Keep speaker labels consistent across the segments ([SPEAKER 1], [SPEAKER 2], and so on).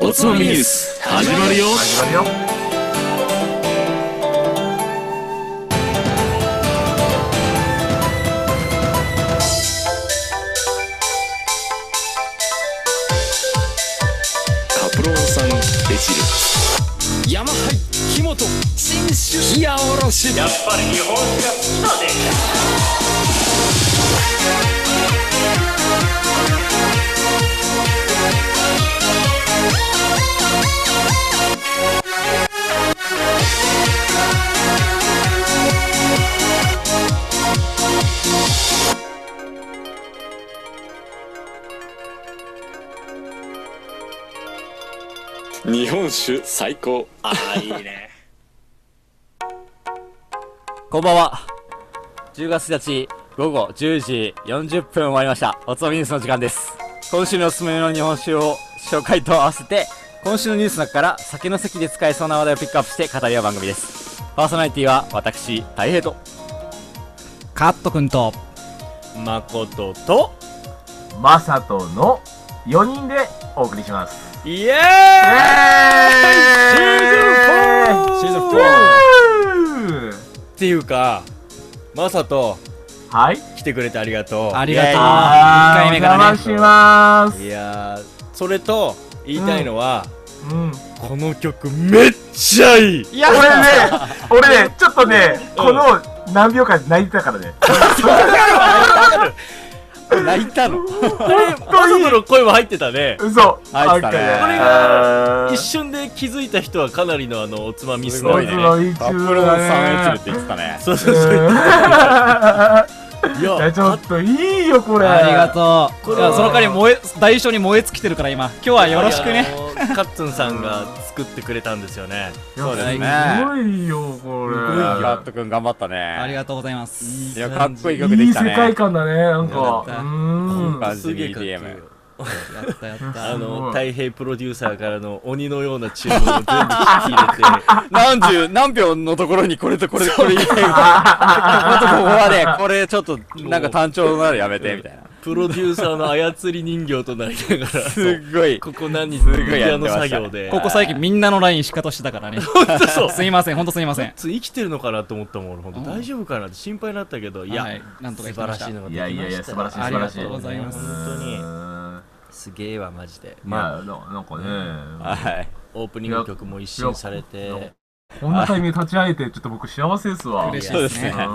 [SPEAKER 1] おつまみニュース始まるよ
[SPEAKER 2] 始まるよ
[SPEAKER 1] カプロンさんエチル
[SPEAKER 3] 山入木本新種冷やおろし
[SPEAKER 1] 日本酒最高
[SPEAKER 2] ああいいね
[SPEAKER 4] こんばんは。10月1日午後10時40分終わりました。おつまみニュースの時間です。今週のおすすめの日本酒を紹介と合わせて、今週のニュースの中から酒の席で使えそうな話題をピックアップして語り合う番組です。パーソナリティは私、大平と。
[SPEAKER 5] カット君と
[SPEAKER 4] 誠と、
[SPEAKER 2] マサトの4人でお送りします
[SPEAKER 4] イエーイ
[SPEAKER 2] イエーイ
[SPEAKER 4] シーズン 4!
[SPEAKER 2] ー
[SPEAKER 3] っていうかまさと
[SPEAKER 2] はい
[SPEAKER 3] 来てくれてありがとう
[SPEAKER 5] ありがとう
[SPEAKER 3] いや
[SPEAKER 5] 1回目
[SPEAKER 2] お
[SPEAKER 5] から
[SPEAKER 2] 邪魔
[SPEAKER 5] ね
[SPEAKER 2] しま
[SPEAKER 3] い
[SPEAKER 2] す
[SPEAKER 3] やいやそれと言いたいのは、
[SPEAKER 2] うん
[SPEAKER 3] この曲めっちゃいい
[SPEAKER 2] いや俺ね俺ねちょっとねこの何秒間泣いてたからね
[SPEAKER 4] 泣いたの
[SPEAKER 3] マサトの声も入ってたね
[SPEAKER 2] 嘘
[SPEAKER 4] 入ってたね
[SPEAKER 2] あ
[SPEAKER 4] これ
[SPEAKER 2] が
[SPEAKER 3] 一瞬で気づいた人はかなりのあのおつまみス
[SPEAKER 4] す
[SPEAKER 3] ナ
[SPEAKER 4] ご
[SPEAKER 3] ー
[SPEAKER 4] い
[SPEAKER 3] で
[SPEAKER 4] ね
[SPEAKER 3] ね
[SPEAKER 4] カップルのサンエチルって言ってたね。
[SPEAKER 3] そうそうそうい
[SPEAKER 2] いや
[SPEAKER 3] や
[SPEAKER 2] ちょっといいよこ れ
[SPEAKER 5] ありがとう
[SPEAKER 3] これ
[SPEAKER 5] いやその代わり燃え代償に燃え尽きてるから今今日はよろしくね
[SPEAKER 3] あのカッツンさんが作ってくれたんですよね
[SPEAKER 2] いや
[SPEAKER 4] そうですね
[SPEAKER 2] すごいよこれ
[SPEAKER 4] カット君頑張ったね。
[SPEAKER 5] あり
[SPEAKER 4] が
[SPEAKER 5] がとうございます
[SPEAKER 4] いや、かっこいい曲
[SPEAKER 2] い
[SPEAKER 4] で
[SPEAKER 2] い
[SPEAKER 4] き
[SPEAKER 2] 世
[SPEAKER 4] たね。
[SPEAKER 2] 界観だねなんか
[SPEAKER 5] よ
[SPEAKER 2] う
[SPEAKER 5] かった
[SPEAKER 2] ーん
[SPEAKER 4] 感じ
[SPEAKER 3] すげえかっこいい
[SPEAKER 4] BDM
[SPEAKER 5] やったやった
[SPEAKER 3] あ
[SPEAKER 2] すご
[SPEAKER 3] の
[SPEAKER 2] い
[SPEAKER 3] 太平プロデューサーからの鬼のような注文を全部聞き入れて
[SPEAKER 4] 何十、何秒のところにこれとこれとこれ 言えみたいな。あとここはね、これちょっと、なんか単調ならやめて、み たいな。
[SPEAKER 3] プロデューサーの操り人形となりながら
[SPEAKER 4] すっごい。
[SPEAKER 3] ここ何日
[SPEAKER 4] す
[SPEAKER 3] も
[SPEAKER 4] ごい
[SPEAKER 3] ピ
[SPEAKER 4] や
[SPEAKER 3] ア
[SPEAKER 4] って
[SPEAKER 3] ノ
[SPEAKER 4] ました
[SPEAKER 3] 作
[SPEAKER 4] ね
[SPEAKER 3] 業で
[SPEAKER 5] ここ最近みんなのライン仕方してたからね
[SPEAKER 3] そう
[SPEAKER 5] すいませんほんとすいません
[SPEAKER 3] 生きてるのかなと思ったもん俺ほんと大丈夫かなって心配になったけどいや、
[SPEAKER 5] はいなんとか行
[SPEAKER 3] 素
[SPEAKER 5] き
[SPEAKER 3] 晴
[SPEAKER 5] ま
[SPEAKER 3] ら
[SPEAKER 5] した
[SPEAKER 3] しいのがで
[SPEAKER 2] い
[SPEAKER 3] きました
[SPEAKER 2] やいやいや素晴らしい素
[SPEAKER 5] あ
[SPEAKER 2] 晴
[SPEAKER 5] りが
[SPEAKER 2] らしい
[SPEAKER 5] とうございます
[SPEAKER 3] 本当に
[SPEAKER 2] 本
[SPEAKER 3] すげえわマジで
[SPEAKER 2] 当に
[SPEAKER 3] まあ
[SPEAKER 2] まあななんかね
[SPEAKER 4] はい。
[SPEAKER 3] オープニング曲も一新され
[SPEAKER 2] いや
[SPEAKER 3] て
[SPEAKER 2] こんなタイミングで立ち上げてちょっと僕幸せですわ
[SPEAKER 5] 嬉しい
[SPEAKER 4] そうで
[SPEAKER 5] で
[SPEAKER 4] すす
[SPEAKER 5] ね
[SPEAKER 4] ね。
[SPEAKER 2] う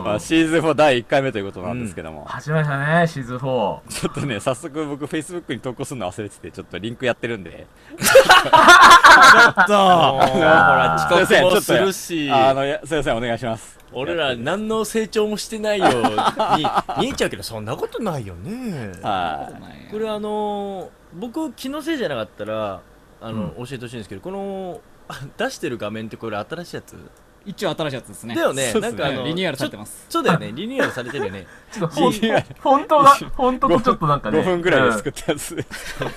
[SPEAKER 2] ん
[SPEAKER 4] まあ、シーズン4第1回目ということなんですけども。
[SPEAKER 2] 始まりましたねシーズン4
[SPEAKER 4] ちょっとね、早速僕 Facebook に投稿するの忘れてて、ちょっとリンクやってるんで。
[SPEAKER 3] そうほら遅刻もするし
[SPEAKER 4] あの、いやすいません、お願いします。
[SPEAKER 3] 俺ら何の成長もしてないよう に見えちゃうけどそんなことないよね
[SPEAKER 4] は
[SPEAKER 3] これあのー僕気のせいじゃなかったらあの、教えてほしいんですけどこの あ出してる画面ってこれ新しいやつ、
[SPEAKER 5] 一応新しいやつですね
[SPEAKER 3] だよね
[SPEAKER 4] そうっす
[SPEAKER 3] な
[SPEAKER 4] ね
[SPEAKER 3] んかあの
[SPEAKER 5] リニューアルされてます
[SPEAKER 3] ちょそうだよねリニューアルされてる よね
[SPEAKER 2] ちょっとフォン
[SPEAKER 4] いや
[SPEAKER 2] フォントがフォントとちょっとなん
[SPEAKER 4] い。
[SPEAKER 2] かね
[SPEAKER 4] 5分くらいで作
[SPEAKER 2] うん
[SPEAKER 4] ったやつ。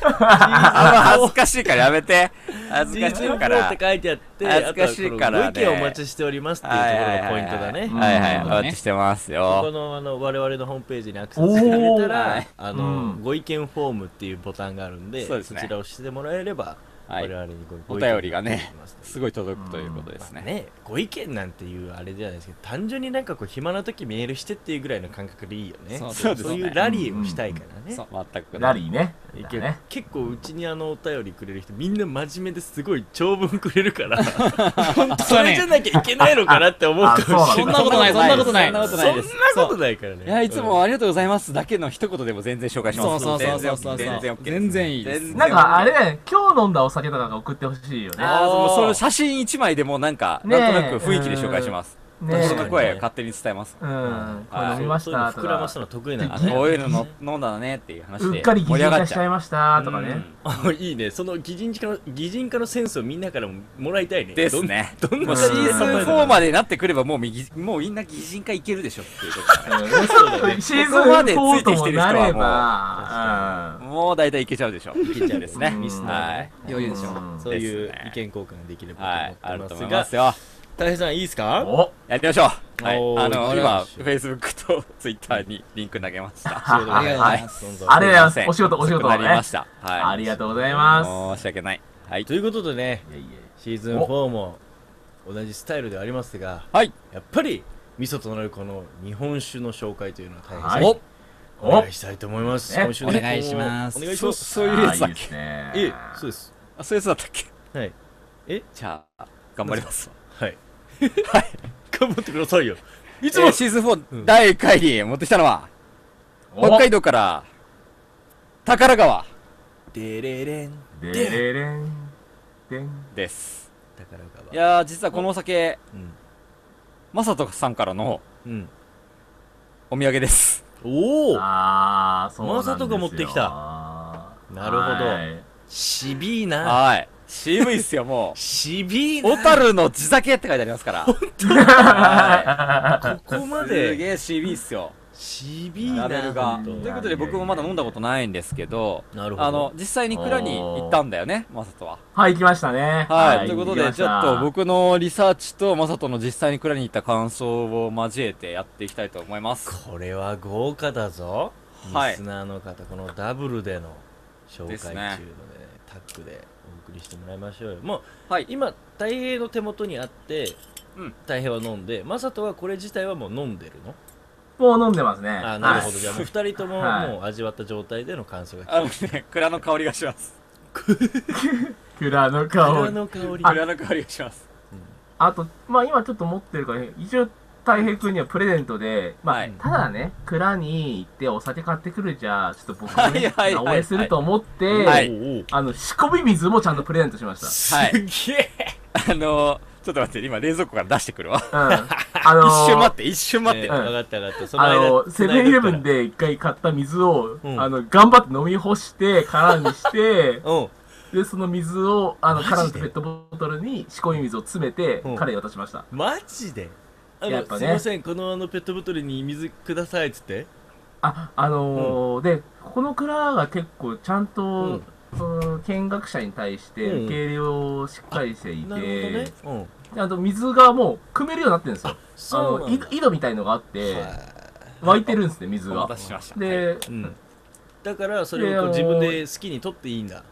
[SPEAKER 4] あんま
[SPEAKER 3] あ
[SPEAKER 4] 恥ずかしいからやめて。恥ずかしいか
[SPEAKER 3] っ
[SPEAKER 4] ら
[SPEAKER 3] て。書いてあって
[SPEAKER 4] 恥ずかしいからね
[SPEAKER 3] あとはこのご意見をお待ちしておりますっていうところがポイントだね、
[SPEAKER 4] はいはい、
[SPEAKER 5] うん
[SPEAKER 4] お待ちしてます
[SPEAKER 3] ここ
[SPEAKER 4] よ。
[SPEAKER 3] のあの我々のホームページにアクセスしてくれた
[SPEAKER 4] おーは
[SPEAKER 3] ら
[SPEAKER 4] い、
[SPEAKER 3] あの
[SPEAKER 2] うん
[SPEAKER 3] ご意見フォームっていうボタンがあるん
[SPEAKER 4] そ
[SPEAKER 3] で、
[SPEAKER 4] う
[SPEAKER 3] そ
[SPEAKER 4] ですね
[SPEAKER 3] ちらを押してもらえれば、
[SPEAKER 4] はい
[SPEAKER 3] 我々にご
[SPEAKER 4] お
[SPEAKER 3] ご意見
[SPEAKER 4] 便りがね
[SPEAKER 3] いただけますのです
[SPEAKER 4] ごい届くということです
[SPEAKER 3] まあ
[SPEAKER 4] ね。
[SPEAKER 3] ね、ご意見なんていうあれじゃないですけど単純になんかこう暇な時メールしてっていうぐらいの感覚でいいよね
[SPEAKER 5] そう
[SPEAKER 4] そうですね
[SPEAKER 3] そういうラリーをしたいから
[SPEAKER 5] うん
[SPEAKER 3] ね
[SPEAKER 5] そう
[SPEAKER 4] 全く。
[SPEAKER 2] ラリーね
[SPEAKER 3] い
[SPEAKER 2] だ
[SPEAKER 3] け
[SPEAKER 2] ね
[SPEAKER 3] 結構うちにあのお便りくれる人みんな真面目ですごい長文くれるから本当それじゃなきゃいけないのかなって思うかもしれ
[SPEAKER 5] そん
[SPEAKER 3] な
[SPEAKER 5] な
[SPEAKER 3] い
[SPEAKER 5] ことないそんなことな
[SPEAKER 4] そ
[SPEAKER 5] い
[SPEAKER 4] んなこと
[SPEAKER 3] そん
[SPEAKER 4] ない
[SPEAKER 3] な
[SPEAKER 4] です。
[SPEAKER 3] ことないからね
[SPEAKER 4] いや、いつもありがとうございますだけの一言でも全然紹介し
[SPEAKER 5] そ
[SPEAKER 4] ま
[SPEAKER 5] う
[SPEAKER 4] す。
[SPEAKER 5] そうそうそうそう
[SPEAKER 4] 全然 OK です
[SPEAKER 5] 全然いいです
[SPEAKER 2] なんかあれだよね今日飲んだお酒とかが送ってほしいよね
[SPEAKER 4] あー
[SPEAKER 3] おー
[SPEAKER 4] もうその写真一枚でもうなんか、
[SPEAKER 2] ねえ
[SPEAKER 4] なんとなく雰囲気で紹介します。
[SPEAKER 2] ね
[SPEAKER 4] 人
[SPEAKER 3] 確か
[SPEAKER 4] の
[SPEAKER 3] に
[SPEAKER 4] 声を勝手に伝えます。
[SPEAKER 2] うんこれ
[SPEAKER 4] はい
[SPEAKER 2] 飲みまし
[SPEAKER 3] そういうの
[SPEAKER 2] たと
[SPEAKER 3] 膨らま
[SPEAKER 2] か
[SPEAKER 3] すの得意なの
[SPEAKER 4] あ
[SPEAKER 3] ね
[SPEAKER 4] こういうのの飲んだのねっていう話
[SPEAKER 2] う
[SPEAKER 4] で
[SPEAKER 2] っかり擬
[SPEAKER 4] 盛り
[SPEAKER 2] 人
[SPEAKER 4] 上が
[SPEAKER 2] 化
[SPEAKER 4] っ
[SPEAKER 2] し
[SPEAKER 4] ち
[SPEAKER 2] ちゃ
[SPEAKER 4] ゃ。
[SPEAKER 2] いうましたとかね
[SPEAKER 3] あいいねその擬人化の擬人化のセンスをみんなからももらいたいね
[SPEAKER 4] ですね。
[SPEAKER 3] どん
[SPEAKER 4] も
[SPEAKER 3] な
[SPEAKER 4] うシ
[SPEAKER 3] シ
[SPEAKER 4] ー
[SPEAKER 3] ー
[SPEAKER 4] ズ
[SPEAKER 3] ズ
[SPEAKER 4] ン
[SPEAKER 3] ン
[SPEAKER 4] 4までになってくればもうみぎもうみんな擬人化いけるでしょっていう ことだね
[SPEAKER 2] シーズン
[SPEAKER 4] ここまでつ
[SPEAKER 2] 4
[SPEAKER 4] いて
[SPEAKER 2] と
[SPEAKER 4] き
[SPEAKER 2] も
[SPEAKER 4] てる人
[SPEAKER 2] なれ
[SPEAKER 4] は
[SPEAKER 2] ば
[SPEAKER 4] もう大体いけちゃうでしょ。いけちゃうですね。
[SPEAKER 3] リスナー
[SPEAKER 4] は
[SPEAKER 3] ね
[SPEAKER 4] い。
[SPEAKER 5] 余裕でし
[SPEAKER 2] う
[SPEAKER 5] ょ
[SPEAKER 2] ん
[SPEAKER 3] そういう
[SPEAKER 4] ですね
[SPEAKER 3] 意見交換ができれ
[SPEAKER 4] は
[SPEAKER 3] ば
[SPEAKER 4] い。ある
[SPEAKER 3] と
[SPEAKER 4] と思
[SPEAKER 3] 思っ
[SPEAKER 4] い
[SPEAKER 3] てま
[SPEAKER 4] ますす
[SPEAKER 3] が
[SPEAKER 4] よ。
[SPEAKER 3] 大平さんいいですか
[SPEAKER 2] お
[SPEAKER 4] やってみましょう。はい。
[SPEAKER 3] おー
[SPEAKER 4] あ
[SPEAKER 3] お
[SPEAKER 4] の、
[SPEAKER 3] 願
[SPEAKER 4] 今
[SPEAKER 3] いし、
[SPEAKER 4] Facebook と Twitter にリンク投げました。
[SPEAKER 3] あ
[SPEAKER 5] あり
[SPEAKER 3] り
[SPEAKER 5] がとうございます
[SPEAKER 3] す
[SPEAKER 2] ありがとうございます
[SPEAKER 4] せん
[SPEAKER 2] お仕事お仕事
[SPEAKER 4] 遅くなりました。はい。
[SPEAKER 2] ありがとうございます
[SPEAKER 4] 申し訳ない。はい
[SPEAKER 3] ということでねシーズン4も同じスタイルではありますが、
[SPEAKER 4] はい
[SPEAKER 3] やっぱり味噌となるこの日本酒の紹介というのは大変、
[SPEAKER 6] はい
[SPEAKER 4] お
[SPEAKER 3] お願いしたいと思います
[SPEAKER 6] ね
[SPEAKER 3] 今週ね
[SPEAKER 5] お願いします
[SPEAKER 3] お願いし
[SPEAKER 4] そ
[SPEAKER 3] ます
[SPEAKER 4] そういうやつだっ
[SPEAKER 6] いいで
[SPEAKER 4] け
[SPEAKER 6] すね。
[SPEAKER 3] ええそうです
[SPEAKER 4] あそういうやつだったっけ
[SPEAKER 3] はいえ
[SPEAKER 4] じゃあ頑張ります
[SPEAKER 3] はい頑張ってくださいよい
[SPEAKER 4] い
[SPEAKER 3] つも、
[SPEAKER 4] シーズン4、
[SPEAKER 3] うん
[SPEAKER 4] 第1回に持ってきたのは
[SPEAKER 6] お
[SPEAKER 4] 北海道から宝川
[SPEAKER 3] デレレン
[SPEAKER 6] でれれん。でん。
[SPEAKER 4] です
[SPEAKER 3] 宝川
[SPEAKER 4] いやー実はこのお酒
[SPEAKER 3] うん
[SPEAKER 4] マサトさんからの
[SPEAKER 3] うん
[SPEAKER 4] お土産です
[SPEAKER 3] おお
[SPEAKER 6] あー、そうなんですよ。
[SPEAKER 3] まさとが持ってきたなるほど
[SPEAKER 6] はい
[SPEAKER 3] しびいな
[SPEAKER 4] はい渋いっすよ も
[SPEAKER 3] しびいう
[SPEAKER 4] 小
[SPEAKER 3] な
[SPEAKER 4] 樽の地酒って書いてありますからは
[SPEAKER 3] ここま
[SPEAKER 4] いすげ
[SPEAKER 3] で
[SPEAKER 4] え渋いっすよ
[SPEAKER 3] しびいな
[SPEAKER 4] ラベルが
[SPEAKER 3] ほん
[SPEAKER 4] と
[SPEAKER 3] と
[SPEAKER 4] いうことで僕もまだ飲んだことないんですけど
[SPEAKER 3] なるほど
[SPEAKER 4] あの実際に蔵に行ったんだよねマサトは
[SPEAKER 2] はい、行きましたね。
[SPEAKER 4] はい、
[SPEAKER 6] はい
[SPEAKER 4] ということ
[SPEAKER 6] 行き
[SPEAKER 4] で
[SPEAKER 6] まし
[SPEAKER 4] ち
[SPEAKER 6] た
[SPEAKER 4] ょっと僕のリサーチとマサトの実際に蔵に行った感想を交えてやっていきたいと思います
[SPEAKER 3] これは豪華だぞ、
[SPEAKER 4] はい
[SPEAKER 3] リスナーの方このダブルでの紹
[SPEAKER 4] で
[SPEAKER 3] 介中
[SPEAKER 4] す
[SPEAKER 3] の、ね
[SPEAKER 4] ね
[SPEAKER 3] タッグでお送りしてもらいましょうよもう
[SPEAKER 4] はい
[SPEAKER 3] 今大平の手元にあって、
[SPEAKER 4] うん
[SPEAKER 3] 大平は飲んでマサトはこれ自体はもう飲んでるの
[SPEAKER 2] もう飲んでますね。
[SPEAKER 3] あなるほど、
[SPEAKER 2] はい
[SPEAKER 3] じゃあもう2人とも
[SPEAKER 2] はい
[SPEAKER 3] もう味わった状態での感想が聞
[SPEAKER 4] あのね蔵の香りがします
[SPEAKER 2] 蔵の
[SPEAKER 3] こ
[SPEAKER 2] 香
[SPEAKER 3] れ
[SPEAKER 2] り。
[SPEAKER 3] の香り
[SPEAKER 4] 蔵の香りがします
[SPEAKER 2] あと、まあ今ちょっと持ってるから、一応、太平君にはプレゼントで、まあ、
[SPEAKER 4] はい
[SPEAKER 2] ただね、蔵に行ってお酒買ってくるじゃ、ちょっと僕も
[SPEAKER 4] はい
[SPEAKER 2] ね、
[SPEAKER 4] はいはいはい
[SPEAKER 2] 応援すると思って、
[SPEAKER 4] はい
[SPEAKER 3] おう
[SPEAKER 2] あの、仕込み水もちゃんとプレゼントしまし
[SPEAKER 4] はい
[SPEAKER 3] すげえ
[SPEAKER 4] あのー、ちょっと待って、今冷蔵庫から出してくるわ。
[SPEAKER 2] た。うん。あのー
[SPEAKER 4] 一瞬待って、一瞬待っ
[SPEAKER 3] え
[SPEAKER 4] て。
[SPEAKER 3] ー
[SPEAKER 2] うん
[SPEAKER 3] 上がった上がったその
[SPEAKER 2] あ
[SPEAKER 3] 間
[SPEAKER 2] の、セブンイレブンで一回買った水を、あの、頑張って飲み干して、空にして、
[SPEAKER 3] うん
[SPEAKER 2] で、その水を、あの、
[SPEAKER 3] マジで
[SPEAKER 2] 空のペットボトルに仕込み水を詰めて
[SPEAKER 3] うん、
[SPEAKER 2] 彼に渡しました。
[SPEAKER 3] マジであの、
[SPEAKER 2] やっぱね
[SPEAKER 3] すいませんこのあのペットボトルに水くださいっつって
[SPEAKER 2] あ、あのー、で、この蔵が結構ちゃんと、その見学者に対して
[SPEAKER 3] うん
[SPEAKER 2] 受け入れをしっかりしてい
[SPEAKER 3] なる
[SPEAKER 2] て、
[SPEAKER 3] ほどねうん
[SPEAKER 2] ちゃんと水がもう汲めるようになってるんですよ。あ
[SPEAKER 3] そう
[SPEAKER 2] の、
[SPEAKER 3] なんだ
[SPEAKER 2] 井井戸みたいのがあって、
[SPEAKER 3] は
[SPEAKER 2] 湧いてるんですね、水
[SPEAKER 4] お待た
[SPEAKER 2] が。
[SPEAKER 4] せしました。はい、
[SPEAKER 2] で、
[SPEAKER 3] いうんだからそれをこう
[SPEAKER 2] で
[SPEAKER 3] 自
[SPEAKER 2] あ
[SPEAKER 3] 分
[SPEAKER 2] の
[SPEAKER 3] で好きに取っていいんだ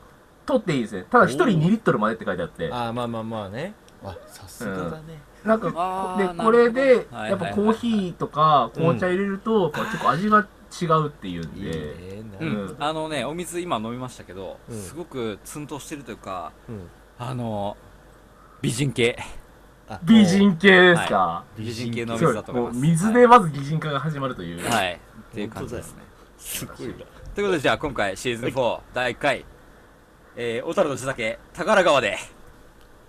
[SPEAKER 2] 取っていいですね。ただ一人
[SPEAKER 3] おー
[SPEAKER 2] 2リットルまでって書いてあって。
[SPEAKER 3] ああまあまあまあねあさすがだね、
[SPEAKER 2] なんか
[SPEAKER 4] あ
[SPEAKER 2] こ、
[SPEAKER 4] ー
[SPEAKER 2] で、
[SPEAKER 4] なるほど
[SPEAKER 2] これで、
[SPEAKER 4] はい
[SPEAKER 2] やっぱコーヒーとか紅茶入れると、やっぱ結構味が違うっていうん
[SPEAKER 3] いいね
[SPEAKER 2] で、
[SPEAKER 3] な
[SPEAKER 4] う
[SPEAKER 3] る
[SPEAKER 4] ん、あのね、お水今飲みましたけど、
[SPEAKER 3] うん
[SPEAKER 4] すごくツンとしてるというか、
[SPEAKER 3] うん
[SPEAKER 4] あのー、美人系。
[SPEAKER 3] あ
[SPEAKER 2] 美人系ですか。
[SPEAKER 4] 美人系のお
[SPEAKER 2] そう
[SPEAKER 4] 水だと
[SPEAKER 2] も
[SPEAKER 4] 思
[SPEAKER 2] う
[SPEAKER 4] います。
[SPEAKER 2] 水でまず擬人化が始まるという。
[SPEAKER 4] はい。はい。っていう感じですね。
[SPEAKER 3] すごい
[SPEAKER 4] とい
[SPEAKER 3] な
[SPEAKER 4] うことで、じゃあ今回シーズン4第1回、えー、小樽の地酒、宝川で、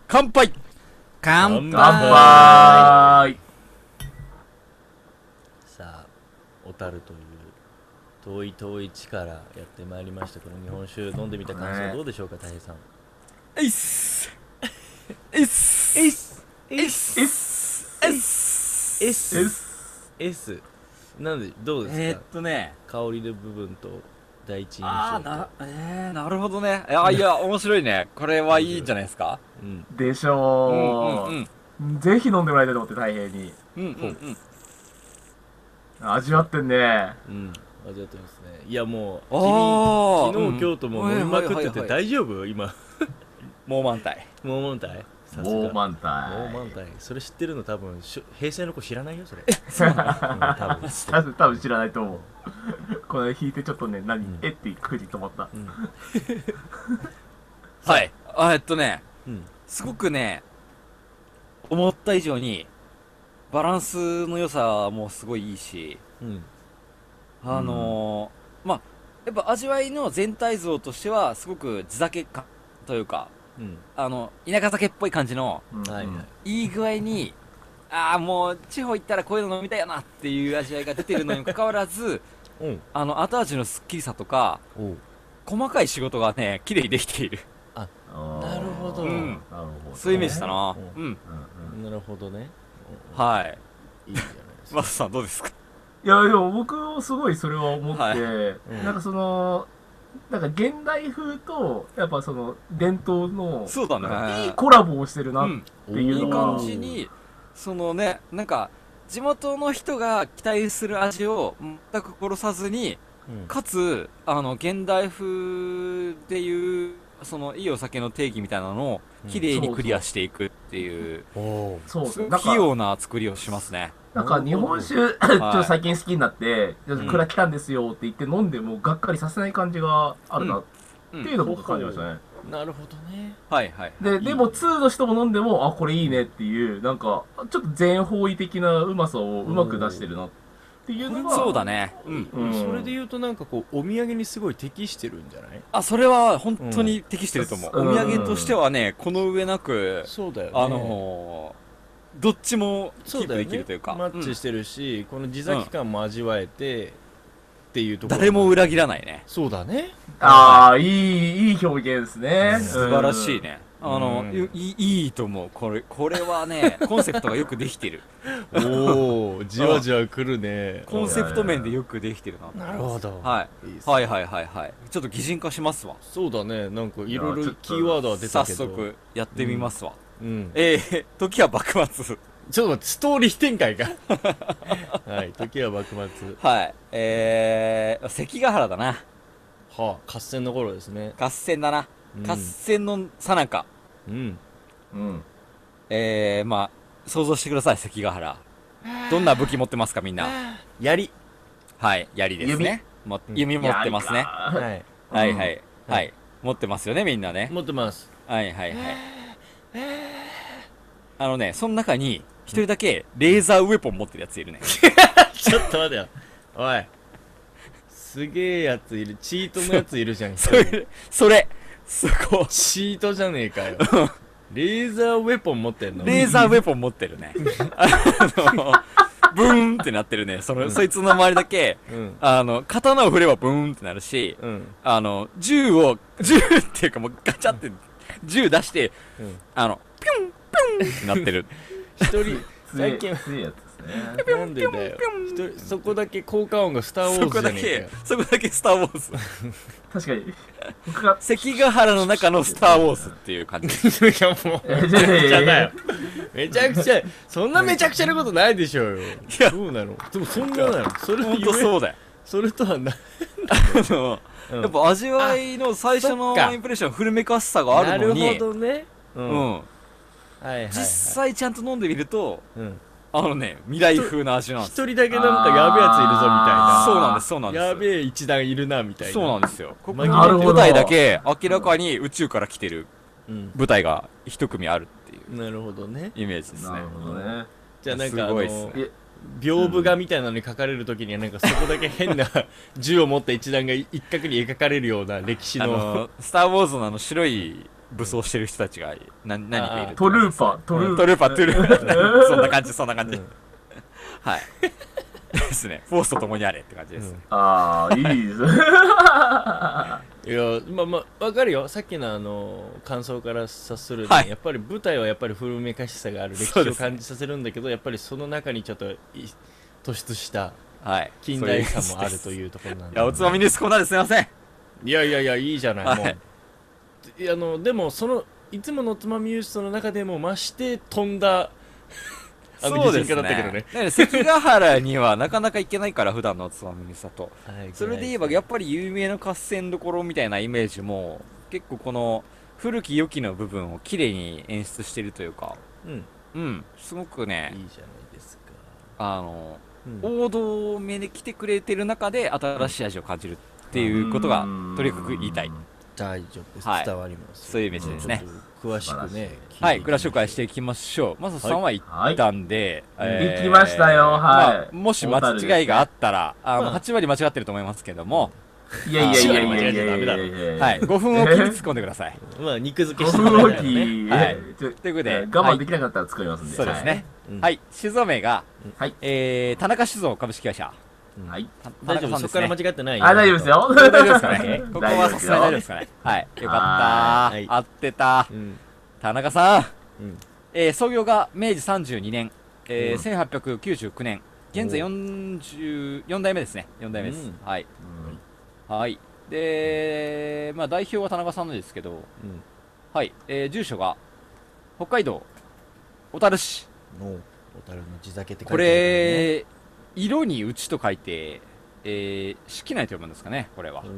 [SPEAKER 4] 乾杯
[SPEAKER 5] 乾
[SPEAKER 3] 乾
[SPEAKER 2] 乾
[SPEAKER 5] 杯
[SPEAKER 2] 杯
[SPEAKER 3] さあ小樽という遠い遠い地からやってまいりましたこの日本酒飲んでみた感想どうでしょうか大平さん
[SPEAKER 4] えいっすえいっすえいっすえいっす
[SPEAKER 2] えっす
[SPEAKER 4] えいっす
[SPEAKER 3] S S なんでどうですか、
[SPEAKER 4] えーっとね、
[SPEAKER 3] 香りの部分と第一印
[SPEAKER 4] ああ
[SPEAKER 3] 象
[SPEAKER 4] ー
[SPEAKER 3] と
[SPEAKER 4] な、えー、なるほどね。いや、いや、面白いね。これはいいんじゃないですか。
[SPEAKER 3] うん
[SPEAKER 2] でし
[SPEAKER 4] う
[SPEAKER 2] ょ
[SPEAKER 4] うん、
[SPEAKER 2] う。ぜひ飲んでもらいたいと思って、大変に。
[SPEAKER 4] うん、うん、うん。
[SPEAKER 2] 味わってんね。
[SPEAKER 3] うん味わってますねいやもう
[SPEAKER 4] あー
[SPEAKER 3] 君昨日
[SPEAKER 4] うん
[SPEAKER 3] 今日とも飲みまくってて
[SPEAKER 4] はいはいはいはい
[SPEAKER 3] 大丈夫今
[SPEAKER 4] もう満体。
[SPEAKER 3] もう満タイさすが
[SPEAKER 6] もう満
[SPEAKER 3] もう
[SPEAKER 6] タ
[SPEAKER 3] 満
[SPEAKER 6] イ。
[SPEAKER 3] タイそれ知ってるの多分しゅ平成の子知らないよそれうん多分
[SPEAKER 2] 多分多分知らないと思う。これ弾いてちょっとね、何、
[SPEAKER 3] うん
[SPEAKER 2] えってくじ止まった。
[SPEAKER 4] はい。あえっとね、
[SPEAKER 3] うん
[SPEAKER 4] すごくね、思った以上に、バランスの良さもすごいいいし、
[SPEAKER 3] うん
[SPEAKER 4] あのーまあ、やっぱ味わいの全体像としては、すごく地酒感というか、
[SPEAKER 3] うん
[SPEAKER 4] あの、田舎酒っぽい感じの、
[SPEAKER 2] うん
[SPEAKER 3] はいはい
[SPEAKER 4] いい具合に、ああ、もう地方行ったらこういうの飲みたいよなっていう味わいが出てるのにもかかわら ず、
[SPEAKER 3] うん
[SPEAKER 4] あの、後味のスッキリさとか、
[SPEAKER 3] おう
[SPEAKER 4] 細かい仕事がね、綺麗にできている。
[SPEAKER 6] あー
[SPEAKER 3] なるほど
[SPEAKER 4] うん
[SPEAKER 6] なるほど。
[SPEAKER 4] そういうイメージだな。
[SPEAKER 3] う
[SPEAKER 4] うん。
[SPEAKER 6] うんうん
[SPEAKER 3] なるほどね
[SPEAKER 4] はい。
[SPEAKER 3] いいじゃないです
[SPEAKER 4] マ
[SPEAKER 3] か
[SPEAKER 4] スさんどうですか
[SPEAKER 2] いや、でも僕もすごいそれは思って、
[SPEAKER 4] は
[SPEAKER 3] うん
[SPEAKER 2] なんかその、なんか現代風と、やっぱその伝統の、
[SPEAKER 4] そうだね。
[SPEAKER 2] いいコラボをしてるな。
[SPEAKER 4] うん。
[SPEAKER 2] っていう
[SPEAKER 4] いい
[SPEAKER 2] のが
[SPEAKER 4] 感じに、そのね、なんか、地元の人が期待する味を全く殺さずに、
[SPEAKER 3] うん
[SPEAKER 4] かつ、あの、現代風でいう、そのいいお酒の定義みたいなのを綺麗にクリアしていくっていう、
[SPEAKER 3] お
[SPEAKER 7] そう
[SPEAKER 4] すご
[SPEAKER 7] ないん
[SPEAKER 4] 器
[SPEAKER 7] か
[SPEAKER 4] 用な作りをしますね。
[SPEAKER 7] なんか日本酒ちょっと最近好きになって「ちょっと蔵来たんですよ」って言って飲んでもがっかりさせない感じがあるなっていうのを僕は感じましたね、
[SPEAKER 3] なるほどね
[SPEAKER 4] はいはい。
[SPEAKER 7] ででも2の人も飲んでもあこれいいねっていうなんかちょっと全方位的なうまさをうまく出してるなっていうのが
[SPEAKER 4] そうだね。うん。
[SPEAKER 7] うん
[SPEAKER 3] それで言うとなんかこうお土産にすごい適してるんじゃない
[SPEAKER 4] あ、それは本当に適してると思う。
[SPEAKER 7] うん
[SPEAKER 4] お土産としてはね、この上なく、
[SPEAKER 3] そうだよね
[SPEAKER 4] あのーどっちもキ
[SPEAKER 3] そう
[SPEAKER 4] ープ
[SPEAKER 3] だよ
[SPEAKER 4] で
[SPEAKER 3] ね
[SPEAKER 4] きるというか、
[SPEAKER 3] マッチしてるし、この自崎感も味わえて、っていうと
[SPEAKER 4] うん
[SPEAKER 3] ころ
[SPEAKER 4] 誰も裏切らないね。
[SPEAKER 3] そうだね
[SPEAKER 7] ああいいいい表現ですね
[SPEAKER 4] 素晴らしいね。
[SPEAKER 3] うん
[SPEAKER 4] あの、
[SPEAKER 3] うん
[SPEAKER 4] いいいいと思う。これ、これは ね、コンセプトがよくできてる。
[SPEAKER 3] おおじわじわくるね
[SPEAKER 4] コンセプト面でよくできてるな。
[SPEAKER 3] なるほど
[SPEAKER 4] はい。
[SPEAKER 3] いいっすね
[SPEAKER 4] はいはいはいはい。ちょっと擬人化しますわ。
[SPEAKER 3] そうだねなんかいろい
[SPEAKER 2] いやちょ
[SPEAKER 3] ろ
[SPEAKER 2] っと
[SPEAKER 3] キーワードは出た
[SPEAKER 4] 早
[SPEAKER 3] けど
[SPEAKER 4] 速、やってみますわ。
[SPEAKER 3] うん、
[SPEAKER 4] えー、 時は幕末。
[SPEAKER 3] ちょっと待ってストーリー展開が はい時は幕末
[SPEAKER 4] はい。えー、関ヶ原だな。
[SPEAKER 3] はあ合戦の頃ですね
[SPEAKER 4] 合戦だな。
[SPEAKER 3] うん
[SPEAKER 4] 合戦の最中。
[SPEAKER 3] うん
[SPEAKER 2] うん。
[SPEAKER 4] えー、まあ、想像してください、関ヶ原。どんな武器持ってますか、みんな。
[SPEAKER 3] 槍
[SPEAKER 4] はい、槍ですね。も
[SPEAKER 3] うん
[SPEAKER 4] 弓持ってますね。
[SPEAKER 3] はい
[SPEAKER 4] はいはい。はい。持ってますよね、みんなね。
[SPEAKER 3] 持ってます
[SPEAKER 4] はいはいはい。あのね、その中に、一人だけ、レーザーウェポン持ってるやついるね。
[SPEAKER 3] ちょっと待てよおいすげえやついるチートのやついるじゃん
[SPEAKER 4] それ、それ、そこ、
[SPEAKER 3] チートじゃねえかよ。レーザーウェポン持ってんの
[SPEAKER 4] レーザーウェポン持ってるね。あの、ブーンってなってるね。その、
[SPEAKER 3] うん
[SPEAKER 4] そいつの周りだけ、
[SPEAKER 3] うん。
[SPEAKER 4] あの、刀を振ればブーンってなるし、
[SPEAKER 3] うん。
[SPEAKER 4] あの、銃を、銃っていうかもうガチャって、銃出して、
[SPEAKER 3] うん
[SPEAKER 4] あの、ピュンピュンってなってる。
[SPEAKER 3] 一 人、
[SPEAKER 2] 強い
[SPEAKER 3] 最近、
[SPEAKER 2] 強いやつですね。
[SPEAKER 3] なんでだよ。一人、そこだけ効果音がスターウォ
[SPEAKER 4] そ
[SPEAKER 3] ーズ
[SPEAKER 4] こ
[SPEAKER 3] じゃ
[SPEAKER 4] だ
[SPEAKER 3] ねえ
[SPEAKER 4] け、そこだけスターウォーズ。
[SPEAKER 7] 確かに僕が
[SPEAKER 4] 関ヶ原の中のスターウォーズっていう感じ。
[SPEAKER 3] かよ。いや、もう、 めちゃくちゃ だよ。めちゃくちゃ、そんなめちゃくちゃなことないでしょうよ。い
[SPEAKER 4] や
[SPEAKER 3] そうなの。でもそんななの。それ
[SPEAKER 4] ほん
[SPEAKER 3] ゆ
[SPEAKER 4] と
[SPEAKER 3] え
[SPEAKER 4] そうだよ。
[SPEAKER 3] それとはな、
[SPEAKER 4] あの、
[SPEAKER 3] うん
[SPEAKER 4] やっぱ味わいの最初
[SPEAKER 3] あそ
[SPEAKER 4] の
[SPEAKER 3] っか
[SPEAKER 4] インプレッション、古めかしさがあるのに、
[SPEAKER 3] なるほどね。う。
[SPEAKER 4] うん
[SPEAKER 3] はい
[SPEAKER 4] ん、
[SPEAKER 3] はいはい。
[SPEAKER 4] 実際ちゃんと飲んでみると、
[SPEAKER 3] うん。
[SPEAKER 4] あのね、未来風な味なん
[SPEAKER 3] 一
[SPEAKER 4] です。
[SPEAKER 3] 人だけなんかやべえやついるぞみたいな。
[SPEAKER 4] そうなんです、そうなんです。
[SPEAKER 3] やべえ一団いるなみたいな。
[SPEAKER 4] そうなんですよ。ここ
[SPEAKER 3] なるほ
[SPEAKER 4] の
[SPEAKER 7] ど
[SPEAKER 4] 舞台だけ明らかに宇宙から来てる
[SPEAKER 3] うん。
[SPEAKER 4] 舞台が一組あるっていう
[SPEAKER 3] なるほどね。
[SPEAKER 4] イメージです
[SPEAKER 2] な
[SPEAKER 4] ね
[SPEAKER 2] る。ほどね。
[SPEAKER 3] じゃあなんか
[SPEAKER 4] す
[SPEAKER 3] あの
[SPEAKER 4] ごいっす
[SPEAKER 7] ね
[SPEAKER 3] 屏風画みたいなのに書かれるときにはなんかそこだけ変な銃を持った一団が一角に描かれるような歴史
[SPEAKER 4] あ
[SPEAKER 3] の
[SPEAKER 4] の、スター・ウォーズのあの白い武装してる人たちが何何かいる
[SPEAKER 7] トルーパートルーパ
[SPEAKER 4] トルーパー、トゥルーパー。そんな感じ、そんな感じ。
[SPEAKER 3] うん
[SPEAKER 4] はい。ですね。フォースと共にあれって感じですね。
[SPEAKER 7] ああいいですね
[SPEAKER 3] いやまあまあわかるよさっきのあの感想から察するに、
[SPEAKER 4] はい
[SPEAKER 3] やっぱり舞台はやっぱり古めかしさがある歴
[SPEAKER 4] そう
[SPEAKER 3] 史
[SPEAKER 4] で
[SPEAKER 3] を
[SPEAKER 4] すね
[SPEAKER 3] 感じさせるんだけど、やっぱりその中にちょっとい突出した
[SPEAKER 4] はい。
[SPEAKER 3] 近代感もある
[SPEAKER 4] そ
[SPEAKER 3] と
[SPEAKER 4] ういう感じです
[SPEAKER 3] いうところなん
[SPEAKER 4] い
[SPEAKER 3] で
[SPEAKER 4] や、おつまみニュースコーナーですいません。
[SPEAKER 3] いやいやいやいいじゃない、
[SPEAKER 4] はい
[SPEAKER 3] もういやあのでもそのいつものおつまみニュースの中でも増して飛んだあの擬人化だったけどね
[SPEAKER 4] だから関ヶ原にはなかなか行けないから、普段のおつまみニュースだと。
[SPEAKER 3] はい
[SPEAKER 4] それで言えば、やっぱり有名な合戦どころみたいなイメージも、結構この古き良きの部分を綺麗に演出してるというか、
[SPEAKER 3] うん
[SPEAKER 4] うん、すごくね、
[SPEAKER 3] いいじゃないですか。
[SPEAKER 4] あの、
[SPEAKER 3] うん
[SPEAKER 4] 王道を目に来てくれてる中で新しい味を感じるっていうことがとにかく言いたい
[SPEAKER 3] 大丈夫です。
[SPEAKER 4] はい
[SPEAKER 3] 伝わります。
[SPEAKER 4] そういうイメージですね
[SPEAKER 3] ちょっと詳しくね。
[SPEAKER 4] はいクラ紹介
[SPEAKER 3] し
[SPEAKER 4] していきましょうまずさんは行ったんで、
[SPEAKER 3] はい
[SPEAKER 4] えー
[SPEAKER 7] 行きましたよはい
[SPEAKER 4] あもし間違いがあったらあの8割間違ってると思いますけども、
[SPEAKER 7] いやいやいやいやいやいや
[SPEAKER 3] 違う違う
[SPEAKER 7] いやいや
[SPEAKER 4] はい、5分おきに突っ込んでくださ い
[SPEAKER 3] まあ肉付け
[SPEAKER 7] ご
[SPEAKER 3] して
[SPEAKER 7] ふ
[SPEAKER 3] も
[SPEAKER 7] んお
[SPEAKER 3] らえれば
[SPEAKER 7] き
[SPEAKER 3] ね
[SPEAKER 4] はい
[SPEAKER 7] ちょ
[SPEAKER 4] ということで
[SPEAKER 7] えー我慢できなかったら作りますんで
[SPEAKER 4] そうですね、
[SPEAKER 3] うん
[SPEAKER 4] はい酒造名が、
[SPEAKER 7] はい
[SPEAKER 4] えー、田中酒造株式会社
[SPEAKER 7] はい
[SPEAKER 4] た田
[SPEAKER 3] 大
[SPEAKER 4] 中
[SPEAKER 3] 丈夫
[SPEAKER 4] さん
[SPEAKER 3] そ
[SPEAKER 4] で
[SPEAKER 3] こ
[SPEAKER 4] す
[SPEAKER 3] か
[SPEAKER 4] ね
[SPEAKER 3] ら間違ってない。
[SPEAKER 7] あ大丈夫です。よ
[SPEAKER 4] 大丈夫で すかねここはさすがに大丈夫ですすかねはいよか
[SPEAKER 7] は
[SPEAKER 4] った
[SPEAKER 3] ーい
[SPEAKER 4] 合ってた
[SPEAKER 3] うん。
[SPEAKER 4] 田中さん
[SPEAKER 3] うん。
[SPEAKER 4] えー創業が明治32年、えー1899年、現在40 4代目ですね、4代目です。
[SPEAKER 3] うん
[SPEAKER 4] はい、はいでまあ、代表は田中さんのですけど、
[SPEAKER 3] うん
[SPEAKER 4] はいえー住所が北海道小樽市、
[SPEAKER 3] の、小樽の地酒って書
[SPEAKER 4] こ
[SPEAKER 3] いて
[SPEAKER 4] れ、色にうちと書いて、えー、式内と読むんですかね、これは
[SPEAKER 3] ある。。これ、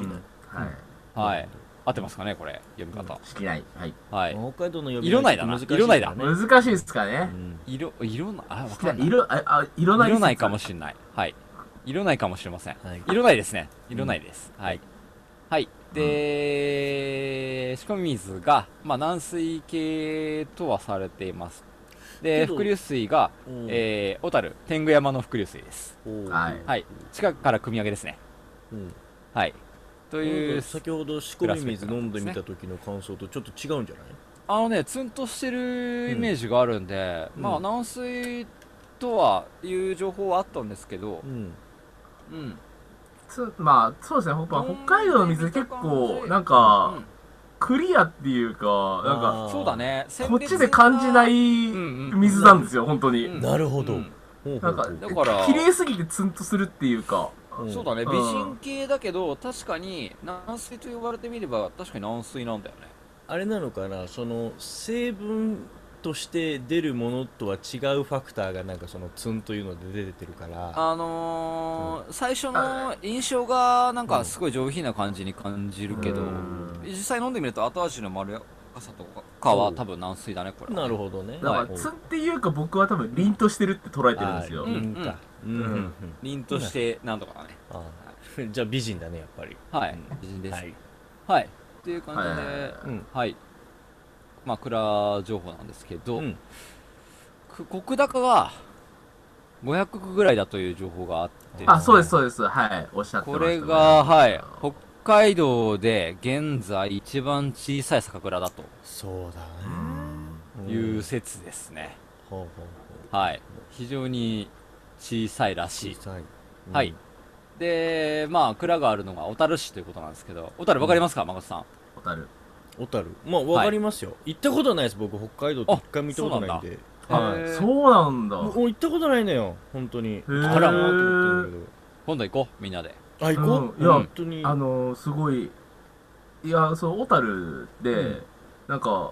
[SPEAKER 3] うん。好きな。
[SPEAKER 7] はい
[SPEAKER 4] はい、合ってますかねこれ読み方、
[SPEAKER 2] しきない。はい。
[SPEAKER 4] はい
[SPEAKER 3] 北海道の呼び
[SPEAKER 4] 色ないだな
[SPEAKER 3] 難しいか
[SPEAKER 4] 色
[SPEAKER 3] らね
[SPEAKER 4] ないだ
[SPEAKER 2] 難しいですかね。
[SPEAKER 4] 色色なあわ
[SPEAKER 2] い
[SPEAKER 4] か
[SPEAKER 2] や
[SPEAKER 4] んない
[SPEAKER 2] 色、あ、あ色ない
[SPEAKER 4] 色ないかも
[SPEAKER 2] し
[SPEAKER 4] しれないはい色ないかもしれません
[SPEAKER 3] はい
[SPEAKER 4] 色ないですね色ないです、はいはいで仕込み水が、まあ、軟水系とはされていますで
[SPEAKER 3] けど
[SPEAKER 4] 伏流水が、
[SPEAKER 3] うん
[SPEAKER 4] えー、小樽天狗山の伏流水です
[SPEAKER 3] おう
[SPEAKER 2] はい。
[SPEAKER 4] はい近くから汲み上げですね
[SPEAKER 3] うん
[SPEAKER 4] はいと
[SPEAKER 3] なん
[SPEAKER 4] い
[SPEAKER 3] か
[SPEAKER 4] う
[SPEAKER 3] 先ほど仕込み水飲んでみた時の感想とちょっと違うんじゃない
[SPEAKER 4] あのね、ツンとしてるイメージがあるんで、
[SPEAKER 3] うん
[SPEAKER 4] まあ、軟水とはいう情報はあったんですけど
[SPEAKER 3] う、ん
[SPEAKER 4] うん。
[SPEAKER 2] つまあ、そうですね。ほ北海道の水結構、なんか、クリアっていうか、なんか、
[SPEAKER 4] うんそうだね、
[SPEAKER 2] こっちで感じない
[SPEAKER 4] んうん
[SPEAKER 2] 水なんですよ、本当
[SPEAKER 4] 鮮烈な。
[SPEAKER 2] に。
[SPEAKER 3] なるほど
[SPEAKER 4] うん
[SPEAKER 3] ほうほ
[SPEAKER 2] な
[SPEAKER 3] うんほ
[SPEAKER 2] か
[SPEAKER 3] う、
[SPEAKER 4] だから
[SPEAKER 2] 綺麗すぎてツンとするっていうか。
[SPEAKER 3] ん
[SPEAKER 4] そうだね、
[SPEAKER 2] うん
[SPEAKER 4] 美人系だけど、確かに軟水と呼ばれてみれば、確かに軟水なんだよね。
[SPEAKER 3] あれなのかなその成分として出るものとは違うファクターがなんかそのツンというので出てるから
[SPEAKER 4] あのー、最初の印象が、なんかすごい上品な感じに感じるけど、実際飲んでみると後味のまろやかさとかは多分軟水だね、これは。
[SPEAKER 3] なるほどね
[SPEAKER 2] だから、
[SPEAKER 3] ほう
[SPEAKER 2] ツンっていうか僕は多分凛としてるって捉えてるんです
[SPEAKER 3] あ
[SPEAKER 2] よ
[SPEAKER 3] ー。うんかうんうんうん
[SPEAKER 4] 凛として、なんとかだね。
[SPEAKER 3] あ ーじゃあ美人だねやっぱり
[SPEAKER 4] はい、美人です。はい。っていう感じで、うんはい。まあ、蔵情報なんですけど、
[SPEAKER 3] うん
[SPEAKER 4] く国高が500区ぐらいだという情報があって、
[SPEAKER 2] あ、そうです、そうです。はい。おっしゃってま
[SPEAKER 4] こ
[SPEAKER 2] したね
[SPEAKER 4] れが、はい、北海道で現在一番小さい酒蔵だと
[SPEAKER 3] そうだね
[SPEAKER 4] い
[SPEAKER 3] ん
[SPEAKER 4] う説ですね。
[SPEAKER 3] ほうほうほ
[SPEAKER 4] はい。非常に小さいら
[SPEAKER 3] う
[SPEAKER 4] しい
[SPEAKER 3] 小。さいうん
[SPEAKER 4] はい。で、まあ、蔵があるのが小樽市ということなんですけど、小樽わかりますか、誠さん。
[SPEAKER 2] 小樽
[SPEAKER 3] 小樽まあわかりますよ、行ったことないです僕北海道って一回も行ったことないんで
[SPEAKER 4] そうなんだ
[SPEAKER 3] はい
[SPEAKER 4] へー
[SPEAKER 2] そうなんだ。
[SPEAKER 3] もうもう行ったことないのよ本当に
[SPEAKER 2] ー
[SPEAKER 3] あらなと思ってるんだ
[SPEAKER 4] 今度行こう、みんなで。
[SPEAKER 3] けどあ行こう、
[SPEAKER 2] うんいや
[SPEAKER 3] 本当に
[SPEAKER 2] あのー、すごい、いや、そう、小樽で、
[SPEAKER 3] うん
[SPEAKER 2] なんか、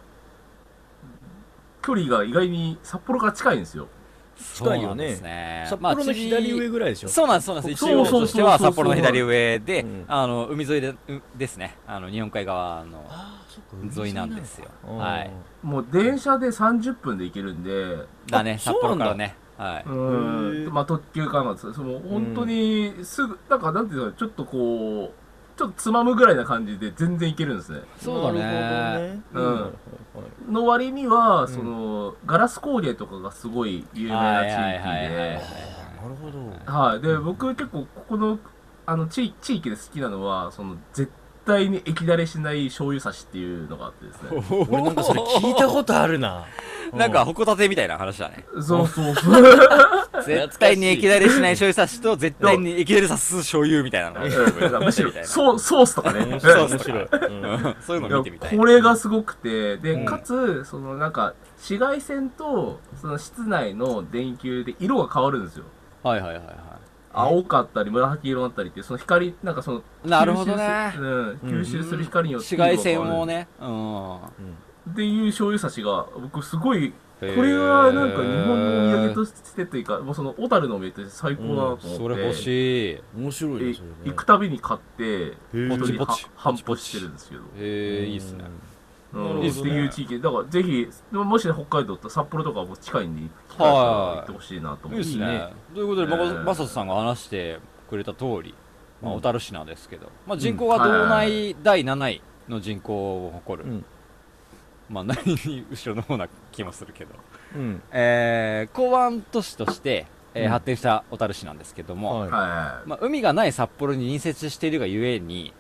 [SPEAKER 2] 距離が意外に札幌から近いんですよ。
[SPEAKER 4] そうなんです
[SPEAKER 3] 札幌の左上ぐらいでしょ、
[SPEAKER 4] そうなんです、そうなんです。
[SPEAKER 2] そう
[SPEAKER 4] 一応としては
[SPEAKER 2] そうそうそうそう
[SPEAKER 4] 札幌の左上で
[SPEAKER 3] うん、
[SPEAKER 4] あの海沿いでうですね、あの日本海側の
[SPEAKER 3] あーそっか
[SPEAKER 4] 沿いなんですよ。
[SPEAKER 3] 海沿いなのか
[SPEAKER 4] はい。
[SPEAKER 2] もう電車で30分で行けるんで、
[SPEAKER 4] だね、
[SPEAKER 3] あ
[SPEAKER 4] 札幌からね。はい。
[SPEAKER 2] うん
[SPEAKER 3] へー
[SPEAKER 2] まあ特急かなんですその本当にすぐ、なんかなんていうの、ちょっとこう、ちょっとつまむぐらいな感じで全然行けるんですね。
[SPEAKER 4] そうだ
[SPEAKER 3] なる
[SPEAKER 4] ね。
[SPEAKER 3] ほどねうん
[SPEAKER 2] の割には、その、ガラス工芸とかがすごい有名な地
[SPEAKER 4] はいはい
[SPEAKER 2] 域
[SPEAKER 4] はいはい
[SPEAKER 2] で、
[SPEAKER 3] あーなるほど
[SPEAKER 2] はい、で僕結構ここのあの地地域で好きなのはその絶対に液だれしない醤油差しっていうのがあってですね
[SPEAKER 3] 俺なんかそれ聞いたことあるな
[SPEAKER 4] なんか、ホコタテみたいな話だね。
[SPEAKER 2] そう そうそう
[SPEAKER 4] 絶対に液だれしない醤油差しと、絶対に液だれさす醤油みたいなのを
[SPEAKER 2] うんだからむしろ
[SPEAKER 4] みたいな
[SPEAKER 2] ソソースとかね
[SPEAKER 3] 面白い面白い、うん
[SPEAKER 4] うん そういうの見てみた
[SPEAKER 2] い
[SPEAKER 4] い
[SPEAKER 2] や。これがすごくてで、
[SPEAKER 3] うん
[SPEAKER 2] かつそのなんか紫外線とその室内の電球で色が変わるんですよ
[SPEAKER 4] はいはいはいは
[SPEAKER 2] 青かったり紫色だったりってその光なんかその
[SPEAKER 4] い。なるほどね
[SPEAKER 2] 吸収。すうん、吸収する光によっ
[SPEAKER 4] 紫
[SPEAKER 2] て色が変
[SPEAKER 4] 外
[SPEAKER 2] わる
[SPEAKER 4] 線をね、うん。
[SPEAKER 2] っていう醤油差しが僕すごい
[SPEAKER 4] こ
[SPEAKER 2] これはなんか日本のお土産としてというか、もうその小樽のお土産として最高だなと思って、
[SPEAKER 4] それ欲しい。
[SPEAKER 3] 面白い
[SPEAKER 2] え
[SPEAKER 3] ねそれね
[SPEAKER 2] 行くたびに買って、
[SPEAKER 3] へえ
[SPEAKER 2] 本当に
[SPEAKER 4] ポチポチ
[SPEAKER 2] は反復してるんですけど、
[SPEAKER 4] ええいいっすね。
[SPEAKER 2] うん
[SPEAKER 3] なるほど
[SPEAKER 2] っ
[SPEAKER 3] ね
[SPEAKER 2] ていう地域で、だからぜひ、もし北海道だったら札幌とかも近いんで行く機会があったら行ってほしいなと
[SPEAKER 4] い
[SPEAKER 2] 思
[SPEAKER 4] い
[SPEAKER 2] っ
[SPEAKER 4] で
[SPEAKER 2] て、
[SPEAKER 4] すね。ということで、
[SPEAKER 2] えー
[SPEAKER 4] ままさとさんが話してくれた通り、まあ、
[SPEAKER 3] うん
[SPEAKER 4] 小樽市なんですけど、まあ、人口が道内第7位の人口を誇る、
[SPEAKER 3] うん
[SPEAKER 4] まあ、何に 後ろの方な気もするけど、
[SPEAKER 3] うん
[SPEAKER 4] えー、港湾都市として、えー
[SPEAKER 3] うん
[SPEAKER 4] 発展した小樽市なんですけども、
[SPEAKER 3] はい
[SPEAKER 2] は
[SPEAKER 4] まあ、海がない札幌に隣接しているがゆえに、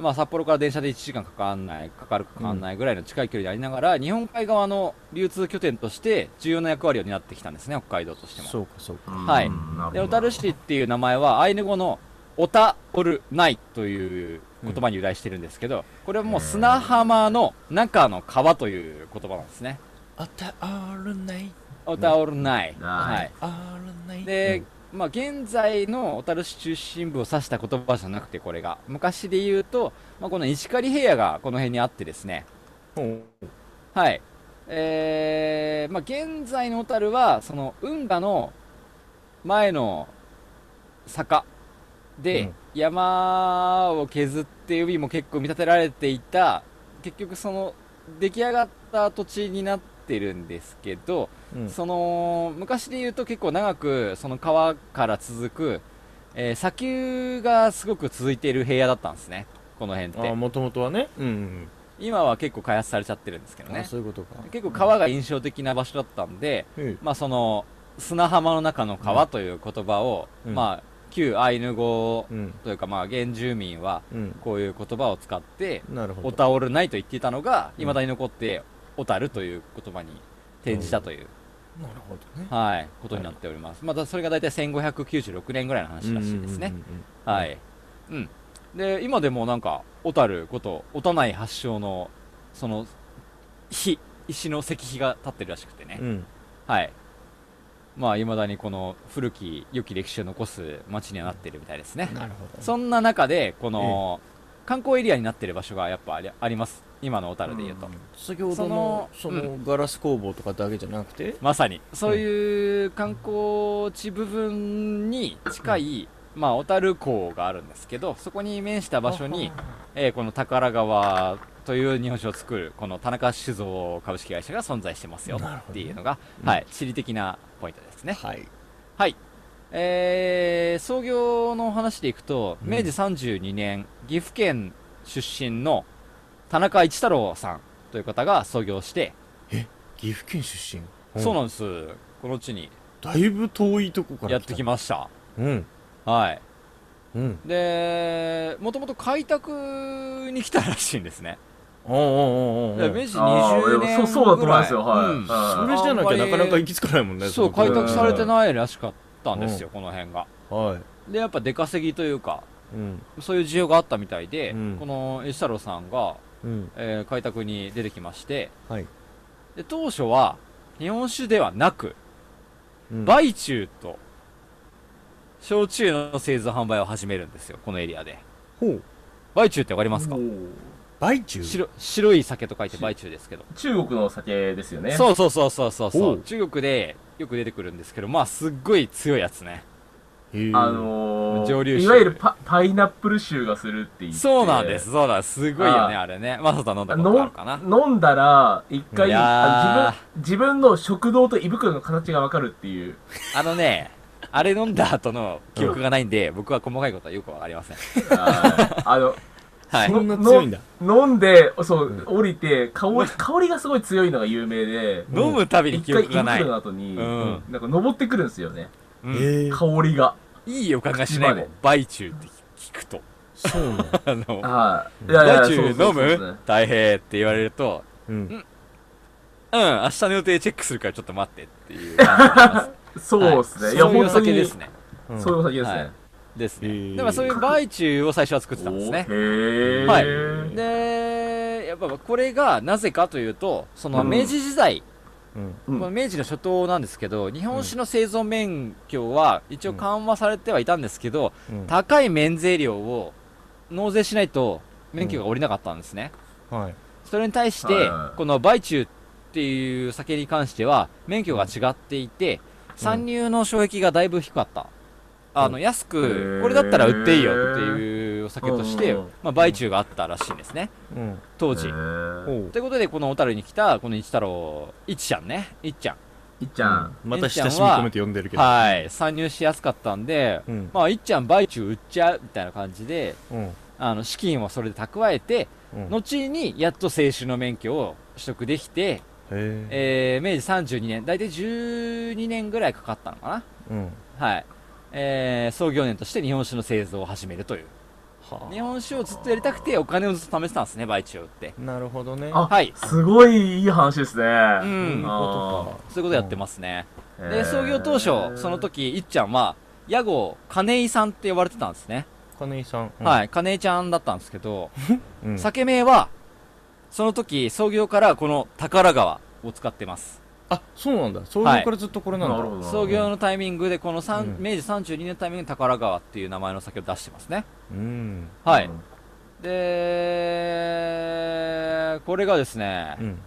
[SPEAKER 4] まあ、札幌から電車で1時間かかんない、かかるかかんないぐらいの近い距離でありながら、日本海側の流通拠点として重要な役割を担ってきたんですね、北海道としても。
[SPEAKER 3] そうかそうか
[SPEAKER 2] い、うん
[SPEAKER 4] はい
[SPEAKER 2] なるほど
[SPEAKER 4] で、小樽市っていう名前は、アイヌ語の、オタオルナイという言葉に由来してるんですけど、これはもう砂浜の中の川という言葉なんですね。
[SPEAKER 3] あたあるない
[SPEAKER 4] オタオルナイ。
[SPEAKER 2] ナイ
[SPEAKER 4] はい。
[SPEAKER 3] あるない
[SPEAKER 4] で、まあ、現在の小樽市中心部を指した言葉じゃなくて、これが。昔で言うと、まあ、この石狩平野がこの辺にあってですね、
[SPEAKER 3] うん
[SPEAKER 4] はい。えー、まあ、現在の小樽は、その、運河の前の坂で、山を削って海も結構見立てられていた結局その出来上がった土地になってるんですけど、
[SPEAKER 3] うん
[SPEAKER 4] その昔で言うと結構長くその川から続く、えー砂丘がすごく続いている平野だったんですねこの辺っ
[SPEAKER 3] ああ
[SPEAKER 4] て
[SPEAKER 3] もともとはねうん
[SPEAKER 4] 今は結構開発されちゃってるんですけど
[SPEAKER 3] あ
[SPEAKER 4] ね
[SPEAKER 3] そういうことか
[SPEAKER 4] 結構川が印象的な場所だったんで、
[SPEAKER 3] うん
[SPEAKER 4] まあその砂浜の中の川という言葉を、
[SPEAKER 3] うん
[SPEAKER 4] まあ旧アイヌ語
[SPEAKER 3] うん
[SPEAKER 4] というかまあ原住民は
[SPEAKER 3] うん
[SPEAKER 4] こういう言葉を使って
[SPEAKER 3] なるほ
[SPEAKER 4] 「お
[SPEAKER 3] ど
[SPEAKER 4] たおるない」と言っていたのが
[SPEAKER 3] うん
[SPEAKER 4] いまだに残って「おたる」という言葉に転じたという、
[SPEAKER 3] なるほどね
[SPEAKER 4] はい、ことになっております、まあだそれが大体1596年ぐらいの話らしいですね、はい、うん、で今でもなんか小樽こと小たない発祥のその碑石の石碑が立ってるらしくてね、
[SPEAKER 3] うんうん
[SPEAKER 4] はいまあいまだにこの古き良き歴史を残す町にはなってるみたいですね
[SPEAKER 3] うんなるほど
[SPEAKER 4] そんな中でこの観光エリアになってる場所がやっぱありあります今の小樽でいうと、
[SPEAKER 3] 先ほど
[SPEAKER 4] そ
[SPEAKER 3] の
[SPEAKER 4] の
[SPEAKER 3] そのガラス工房とかだけじゃなくて
[SPEAKER 4] まさにそういう観光地部分に近い、まあ小樽港があるんですけどそこに面した場所に、えーこの宝川という日本酒を作るこの田中酒造株式会社が存在してますよ
[SPEAKER 3] なるほど
[SPEAKER 4] っ
[SPEAKER 3] ね
[SPEAKER 4] ていうのが、はい、地理的なポイントですね、
[SPEAKER 3] はい
[SPEAKER 4] えー創業の話でいくと
[SPEAKER 3] うん
[SPEAKER 4] 明治32年、岐阜県出身の田中一太郎さんという方が創業して、
[SPEAKER 3] 岐阜県出身
[SPEAKER 4] そうなん
[SPEAKER 3] ん
[SPEAKER 4] ですこの地に
[SPEAKER 3] だいぶ遠いとこから
[SPEAKER 4] やってき
[SPEAKER 3] ま
[SPEAKER 4] ました
[SPEAKER 3] うん
[SPEAKER 4] はい
[SPEAKER 3] うん
[SPEAKER 4] でもともと開拓に来たらしいんですね、
[SPEAKER 3] おうおうおうおう
[SPEAKER 4] だから明治
[SPEAKER 7] あー
[SPEAKER 4] 20
[SPEAKER 7] い
[SPEAKER 4] 年
[SPEAKER 7] や
[SPEAKER 4] ぐら
[SPEAKER 7] そ
[SPEAKER 4] いう
[SPEAKER 7] そうだと思いますよはい
[SPEAKER 4] うん
[SPEAKER 7] はい
[SPEAKER 3] それじゃなきゃなかなか行き着かないもんね
[SPEAKER 4] そう
[SPEAKER 3] の
[SPEAKER 4] 開
[SPEAKER 3] 時
[SPEAKER 4] 拓されてないらしかったんですよ、この辺が
[SPEAKER 3] は
[SPEAKER 4] でやっぱ出稼ぎというか
[SPEAKER 3] いうん
[SPEAKER 4] そういう需要があったみたいで、
[SPEAKER 3] うん
[SPEAKER 4] この吉太郎さんが、
[SPEAKER 3] うん
[SPEAKER 4] えー開拓に出てきまして
[SPEAKER 3] はい
[SPEAKER 4] で当初は日本酒ではなく
[SPEAKER 3] うん
[SPEAKER 4] 梅中と焼酎の製造販売を始めるんですよこのエリアで
[SPEAKER 3] ほう
[SPEAKER 4] 梅中ってわかりますか
[SPEAKER 3] 梅中
[SPEAKER 4] 白白い酒と書いて梅中ですけど
[SPEAKER 7] 中国の酒ですよね。
[SPEAKER 4] そうそうそうそうそうそ
[SPEAKER 3] おう
[SPEAKER 4] う中国でよく出てくるんですけどまあすっごい強いやつね
[SPEAKER 3] へえ
[SPEAKER 7] あのー、
[SPEAKER 4] 蒸留酒
[SPEAKER 7] いわゆるパパイナップル臭がするって言って
[SPEAKER 4] そうなんです、そうなんです。すごいよね、
[SPEAKER 7] あ
[SPEAKER 4] あれね。マサさん飲んだことあるかな。
[SPEAKER 7] 飲んだら一回
[SPEAKER 4] いやー
[SPEAKER 7] あ自分自分の食堂と胃袋の形がわかるっていう
[SPEAKER 4] あのね、あれ飲んだ後の記憶がないんで、僕は細かいことはよくわかり ません。
[SPEAKER 7] あーあの
[SPEAKER 4] はい。
[SPEAKER 3] そんな強いんだ
[SPEAKER 7] 飲んでそう降りて香り香りがすごい強いのが有名で
[SPEAKER 4] 飲むたびに記
[SPEAKER 7] 一回胃
[SPEAKER 4] 憶がない
[SPEAKER 7] 袋。の後に、
[SPEAKER 4] うん
[SPEAKER 7] なんか登ってくるんですよね
[SPEAKER 4] うん
[SPEAKER 3] へえ
[SPEAKER 7] 香りが
[SPEAKER 4] いい予感がしないもん
[SPEAKER 7] 口。
[SPEAKER 4] 梅中って聞くと。
[SPEAKER 3] そうなんだ
[SPEAKER 4] あの、
[SPEAKER 7] はいい
[SPEAKER 4] 梅
[SPEAKER 7] そうそうそ
[SPEAKER 4] 中
[SPEAKER 7] う
[SPEAKER 4] 飲む大平って言われると、
[SPEAKER 3] うん
[SPEAKER 4] うん、明日の予定チェックするからちょっと待ってっていう感
[SPEAKER 7] そうですね、
[SPEAKER 4] じ
[SPEAKER 7] い、や
[SPEAKER 4] がします。そういう
[SPEAKER 7] 本
[SPEAKER 4] お
[SPEAKER 7] 当に
[SPEAKER 4] 酒ですね。
[SPEAKER 3] う ん
[SPEAKER 7] そういうお酒ですね、
[SPEAKER 4] はいです
[SPEAKER 3] へ
[SPEAKER 4] ね。
[SPEAKER 3] ー
[SPEAKER 4] でもそういう梅中を最初は作ってたんですね。
[SPEAKER 7] おへー、
[SPEAKER 4] はい
[SPEAKER 7] うん
[SPEAKER 4] でやっぱこれがなぜかというとその
[SPEAKER 7] うん
[SPEAKER 4] 明治時代、
[SPEAKER 3] うん
[SPEAKER 7] うん
[SPEAKER 4] この明治の初頭なんですけど日本酒の製造免許は一応緩和されてはいたんですけど、
[SPEAKER 3] うん
[SPEAKER 4] 高い免税料を納税しないと免許が下りなかったんですね、
[SPEAKER 3] はい
[SPEAKER 4] それに対し
[SPEAKER 7] はい
[SPEAKER 4] て
[SPEAKER 7] はい
[SPEAKER 4] この梅中っていう酒に関しては免許が違っていて、参入の障壁がだいぶ低かったあの安
[SPEAKER 7] へ
[SPEAKER 4] く
[SPEAKER 7] ー
[SPEAKER 4] これだったら売っていいよっていうお酒として、
[SPEAKER 7] うんうんうん
[SPEAKER 4] まあ、梅中があったらしいんですね
[SPEAKER 3] うん
[SPEAKER 4] 当時
[SPEAKER 7] へー
[SPEAKER 3] ほう
[SPEAKER 4] ということで、この小樽に来た、この一太郎、いっちゃんね、いっちゃん。
[SPEAKER 7] いっちゃん、
[SPEAKER 3] また親しみ込めて呼んでるけど
[SPEAKER 4] はい、参入しやすかったんで、
[SPEAKER 3] うん
[SPEAKER 4] まあ、いっちゃん、売中売っちゃうみたいな感じで、
[SPEAKER 3] うん
[SPEAKER 4] あの資金をそれで蓄えて、
[SPEAKER 3] うん
[SPEAKER 4] 後にやっと青春の免許を取得できて、
[SPEAKER 3] へ
[SPEAKER 4] え
[SPEAKER 3] え
[SPEAKER 4] ー明治32年、大体12年ぐらいかかったのか
[SPEAKER 3] うん
[SPEAKER 4] な。はい。えー創業年として日本酒の製造を始めるという。
[SPEAKER 3] は
[SPEAKER 4] 日本酒をずっとやりたくて、お金をずっと貯めてたんですね、売中って
[SPEAKER 3] あ。なるほどね
[SPEAKER 7] あ
[SPEAKER 4] はい。
[SPEAKER 7] すごいいい話ですね、
[SPEAKER 4] うん
[SPEAKER 3] そういうこ
[SPEAKER 4] そういうことやってますね。
[SPEAKER 7] あーへ
[SPEAKER 4] で
[SPEAKER 7] ー
[SPEAKER 4] 創業当初その時いっちゃんは屋号金井さんって呼ばれてたんですね、
[SPEAKER 3] とか金井さん
[SPEAKER 4] はいい金井ちゃんだったんですけど、
[SPEAKER 3] うん
[SPEAKER 4] 酒名はその時創業からこの宝川を使ってます
[SPEAKER 3] あそうなんだそういうからずっとこれなんだ
[SPEAKER 7] なるほど
[SPEAKER 4] 創業のタイミングでこの三
[SPEAKER 3] うん
[SPEAKER 4] 明治32年のタイミングで宝川っていう名前の酒を出してますね
[SPEAKER 3] うん
[SPEAKER 4] はい、
[SPEAKER 7] うん
[SPEAKER 4] でこれがですね、
[SPEAKER 3] うん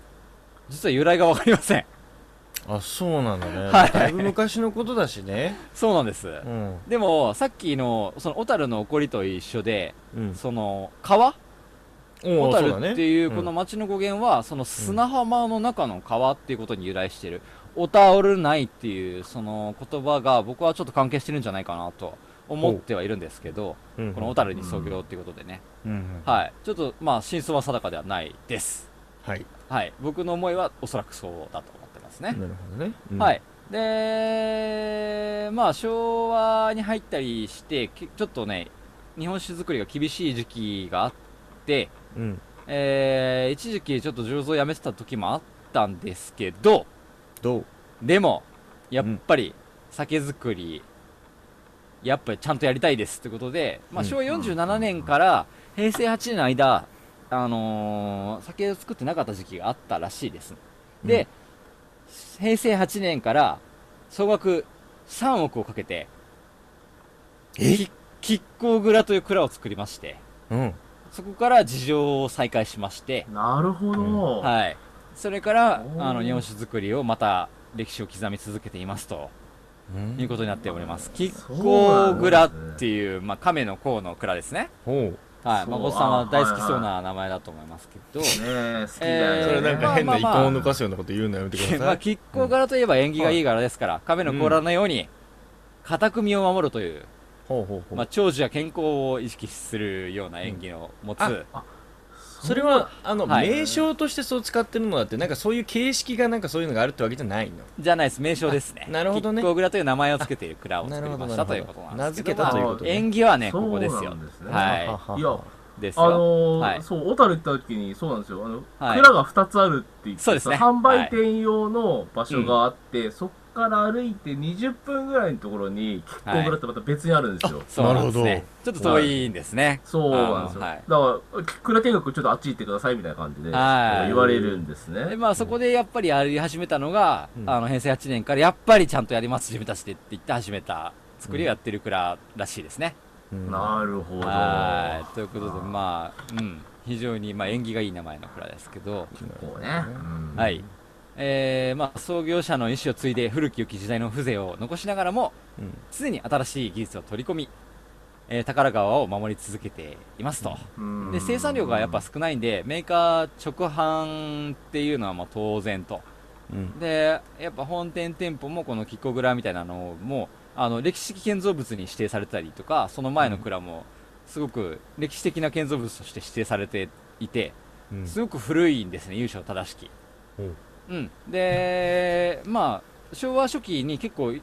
[SPEAKER 4] 実は由来が分かりません
[SPEAKER 3] あそうなんだね、
[SPEAKER 4] はい
[SPEAKER 3] だいぶ昔のことだしね
[SPEAKER 4] そうなんです。
[SPEAKER 3] うん
[SPEAKER 4] でも、さっきの、その、小樽の怒りと一緒で、
[SPEAKER 3] うん
[SPEAKER 4] その、川
[SPEAKER 3] お
[SPEAKER 4] 小
[SPEAKER 3] うそう
[SPEAKER 4] 樽
[SPEAKER 3] だ
[SPEAKER 4] って
[SPEAKER 3] ね
[SPEAKER 4] いうこの町の語源は、その砂浜の中の川っていうことに由来してる。おたおるないっていう、その言葉が僕はちょっと関係してるんじゃないかなと思ってはいるんですけど、
[SPEAKER 3] うん
[SPEAKER 4] この小樽に創業っていうことでね。
[SPEAKER 3] うんうん
[SPEAKER 4] はい。ちょっと、まあ、真相は定かではないです。
[SPEAKER 3] はい
[SPEAKER 4] はい。僕の思いはおそらくそうだと思ってますね。
[SPEAKER 3] なるほどね、うん
[SPEAKER 4] はい。で、まあ、昭和に入ったりして、きちょっとね、日本酒作りが厳しい時期があって、
[SPEAKER 3] うん
[SPEAKER 4] えー一時期ちょっと醸造をやめてた時もあったんですけど、
[SPEAKER 3] どう
[SPEAKER 4] でも、やっぱり、酒造り、やっぱりちゃんとやりたいですってことで、まあ、
[SPEAKER 3] うん
[SPEAKER 4] 昭和47年から平成8年の間、あのー酒を作ってなかった時期があったらしいです。で、平成8年から総額3億をかけて、き亀甲蔵という蔵を作りまして、
[SPEAKER 3] うん
[SPEAKER 4] そこから事情を再開しまして、
[SPEAKER 7] なるほど。
[SPEAKER 4] はい。それから、
[SPEAKER 7] おー
[SPEAKER 4] あの、日本酒作りをまた歴史を刻み続けていますと
[SPEAKER 3] うん
[SPEAKER 4] いうことになっております。亀
[SPEAKER 7] そうな
[SPEAKER 4] 甲
[SPEAKER 7] ん
[SPEAKER 4] 蔵っていう、まあ、亀の甲の蔵ですね。
[SPEAKER 3] ほう
[SPEAKER 4] はい。
[SPEAKER 7] そう
[SPEAKER 4] 孫さんは大好きそうな名前だと思いますけど、
[SPEAKER 7] ねえ、好きだ
[SPEAKER 4] えー
[SPEAKER 7] よ
[SPEAKER 3] そ
[SPEAKER 7] ね。
[SPEAKER 3] れなんか変な遺
[SPEAKER 4] まあまあま
[SPEAKER 3] 恨
[SPEAKER 4] あ
[SPEAKER 3] を抜かすようなこと言うのやめてください、
[SPEAKER 4] まあ、亀甲柄といえば縁起がいい柄ですから、亀の甲羅のように、固く身を守るという、
[SPEAKER 3] ほうほうほう、
[SPEAKER 4] まあ、長寿や健康を意識するような縁起を持つ、
[SPEAKER 3] うんそれはあの、
[SPEAKER 4] はい
[SPEAKER 3] 名称としてそう使ってるのだってなんかそういう形式がなんかそういうのがあるってわけじゃないの
[SPEAKER 4] じゃないです、名称ですね。
[SPEAKER 3] あなるほどね
[SPEAKER 4] 亀甲柄という名前をつけている蔵を作りました
[SPEAKER 3] あな
[SPEAKER 4] とい
[SPEAKER 3] る
[SPEAKER 4] う
[SPEAKER 3] ほ
[SPEAKER 4] こ
[SPEAKER 3] ど
[SPEAKER 4] と
[SPEAKER 3] なるほど
[SPEAKER 4] なんですけど、
[SPEAKER 3] 名付けた
[SPEAKER 7] ということね
[SPEAKER 4] 縁起はね、
[SPEAKER 7] そう
[SPEAKER 4] ここですよ。
[SPEAKER 7] なんですね
[SPEAKER 4] はい
[SPEAKER 7] や、
[SPEAKER 4] い。です
[SPEAKER 7] あ
[SPEAKER 4] よ。
[SPEAKER 7] のー
[SPEAKER 4] はい
[SPEAKER 7] そう、小樽行った時に、そうなんですよ。あの、
[SPEAKER 4] はい
[SPEAKER 7] 蔵が2つあるって言ってさ
[SPEAKER 4] そうですね
[SPEAKER 7] 販売店用の場所があって、そっから歩いて20分ぐらいのところに、キッコー蔵ってまた別にあるんですよ。
[SPEAKER 4] そうなんです
[SPEAKER 3] なる
[SPEAKER 4] ね。ちょっと遠いんですね。
[SPEAKER 7] そうなんですよ。
[SPEAKER 4] あ
[SPEAKER 7] だから、キッコー蔵見学ちょっとあっち行ってくださいみたいな感じで、
[SPEAKER 4] はい
[SPEAKER 7] 言われるんです
[SPEAKER 4] で
[SPEAKER 7] ね。
[SPEAKER 4] まあそこでやっぱりやり始めたのが、
[SPEAKER 3] うん
[SPEAKER 4] あの平成8年からやっぱりちゃんとやります自分たちでって言って始めた作りをやってる蔵らしいですね。
[SPEAKER 3] うん
[SPEAKER 7] なるほど。
[SPEAKER 4] はいということでまあ、うん、非常にまあ縁起がいい名前の蔵ですけど、
[SPEAKER 7] こうね。うん
[SPEAKER 4] はいえーまあ、創業者の意思を継いで古き良き時代の風情を残しながらも
[SPEAKER 3] うん
[SPEAKER 4] 常に新しい技術を取り込み、えー宝川を守り続けていますと。
[SPEAKER 7] うん
[SPEAKER 4] で生産量がやっぱ少ないんでメーカー直販っていうのはまあ当然と
[SPEAKER 3] うん
[SPEAKER 4] でやっぱ本店店舗もこのキッコグラみたいなのもあの歴史的建造物に指定されてたりとかその前の蔵もすごく歴史的な建造物として指定されていて
[SPEAKER 3] うん
[SPEAKER 4] すごく古いんですね由緒正しき
[SPEAKER 3] おう
[SPEAKER 4] うんでまあ昭和初期に結構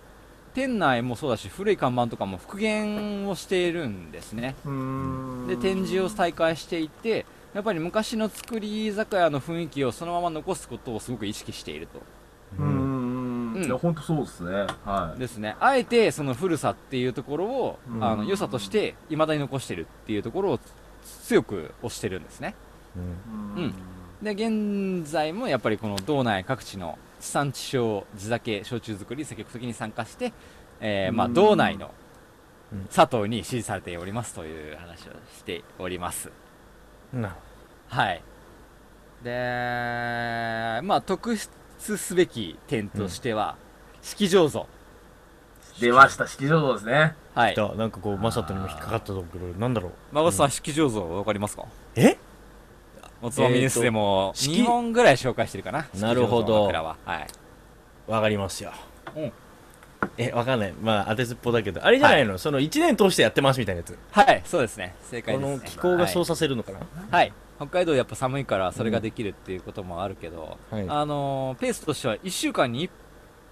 [SPEAKER 4] 店内もそうだし古い看板とかも復元をしているんですね
[SPEAKER 7] うん
[SPEAKER 4] で展示を再開していてやっぱり昔の作り酒屋の雰囲気をそのまま残すことをすごく意識していると
[SPEAKER 7] う
[SPEAKER 3] うん
[SPEAKER 7] ん。
[SPEAKER 4] うん
[SPEAKER 7] いや、ほんとそうですね。はい。
[SPEAKER 4] ですねあえてその古さっていうところを、
[SPEAKER 7] うん
[SPEAKER 4] あの良さとしていまだに残してるっていうところを強く推してるんですね
[SPEAKER 3] うん
[SPEAKER 4] うんで現在もやっぱりこの道内各地の地産地消地酒焼酎作りに積極的に参加して、えーまあ、
[SPEAKER 7] うん
[SPEAKER 4] 道内の
[SPEAKER 3] うん
[SPEAKER 4] 佐藤に支持されておりますという話をしております
[SPEAKER 3] なる
[SPEAKER 4] はい。で、まあ、特筆すべき点としては、式醸造。
[SPEAKER 7] 出ました、式場像ですね。
[SPEAKER 4] はい。
[SPEAKER 3] ほどなんかこうマサトにも引っかかったところなんだろう
[SPEAKER 4] 孫さん、式醸造わかりますか
[SPEAKER 3] え
[SPEAKER 4] おつまみニュースでも、
[SPEAKER 3] えーと
[SPEAKER 4] 2本ぐらい紹介してるかな。
[SPEAKER 3] なる
[SPEAKER 4] 式
[SPEAKER 3] ほど
[SPEAKER 4] 醸造の蔵は。はい。
[SPEAKER 3] わかりますよ
[SPEAKER 4] うん
[SPEAKER 3] えわかんないまあ当てずっぽだけどあれじゃないの、その1年通してやってますみたいなやつ
[SPEAKER 4] はい、そうですね。正解
[SPEAKER 3] こ
[SPEAKER 4] です、ね。
[SPEAKER 3] の気候がそうさせるのかな、
[SPEAKER 4] はい、はい北海道やっぱ寒いから、それができるっていうこともあるけど、
[SPEAKER 3] はい
[SPEAKER 4] あのーペースとしては1週間に、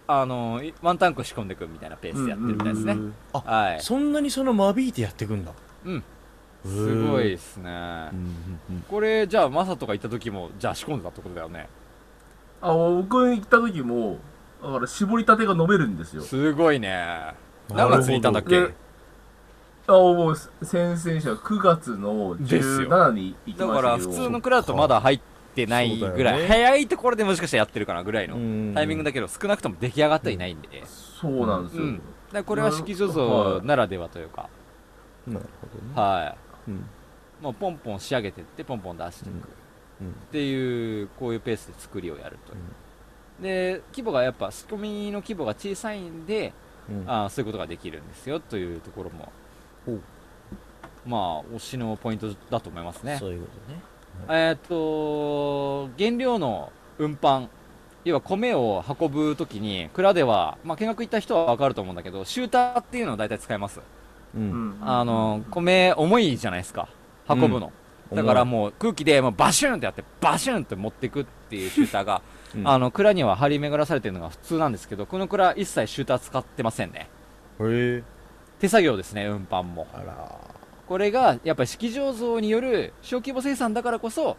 [SPEAKER 4] あのーワンタンク仕込んでいくみたいなペースでやってるみたいですね。
[SPEAKER 7] うん
[SPEAKER 3] あ
[SPEAKER 4] はい。
[SPEAKER 3] そんなにその間引いてやってくんだ
[SPEAKER 4] うん
[SPEAKER 3] へー
[SPEAKER 4] すごいですね
[SPEAKER 3] う。んうん
[SPEAKER 4] これじゃあマサとか行った時もじゃあ仕込んでたってことだよね
[SPEAKER 7] あ、僕行った時も、だから絞りたてが飲めるんですよ。
[SPEAKER 4] すごいね
[SPEAKER 3] うん
[SPEAKER 4] 何月にいたんだっ
[SPEAKER 7] な
[SPEAKER 4] け
[SPEAKER 7] るあ、もう、先々週は9月の
[SPEAKER 4] ですよ
[SPEAKER 7] 17に行き
[SPEAKER 4] だ
[SPEAKER 7] ま
[SPEAKER 4] か
[SPEAKER 7] した
[SPEAKER 4] ら
[SPEAKER 7] け
[SPEAKER 4] 普
[SPEAKER 7] ど。
[SPEAKER 4] 通のクラウドまだ入ってないぐらい、
[SPEAKER 3] そうだよね
[SPEAKER 4] 早いところでもしかしたらやってるかなぐらいの
[SPEAKER 3] うん
[SPEAKER 4] タイミングだけど少なくとも出来上がってはいないんで、だか
[SPEAKER 7] そうなんですよ。
[SPEAKER 4] うんらこれは式醸造ならではというか
[SPEAKER 3] なるほどね、
[SPEAKER 4] はい
[SPEAKER 3] うん
[SPEAKER 4] もうポンポン仕上げてってポンポン出していくっ
[SPEAKER 3] うん
[SPEAKER 4] ていうこういうペースで作りをやるという、
[SPEAKER 3] う
[SPEAKER 4] で規模がやっぱ仕組みの規模が小さいんで、
[SPEAKER 3] うん
[SPEAKER 4] あーそういうことができるんですよというところもまあ推しのポイントだと思いますね
[SPEAKER 3] そういうことね
[SPEAKER 4] えーっと原料の運搬要は米を運ぶときに蔵では、まあ、見学行った人は分かると思うんだけどシューターっていうのを大体使います、
[SPEAKER 3] うん
[SPEAKER 2] うん
[SPEAKER 4] あの米重いじゃないですか運ぶの、だからもう空気でもうバシュンってやってバシュンって持ってくっていうシューターが、
[SPEAKER 3] うん
[SPEAKER 4] あの蔵には張り巡らされてるのが普通なんですけどこの蔵一切シューター使ってませんね
[SPEAKER 3] へえ
[SPEAKER 4] 手作業ですね運搬も
[SPEAKER 3] あら
[SPEAKER 4] これがやっぱり式醸造による小規模生産だからこそ、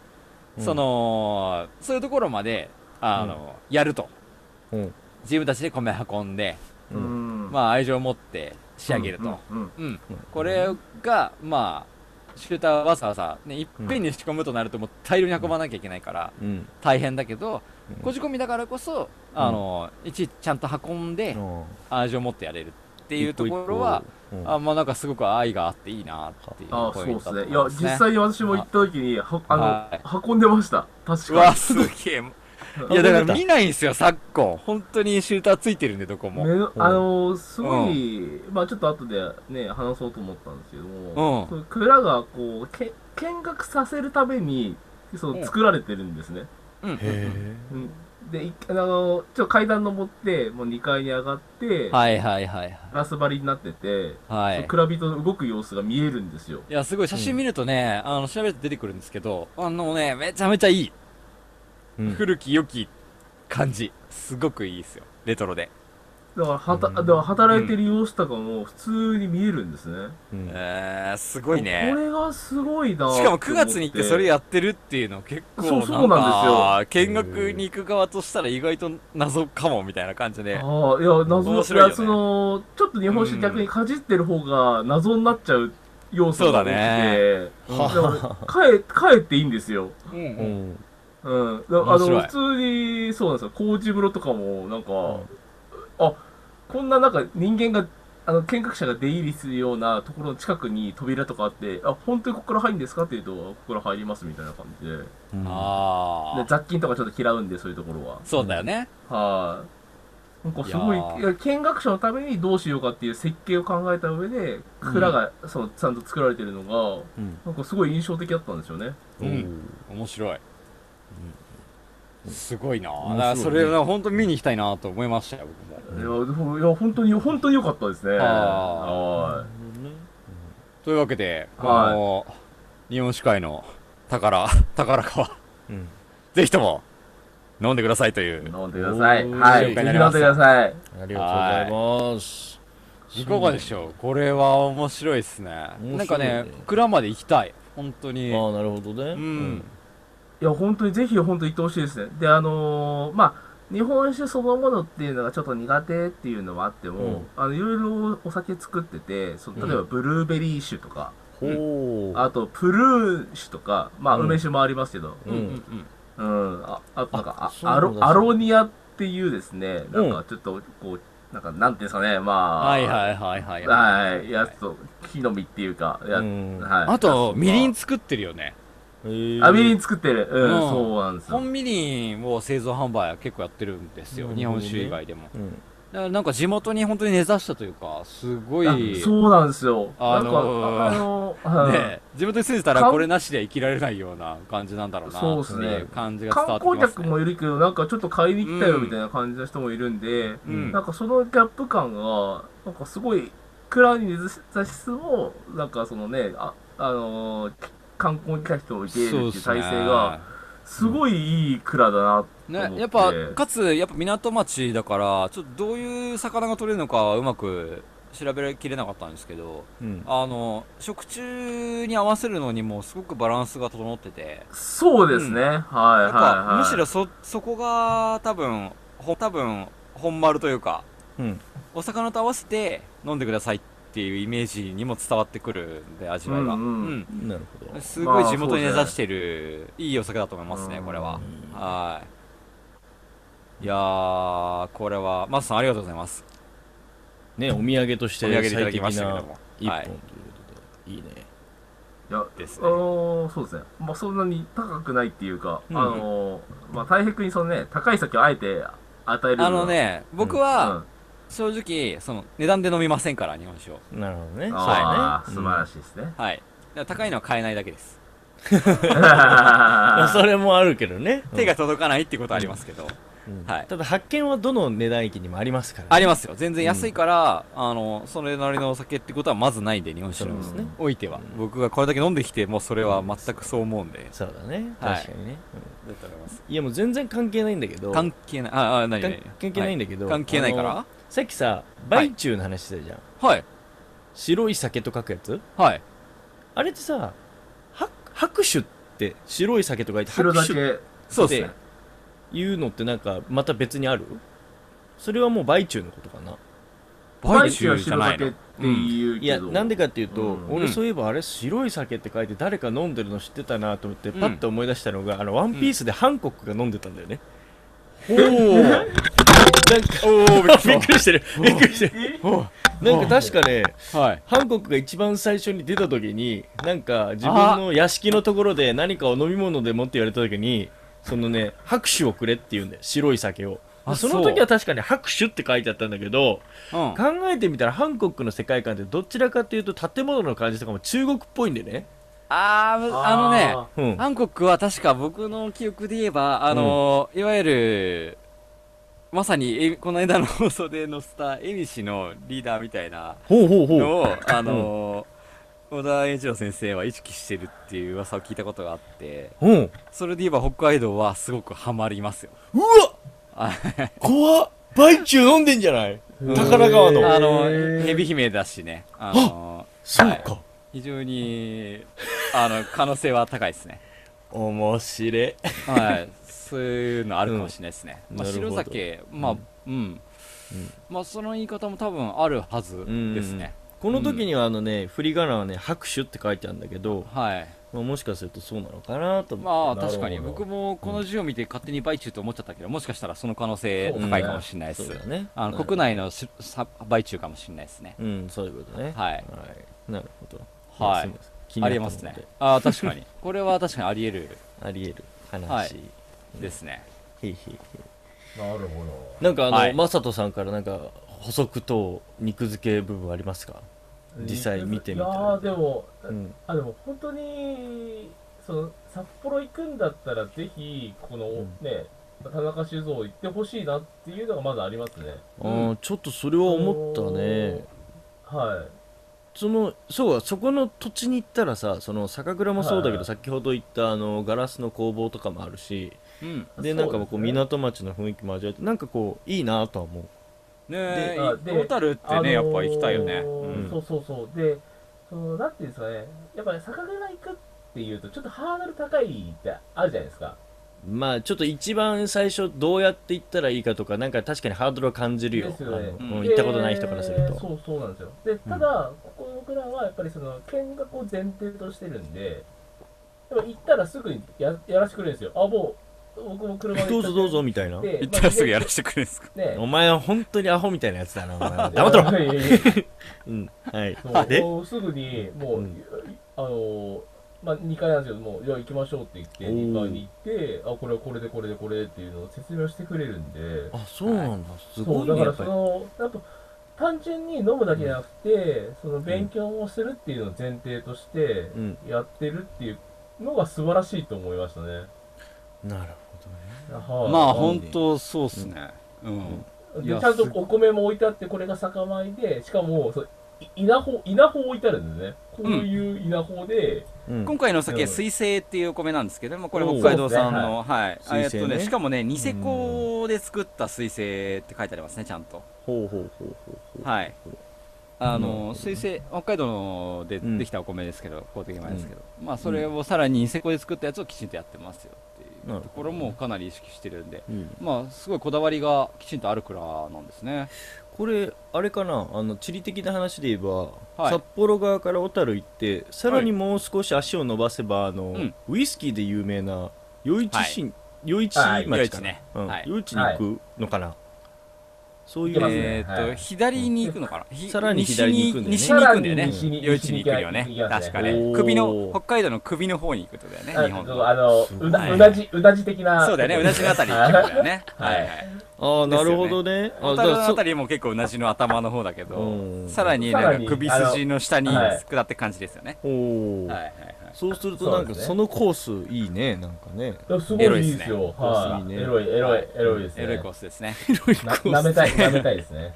[SPEAKER 3] うん
[SPEAKER 4] そのそういうところまであの、やると、
[SPEAKER 3] うん
[SPEAKER 4] 自分たちで米運んで、
[SPEAKER 3] う
[SPEAKER 2] うん
[SPEAKER 4] まあ、愛情を持って仕上げると、
[SPEAKER 2] うん
[SPEAKER 4] うんこれがまあシューターはわざわざ、ね、いっぺんに仕込むとなるともう大量に運ばなきゃいけないから
[SPEAKER 3] うん
[SPEAKER 4] 大変だけど、
[SPEAKER 3] うん
[SPEAKER 4] こじ込みだからこそあの、いちいちちゃんと運んで
[SPEAKER 3] っ
[SPEAKER 4] 愛情を持ってやれるっていうところはあまあなんかすごく愛があっていいなっていう
[SPEAKER 2] ああ、そ
[SPEAKER 4] ポ
[SPEAKER 2] う
[SPEAKER 4] イント
[SPEAKER 2] です
[SPEAKER 4] だ
[SPEAKER 2] ね。
[SPEAKER 4] と
[SPEAKER 2] いや
[SPEAKER 4] 思、ますね
[SPEAKER 2] 実際に私も行った時に、はあ
[SPEAKER 4] はい
[SPEAKER 2] の、運んでました。確
[SPEAKER 4] うわ
[SPEAKER 2] か
[SPEAKER 4] すげえいやだから見ないんですよ昨今本当にシューターついてるんでどこ
[SPEAKER 2] に。
[SPEAKER 4] も、
[SPEAKER 2] めあの、すごい、まあちょっと後でね、話そうと思ったんですけども、
[SPEAKER 4] うん
[SPEAKER 2] そういう蔵がこう、け見学させるために、そうの
[SPEAKER 4] ん
[SPEAKER 2] 作られてるんですね。
[SPEAKER 4] うん
[SPEAKER 3] へ
[SPEAKER 2] うんで、いあの、ちょっと階段登って、もう2階に上がって、
[SPEAKER 4] はいはいはい
[SPEAKER 2] ガラス張りになってて、
[SPEAKER 4] はいはい
[SPEAKER 2] 蔵人の動く様子が見えるんですよ。
[SPEAKER 4] いやすごい写真見るとね、あの調べると出てくるんですけどあのねめちゃめちゃいい、
[SPEAKER 3] うん
[SPEAKER 4] 古き良き感じすごくいいですよレトロで、
[SPEAKER 2] だから、はた、
[SPEAKER 3] うん
[SPEAKER 2] だから働いてる様子とかも普通に見えるんですね。
[SPEAKER 3] え
[SPEAKER 4] えー、すごい
[SPEAKER 2] こ
[SPEAKER 4] ね
[SPEAKER 2] れがすごいな
[SPEAKER 4] しかも9月に行ってそれ
[SPEAKER 2] や
[SPEAKER 4] やってるっていうの結構
[SPEAKER 2] そうそうなん
[SPEAKER 4] んですよ見学に行く側としたら意外と謎かもみたいな感じで
[SPEAKER 2] ああいや謎
[SPEAKER 4] 面
[SPEAKER 2] の、
[SPEAKER 4] 白いよね
[SPEAKER 2] いやそのちょっと日本酒逆にかじってる方が謎になっちゃう要素が多くて
[SPEAKER 3] そうだね
[SPEAKER 2] だから帰帰っていいんですよ
[SPEAKER 4] うん
[SPEAKER 3] う
[SPEAKER 4] うん
[SPEAKER 3] ん
[SPEAKER 2] うんだあ
[SPEAKER 4] 面
[SPEAKER 2] の
[SPEAKER 4] 白い
[SPEAKER 2] 普通にそうなんですよ麹風呂とかもなんか、あこんななんか人間があの見学者が出入りするようなところの近くに扉とかあってあ本当にここから入るんですかって言うとここから入りますみたいな感じでで
[SPEAKER 4] ああ
[SPEAKER 2] 雑菌とかちょっと嫌うんでそういうところは
[SPEAKER 4] そうだよね、
[SPEAKER 2] はい、なんかすごい
[SPEAKER 4] いやー
[SPEAKER 2] いや見学者のためにどうしようかっていう設計を考えた上で蔵が、そのちゃんと作られてるのが、
[SPEAKER 3] うん
[SPEAKER 2] なんかすごい印象的だったんですよね。
[SPEAKER 4] うん面白い、すごいな
[SPEAKER 3] 白いね
[SPEAKER 4] だからそれは本当見に行きたいなと思いましたよ僕も
[SPEAKER 2] いやほいや本当に本当に良かったですね。
[SPEAKER 4] あ
[SPEAKER 2] は
[SPEAKER 4] というわけでこ
[SPEAKER 2] はい
[SPEAKER 4] の日本酒界の宝 宝川
[SPEAKER 3] うん
[SPEAKER 4] ぜひとも飲んでくださいとい
[SPEAKER 2] い。
[SPEAKER 4] う
[SPEAKER 2] 飲んでください。
[SPEAKER 3] おー
[SPEAKER 2] はい。
[SPEAKER 4] 了
[SPEAKER 2] ぜ
[SPEAKER 4] 解
[SPEAKER 2] ひ
[SPEAKER 4] になり
[SPEAKER 2] 飲ん
[SPEAKER 4] ま
[SPEAKER 2] ですください。
[SPEAKER 3] ありがとうございます
[SPEAKER 4] いかがでしょうこれは面白いですね
[SPEAKER 3] 面白いね
[SPEAKER 4] なんかね蔵まで行きたい本当に
[SPEAKER 3] ああなるほどね
[SPEAKER 4] うん
[SPEAKER 2] いや本当にぜひ本当に行ってほしいですね。であのーまあ日本酒そのものっていうのがちょっと苦手っていうのはあっても、
[SPEAKER 3] うん
[SPEAKER 2] あのいろいろお酒作ってて、その例えばブルーベリー酒とか、
[SPEAKER 3] ほう
[SPEAKER 2] あと、プルーン酒とか、まあ、
[SPEAKER 3] うん
[SPEAKER 2] 梅酒もありますけど、
[SPEAKER 3] うん
[SPEAKER 2] うん、あ、あなんか、あ
[SPEAKER 3] そう
[SPEAKER 2] ア
[SPEAKER 3] だ
[SPEAKER 2] ロ
[SPEAKER 3] そう、だ
[SPEAKER 2] アロニアっていうですね、な
[SPEAKER 3] うん
[SPEAKER 2] んか、ちょっと、こう、なんか、なんていうんですかね、まあ、
[SPEAKER 4] はいはいはいはいい
[SPEAKER 2] はい、やつと、木の実っていうか、や
[SPEAKER 3] うん
[SPEAKER 2] はい。
[SPEAKER 4] あとみりん
[SPEAKER 2] 作
[SPEAKER 4] 作ってるよね
[SPEAKER 3] へー
[SPEAKER 2] あ、みりん作ってる。うん、
[SPEAKER 4] うん
[SPEAKER 2] そうなんですよ。
[SPEAKER 4] 本みりんを製造販売は結構やってるんですよ、
[SPEAKER 3] なるほど
[SPEAKER 4] 日
[SPEAKER 3] ね
[SPEAKER 4] 本酒以外でも
[SPEAKER 3] うん
[SPEAKER 4] だからなんか地元に本当に根ざしたというかすごい
[SPEAKER 2] あ
[SPEAKER 4] ね
[SPEAKER 2] そうなんですよ。
[SPEAKER 4] あ
[SPEAKER 2] なんか、
[SPEAKER 4] のー
[SPEAKER 2] ああのー、はい
[SPEAKER 4] え地元に住んでたら
[SPEAKER 2] かん
[SPEAKER 4] これなしでは生きられないような感じなんだろうな
[SPEAKER 2] そうっす
[SPEAKER 4] っ
[SPEAKER 2] ね
[SPEAKER 4] てい感じが伝わ
[SPEAKER 2] 観
[SPEAKER 4] ってき
[SPEAKER 2] 光
[SPEAKER 4] ます
[SPEAKER 2] 客
[SPEAKER 4] ね
[SPEAKER 2] もいるけど、なんかちょっと買いに来たよみたいな感じの人もいるんで、
[SPEAKER 4] うん
[SPEAKER 2] なんかそのギャップ感が、なんかすごい、蔵に根ざしつつも、なんかそのね、あ、あのー観光に来た人を受け入れるっていう体制が、すごいいい蔵だなと思って。
[SPEAKER 4] ね、やっぱかつやっぱ港町だからちょっとどういう魚が取れるのかはうまく調べきれなかったんですけど
[SPEAKER 3] うん
[SPEAKER 4] あの食中に合わせるのにもすごくバランスが整ってて
[SPEAKER 2] そうですね。
[SPEAKER 4] うん
[SPEAKER 2] は
[SPEAKER 4] な
[SPEAKER 2] いは
[SPEAKER 4] ん
[SPEAKER 2] いはい。
[SPEAKER 4] かむしろそそこが多分ほ多分本丸というか
[SPEAKER 3] うん
[SPEAKER 4] お魚と合わせて飲んでくださいっていうイメージにも伝わってくるんで味わいが、
[SPEAKER 2] うんうん
[SPEAKER 3] なるほど
[SPEAKER 4] うんすごい地元に
[SPEAKER 2] ま
[SPEAKER 4] 根
[SPEAKER 2] あそうですね
[SPEAKER 4] ざしてる、いいお酒だと思いますね
[SPEAKER 2] うん
[SPEAKER 4] これは、はいいやーこれはマスさんありがとうございます
[SPEAKER 3] ねお土産として
[SPEAKER 4] お土産でいただき
[SPEAKER 3] 最適
[SPEAKER 4] ましたけど
[SPEAKER 3] な
[SPEAKER 4] も
[SPEAKER 3] 一
[SPEAKER 4] は
[SPEAKER 3] 本
[SPEAKER 4] い
[SPEAKER 3] ということでいいね
[SPEAKER 2] いや、
[SPEAKER 4] です
[SPEAKER 2] あ
[SPEAKER 4] ね
[SPEAKER 2] のーそうですね。まあそんなに高くないっていうか、
[SPEAKER 4] うん
[SPEAKER 2] あのーまあ大変にそのね、高い酒をあえて与える
[SPEAKER 4] あのね、僕は
[SPEAKER 8] ん、
[SPEAKER 4] 正直、その、値段で飲みませんから、日本酒を。
[SPEAKER 3] なるほどね。
[SPEAKER 2] の
[SPEAKER 8] ああ、
[SPEAKER 3] そう
[SPEAKER 8] 素
[SPEAKER 3] ね
[SPEAKER 8] 晴らしいですね。
[SPEAKER 4] はい。だから高いのは買えないだけです。
[SPEAKER 3] まあそれもあるけどね。
[SPEAKER 4] 手が届かないってことはありますけど。
[SPEAKER 3] うん
[SPEAKER 4] はい
[SPEAKER 3] ただ発見はどの値段域にもありますから、
[SPEAKER 4] ありますよ。全然安いから、あの、それなりのお酒ってことはまずないんで、日本酒の
[SPEAKER 3] そうですね
[SPEAKER 4] おいては。僕がこれだけ飲んできて、もうそれは全くそう思うんで。
[SPEAKER 3] そうだね。
[SPEAKER 4] はい
[SPEAKER 3] 確かにね。
[SPEAKER 4] だと思います。
[SPEAKER 3] いやもう全然関係ないんだけど。
[SPEAKER 4] 関係ない。あ、あ、何
[SPEAKER 3] 関
[SPEAKER 4] 何
[SPEAKER 3] 関係ないんだけど、
[SPEAKER 4] は関係ないか
[SPEAKER 3] あの
[SPEAKER 4] ら
[SPEAKER 3] さっきさ売中の話してたじゃん、
[SPEAKER 4] はい。
[SPEAKER 3] 白い酒と書くやつ
[SPEAKER 4] はい。
[SPEAKER 3] あれってさは白酒って白い酒と書いて白
[SPEAKER 2] 白だ
[SPEAKER 3] 酒っ
[SPEAKER 2] け、
[SPEAKER 4] そうです
[SPEAKER 3] て
[SPEAKER 4] ね。
[SPEAKER 3] いうのってなんかまた別にあるそれはもう売中のことかな
[SPEAKER 2] バ
[SPEAKER 4] バ
[SPEAKER 2] イ
[SPEAKER 4] イ
[SPEAKER 2] チ
[SPEAKER 4] チ
[SPEAKER 2] は
[SPEAKER 4] ュウじゃ
[SPEAKER 2] 白
[SPEAKER 4] な
[SPEAKER 2] だ
[SPEAKER 4] い
[SPEAKER 2] け
[SPEAKER 4] の
[SPEAKER 2] って言うけど。
[SPEAKER 3] いやなんでかっていうと、
[SPEAKER 2] うん
[SPEAKER 3] 俺そういえばあれ白い酒って書いて誰か飲んでるの知ってたなと思って
[SPEAKER 4] うん
[SPEAKER 3] パッと思い出したのが、あのワンピースでハンコックが飲んでたんだよね、
[SPEAKER 4] おーおー、びっく
[SPEAKER 3] びっ
[SPEAKER 4] りし
[SPEAKER 3] くり してるびっくりしてるなんか確かね
[SPEAKER 4] た。 はい。
[SPEAKER 3] ハンコックが一番最初に出た時になんか自分の屋敷のところで何かを飲み物でもって言われた時にそのね拍手をくれって言うんだよ白い酒を
[SPEAKER 4] あ
[SPEAKER 3] そ
[SPEAKER 4] そう
[SPEAKER 3] の時は確かに拍手って書いてあったんだけど
[SPEAKER 4] うん。
[SPEAKER 3] 考えてみたらハンコックの世界観ってどちらかというと建物の感じとかも中国っぽいんでね
[SPEAKER 4] あー、あのね、
[SPEAKER 3] うん
[SPEAKER 4] 韓国は確か僕の記憶で言えば、あのーいわゆる、まさにえこの間の放送で載せた、エミシのリーダーみたいな
[SPEAKER 3] ほうほうほ
[SPEAKER 4] のを、あのー小田栄一郎先生は意識してるっていう噂を聞いたことがあって、
[SPEAKER 3] うん
[SPEAKER 4] それで言えば北海道はすごくハマりますよ。
[SPEAKER 3] うわ
[SPEAKER 4] あ
[SPEAKER 3] 怖っ売中飲んでんじゃない宝川
[SPEAKER 2] へー
[SPEAKER 3] の
[SPEAKER 4] あの、蛇姫だしね、あのー
[SPEAKER 3] そう
[SPEAKER 4] は
[SPEAKER 3] か
[SPEAKER 4] 非常に、あの、可能性は高いです ね。
[SPEAKER 3] 面白い
[SPEAKER 4] はい、そういうのあるかもしれないですね。
[SPEAKER 3] うん
[SPEAKER 4] まあ、
[SPEAKER 3] なるほ
[SPEAKER 4] 白
[SPEAKER 3] ど
[SPEAKER 4] 酒、まあ、うん、まあ、その言い方も多分あるはずですね。
[SPEAKER 3] この時にはあのね振り仮名はね拍手って書いてあるんだけど
[SPEAKER 4] はい、
[SPEAKER 3] まあ、もしかするとそうなのかなと思
[SPEAKER 4] まあ
[SPEAKER 3] って
[SPEAKER 4] 確かに僕もこの字を見て勝手に売中と思っちゃったけどもしかしたらその可能性高いかもしれないです、
[SPEAKER 3] そうだね
[SPEAKER 4] あの国内のしさ売中かもしれないですね
[SPEAKER 3] うんそういうことね
[SPEAKER 4] はい
[SPEAKER 3] なるほど
[SPEAKER 4] はい
[SPEAKER 3] まあす
[SPEAKER 4] あ
[SPEAKER 3] いま
[SPEAKER 4] りえ
[SPEAKER 3] せん
[SPEAKER 4] ますねああ確かに これは確かにありえる
[SPEAKER 3] ありえる話、
[SPEAKER 4] はい
[SPEAKER 3] へ
[SPEAKER 4] ですね、
[SPEAKER 3] いへいへい
[SPEAKER 8] なるほど。
[SPEAKER 3] なんかあの、
[SPEAKER 4] はい
[SPEAKER 3] マサトさんからなんか補足と肉付け部分ありますか実際見てみた
[SPEAKER 2] い
[SPEAKER 3] ら
[SPEAKER 2] やーでも、
[SPEAKER 3] うん
[SPEAKER 2] あでも本当にその札幌行くんだったらぜひこの、
[SPEAKER 3] うん
[SPEAKER 2] ね田中酒造行ってほしいなっていうのがまだありますね
[SPEAKER 3] あーちょっとそれは思ったね
[SPEAKER 2] はい
[SPEAKER 3] そのそうかそこの土地に行ったらさその酒蔵もそうだけ
[SPEAKER 2] は
[SPEAKER 3] ど
[SPEAKER 2] い
[SPEAKER 3] 先ほど言ったあのガラスの工房とかもあるし
[SPEAKER 4] うんね
[SPEAKER 3] で
[SPEAKER 2] そうです
[SPEAKER 3] な
[SPEAKER 2] ね
[SPEAKER 3] んかこう港町の雰囲気も味わえてなんかこういいなとは思う
[SPEAKER 4] え
[SPEAKER 2] あで
[SPEAKER 4] 小樽ってね、やっぱ行きたいよね、
[SPEAKER 2] あのー
[SPEAKER 3] うん
[SPEAKER 2] そうそうそうでそのなんていうんですかねやっぱり酒蔵行くっていうとちょっとハードル高いってあるじゃないですか
[SPEAKER 3] まあちょっと一番最初どうやって行ったらいいかとかなんか確かにハードルを感じるよ
[SPEAKER 2] ですよね
[SPEAKER 3] あの
[SPEAKER 4] うん
[SPEAKER 3] うん行ったことない人からする
[SPEAKER 2] で
[SPEAKER 3] と、
[SPEAKER 2] そうそうなんですよでただ、ここ僕らはやっぱりその見学を前提としてるんでやっぱ行ったらすぐにややらしてくれるんですよあもう僕も車で
[SPEAKER 3] ど
[SPEAKER 2] 行っ
[SPEAKER 3] う
[SPEAKER 2] ち
[SPEAKER 3] ぞ
[SPEAKER 2] ゃって
[SPEAKER 3] どうぞみたいな
[SPEAKER 2] で
[SPEAKER 4] 行ったらすぐや
[SPEAKER 2] る
[SPEAKER 4] らしてくれるんですか
[SPEAKER 2] ね
[SPEAKER 3] お前は本当にアホみたいなやつだなお前は黙ってろ、
[SPEAKER 2] い やいやいや
[SPEAKER 3] うんはい、
[SPEAKER 2] そう
[SPEAKER 3] で
[SPEAKER 2] もうすぐにもう、
[SPEAKER 3] うん
[SPEAKER 2] いあのーまあ、2階なんですけどもうじゃあ行きましょうって言って
[SPEAKER 3] おー
[SPEAKER 2] 2階に行ってあこれはこれでこれでこれでっていうのを説明をしてくれるんで
[SPEAKER 3] あそうなんだす
[SPEAKER 2] そ
[SPEAKER 3] ご
[SPEAKER 2] う
[SPEAKER 3] い
[SPEAKER 2] だ
[SPEAKER 3] ねや
[SPEAKER 2] から
[SPEAKER 3] っ
[SPEAKER 2] そ
[SPEAKER 3] ぱり
[SPEAKER 2] のやっぱ単純に飲むだけじゃなくて、その勉強をするっていうのを前提として
[SPEAKER 3] うん
[SPEAKER 2] やってるっていうのが素晴らしいと思いましたね、
[SPEAKER 3] なるほどね
[SPEAKER 2] はい
[SPEAKER 4] まあ本当そうっすねうん、い
[SPEAKER 2] で
[SPEAKER 4] や
[SPEAKER 2] ちゃんとお米も置いてあってこれが酒米でしかもそうい稲穂稲穂置いてあるんですねこういう稲穂で、
[SPEAKER 3] うん
[SPEAKER 4] 今回のお酒
[SPEAKER 2] うん
[SPEAKER 4] 水星っていうお米なんですけどもこれ
[SPEAKER 3] おう
[SPEAKER 4] 北海道産の、はいあえっ
[SPEAKER 3] 水
[SPEAKER 4] と
[SPEAKER 3] 星ね
[SPEAKER 4] ねしかもねニセコで作った水星って書いてありますねちゃんと
[SPEAKER 3] ほうほうほうほうほう
[SPEAKER 4] はいあ
[SPEAKER 3] なるほど
[SPEAKER 4] の
[SPEAKER 3] ね
[SPEAKER 4] 水星北海道で
[SPEAKER 3] うん
[SPEAKER 4] できたお米ですけど公的米ですけどまあそれをさらにニセコで作ったやつをきちんとやってますよってい
[SPEAKER 3] な
[SPEAKER 4] う
[SPEAKER 3] るほどね
[SPEAKER 4] ところもかなり意識してるんで
[SPEAKER 3] うん
[SPEAKER 4] まあすごいこだわりがきちんとある蔵なんですね
[SPEAKER 3] これあれかなあの地理的な話で言えば、
[SPEAKER 4] はい
[SPEAKER 3] 札幌側から小樽行ってさらにもう少し足を伸ばせば、あの
[SPEAKER 4] うん
[SPEAKER 3] ウイスキーで有名な余市市、余市
[SPEAKER 2] はい
[SPEAKER 4] 余
[SPEAKER 3] 町か
[SPEAKER 4] 市
[SPEAKER 3] な
[SPEAKER 4] ね
[SPEAKER 3] うん
[SPEAKER 4] はい
[SPEAKER 3] 余市に行くのかな、そうい
[SPEAKER 2] 行き
[SPEAKER 3] う、
[SPEAKER 2] ますね
[SPEAKER 4] えーっ
[SPEAKER 2] は
[SPEAKER 4] と、
[SPEAKER 2] い
[SPEAKER 4] 左に行くのかなひ
[SPEAKER 3] さらに左に行くんだよね
[SPEAKER 4] 西に行くんだよね。
[SPEAKER 2] さらに西に
[SPEAKER 4] 夜市に行くよね
[SPEAKER 2] 行きま。す
[SPEAKER 4] 確
[SPEAKER 2] ね
[SPEAKER 4] か
[SPEAKER 3] お
[SPEAKER 4] ね。
[SPEAKER 3] ー
[SPEAKER 4] 首の、北海道の首の方に行くとだよね、
[SPEAKER 7] あ
[SPEAKER 4] 日本
[SPEAKER 7] そう
[SPEAKER 4] の。
[SPEAKER 7] あの
[SPEAKER 2] す、
[SPEAKER 7] う
[SPEAKER 2] ご
[SPEAKER 7] ないじ、うなじ、うなじ的な。
[SPEAKER 4] そうだよね、うなじのあたりに行くんだよね。はいはい。
[SPEAKER 3] ああなるほどねあ
[SPEAKER 4] 小
[SPEAKER 3] だ
[SPEAKER 4] 樽
[SPEAKER 3] から
[SPEAKER 4] の
[SPEAKER 3] そ
[SPEAKER 4] あたりも結構うなじの頭の方だけ
[SPEAKER 3] う
[SPEAKER 4] ど、
[SPEAKER 3] ん
[SPEAKER 4] さらになんか首筋の下に下って感じですよね。
[SPEAKER 3] おー
[SPEAKER 4] はいはいはい。
[SPEAKER 3] そうするとなん
[SPEAKER 2] そう
[SPEAKER 3] か
[SPEAKER 2] ですね
[SPEAKER 3] そのコースいいねなんかね
[SPEAKER 2] す
[SPEAKER 7] す
[SPEAKER 2] ご
[SPEAKER 7] ごい
[SPEAKER 2] い
[SPEAKER 4] エロい
[SPEAKER 2] い
[SPEAKER 4] っす
[SPEAKER 2] いで
[SPEAKER 4] ね
[SPEAKER 2] すよ。はいい。
[SPEAKER 3] いね
[SPEAKER 2] エロい、エロい、エロいですね。
[SPEAKER 4] エロいコースですね。
[SPEAKER 2] な舐めたい、舐めたいですね。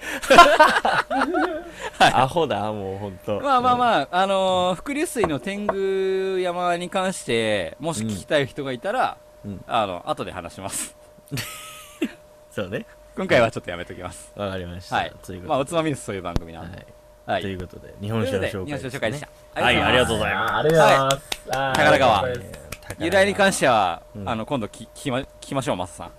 [SPEAKER 3] アホだもうほん と
[SPEAKER 4] まあまあまあ、あのー、伏流水の天狗山に関して、もし聞きたい人がいたら、
[SPEAKER 3] うんうん
[SPEAKER 4] あの、後で話します。
[SPEAKER 3] そうね
[SPEAKER 4] 今回はちょっとやめときます。
[SPEAKER 3] わかりました
[SPEAKER 4] はい
[SPEAKER 3] という。
[SPEAKER 4] まあ、
[SPEAKER 3] こ
[SPEAKER 4] おつまみです、そういう番組な
[SPEAKER 3] と
[SPEAKER 4] ん
[SPEAKER 3] で
[SPEAKER 4] で。
[SPEAKER 3] は
[SPEAKER 4] はい
[SPEAKER 3] とい
[SPEAKER 4] い。
[SPEAKER 3] うことで日
[SPEAKER 4] と
[SPEAKER 3] 本
[SPEAKER 4] いう
[SPEAKER 3] 酒
[SPEAKER 4] ことで、
[SPEAKER 3] の
[SPEAKER 4] 日
[SPEAKER 3] 紹
[SPEAKER 4] 本
[SPEAKER 3] 介
[SPEAKER 4] 酒の紹介でした。
[SPEAKER 3] はいありがとうございます
[SPEAKER 2] あーありがとうございます。
[SPEAKER 4] い宝川
[SPEAKER 2] あーよかったです
[SPEAKER 4] 由来に関
[SPEAKER 3] し
[SPEAKER 4] しては、
[SPEAKER 3] うん
[SPEAKER 4] あの、今度き、きま、聞きましょう、マスさん。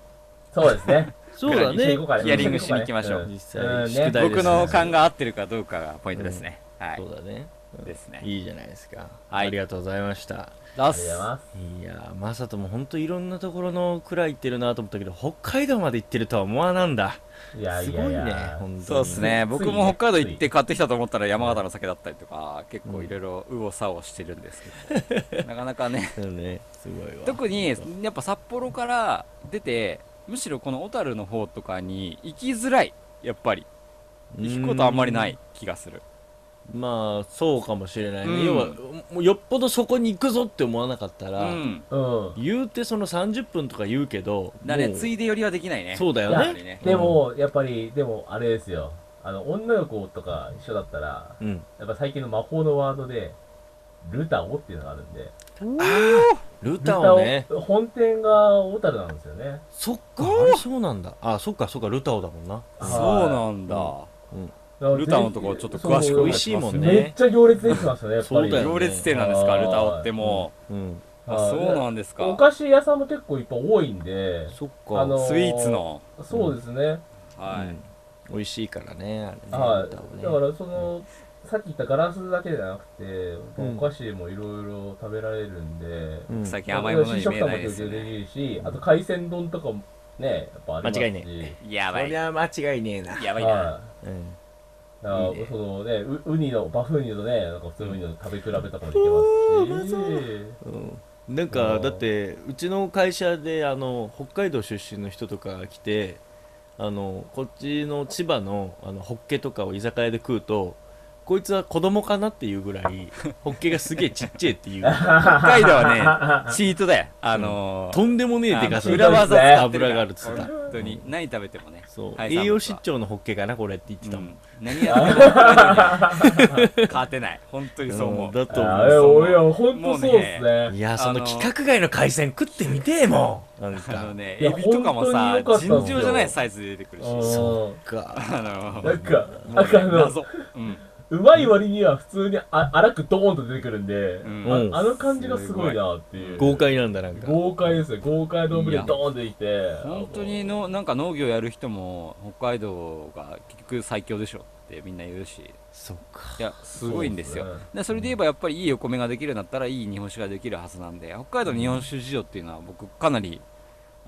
[SPEAKER 2] そうですね。
[SPEAKER 3] そうだ
[SPEAKER 2] 一緒に
[SPEAKER 3] ね
[SPEAKER 2] 行こうかね
[SPEAKER 4] ヒアリングしに行きましょう
[SPEAKER 3] 実
[SPEAKER 2] う
[SPEAKER 3] 際
[SPEAKER 2] んね
[SPEAKER 3] 宿題ですね
[SPEAKER 4] 僕の勘が合ってるかどうかがポイントですね。はい
[SPEAKER 3] そう。だね
[SPEAKER 4] ですね。
[SPEAKER 3] いいじゃないですか
[SPEAKER 4] は
[SPEAKER 3] あ
[SPEAKER 4] い
[SPEAKER 3] りがとうございました
[SPEAKER 4] ラ
[SPEAKER 2] ありがとうございます。
[SPEAKER 3] いやーまさとも本当いろんなところのくらい行ってるなと思ったけど北海道まで行ってるとは思わなんだ
[SPEAKER 2] いや
[SPEAKER 3] す
[SPEAKER 2] い
[SPEAKER 3] ご
[SPEAKER 2] や
[SPEAKER 3] い
[SPEAKER 2] いや。
[SPEAKER 3] ね本当に
[SPEAKER 4] そうですね。
[SPEAKER 2] ついに
[SPEAKER 4] 僕も北海道行って買ってきたと思ったら山形の酒だったりとか、結構いろいろ右往左往してるんですけど、 なかなかね、
[SPEAKER 3] そうねすごいわ
[SPEAKER 4] 特にやっぱ札幌から出て、むしろこの小樽の方とかに行きづらい、やっぱり。行くことあんまりない気がする。
[SPEAKER 3] まあそうかもしれないね、
[SPEAKER 4] うん
[SPEAKER 3] 要はもうよっぽどそこに行くぞって思わなかった
[SPEAKER 4] う
[SPEAKER 3] ら、
[SPEAKER 4] ん。
[SPEAKER 2] うん。
[SPEAKER 3] 言うてその30分とか言うけど
[SPEAKER 4] だね、
[SPEAKER 3] もう
[SPEAKER 4] ついで寄りはできないね。
[SPEAKER 3] そうだよ
[SPEAKER 4] やっぱり
[SPEAKER 3] ね
[SPEAKER 4] ね。
[SPEAKER 2] でも、やっぱり、でも、あれですよ。あの、女の子とか一緒だったら、
[SPEAKER 3] うん
[SPEAKER 2] やっぱ最近の魔法のワードで、ルタオっていうのがあるんで、
[SPEAKER 3] ル
[SPEAKER 2] ル
[SPEAKER 3] タオね
[SPEAKER 2] オ本店が小樽なんですよね。
[SPEAKER 3] そっかあれそうなんだあそっかそっかルタオだもんな
[SPEAKER 4] そうなんだ。
[SPEAKER 2] なん
[SPEAKER 4] ルタオのところちょっと詳しく
[SPEAKER 2] そう
[SPEAKER 4] お願
[SPEAKER 3] 美味しいもん
[SPEAKER 2] めっ
[SPEAKER 3] ね
[SPEAKER 2] ちゃ行列できてましたね、やっぱ
[SPEAKER 3] そう
[SPEAKER 2] り。
[SPEAKER 3] だよ
[SPEAKER 4] 行列店なんですか、
[SPEAKER 2] あー
[SPEAKER 4] ルタオっても
[SPEAKER 3] うん
[SPEAKER 4] う。あ、そうなんです
[SPEAKER 2] お
[SPEAKER 4] か。
[SPEAKER 2] 菓子屋さんも結構いっぱい多いんで、
[SPEAKER 3] そっか、
[SPEAKER 2] あの
[SPEAKER 4] スイーツの。
[SPEAKER 2] そうですね。
[SPEAKER 3] う
[SPEAKER 4] はい
[SPEAKER 3] ん。美味しいからねあれね
[SPEAKER 2] は
[SPEAKER 3] ルタオ
[SPEAKER 2] い。
[SPEAKER 3] ね
[SPEAKER 2] だから、その、さっき言ったガラスだけじゃなくて、
[SPEAKER 3] うん
[SPEAKER 2] お菓子もいろいろ食べられるんで、
[SPEAKER 3] うん
[SPEAKER 4] 最近甘いものに見えないですよ
[SPEAKER 2] 新食感も提供
[SPEAKER 4] ね。
[SPEAKER 2] できるし、あと海鮮丼とかもね、やっぱありますし。
[SPEAKER 3] 間違いね
[SPEAKER 4] やば
[SPEAKER 3] そ
[SPEAKER 4] い。
[SPEAKER 3] り
[SPEAKER 4] や
[SPEAKER 3] ゃ間違いねえな、
[SPEAKER 4] ばいな。
[SPEAKER 2] は
[SPEAKER 3] うん、
[SPEAKER 2] い。だから
[SPEAKER 3] いいね
[SPEAKER 2] そのね、うウニの、バフンウニのね、なんか普通のウニの食べ比べとかもできますし。
[SPEAKER 3] うん、なん
[SPEAKER 2] あ
[SPEAKER 3] か
[SPEAKER 2] ー
[SPEAKER 3] だってうちの会社であの北海道出身の人とか来てあのこっちの千葉のあのホッケとかを居酒屋で食うとこいつは子供かなっていうぐら いホッケがすげえちっちゃいって いう
[SPEAKER 4] 北海道はね、チートだよ。あのー、
[SPEAKER 3] とんでもねえでか
[SPEAKER 4] あ
[SPEAKER 3] さ
[SPEAKER 4] の裏技使ってるから
[SPEAKER 3] 油があるっつった
[SPEAKER 4] 本当に。何食べてもね。
[SPEAKER 3] そう、
[SPEAKER 4] はい
[SPEAKER 3] 栄養失調のホッケかなこれって言ってた
[SPEAKER 4] う
[SPEAKER 3] もん、
[SPEAKER 4] ん何やっても北海道には勝てない。本当にそう思
[SPEAKER 3] うん
[SPEAKER 4] う。
[SPEAKER 3] だと思
[SPEAKER 2] ああ、いや、
[SPEAKER 3] う
[SPEAKER 2] 俺は本当そうですね。
[SPEAKER 3] いやそ
[SPEAKER 4] あ
[SPEAKER 3] の
[SPEAKER 4] の
[SPEAKER 3] 規格外の海鮮食ってみてえもんなん
[SPEAKER 4] あの
[SPEAKER 3] か
[SPEAKER 4] ね、
[SPEAKER 2] いや
[SPEAKER 4] エビとかもさ
[SPEAKER 2] 本当に良かったん、ですよ
[SPEAKER 4] 尋常じゃないサイズで出てくるし。
[SPEAKER 2] そ
[SPEAKER 3] か
[SPEAKER 4] あの
[SPEAKER 2] うな
[SPEAKER 4] ー
[SPEAKER 2] んか、
[SPEAKER 4] も
[SPEAKER 2] な
[SPEAKER 4] うん
[SPEAKER 2] かあ
[SPEAKER 4] ね、
[SPEAKER 2] の、
[SPEAKER 4] 謎。うん。
[SPEAKER 2] うまい割には普通にあ荒くドーンと出てくるんで、
[SPEAKER 4] うん
[SPEAKER 3] うん
[SPEAKER 2] ああの感じがすごいなってい う。
[SPEAKER 3] 豪快なんだなんか
[SPEAKER 2] 豪快ですね。豪快丼でドーンとできて。
[SPEAKER 4] 本当にの、なんか農業やる人も、北海道が結局最強でしょってみんな言うし。
[SPEAKER 3] そっか
[SPEAKER 4] いや、すごいんですよ。
[SPEAKER 2] そうですね
[SPEAKER 4] でそれで言えばやっぱりいいお米ができるようになったらいい日本酒ができるはずなんで、北海道の日本酒事情っていうのは僕かなり、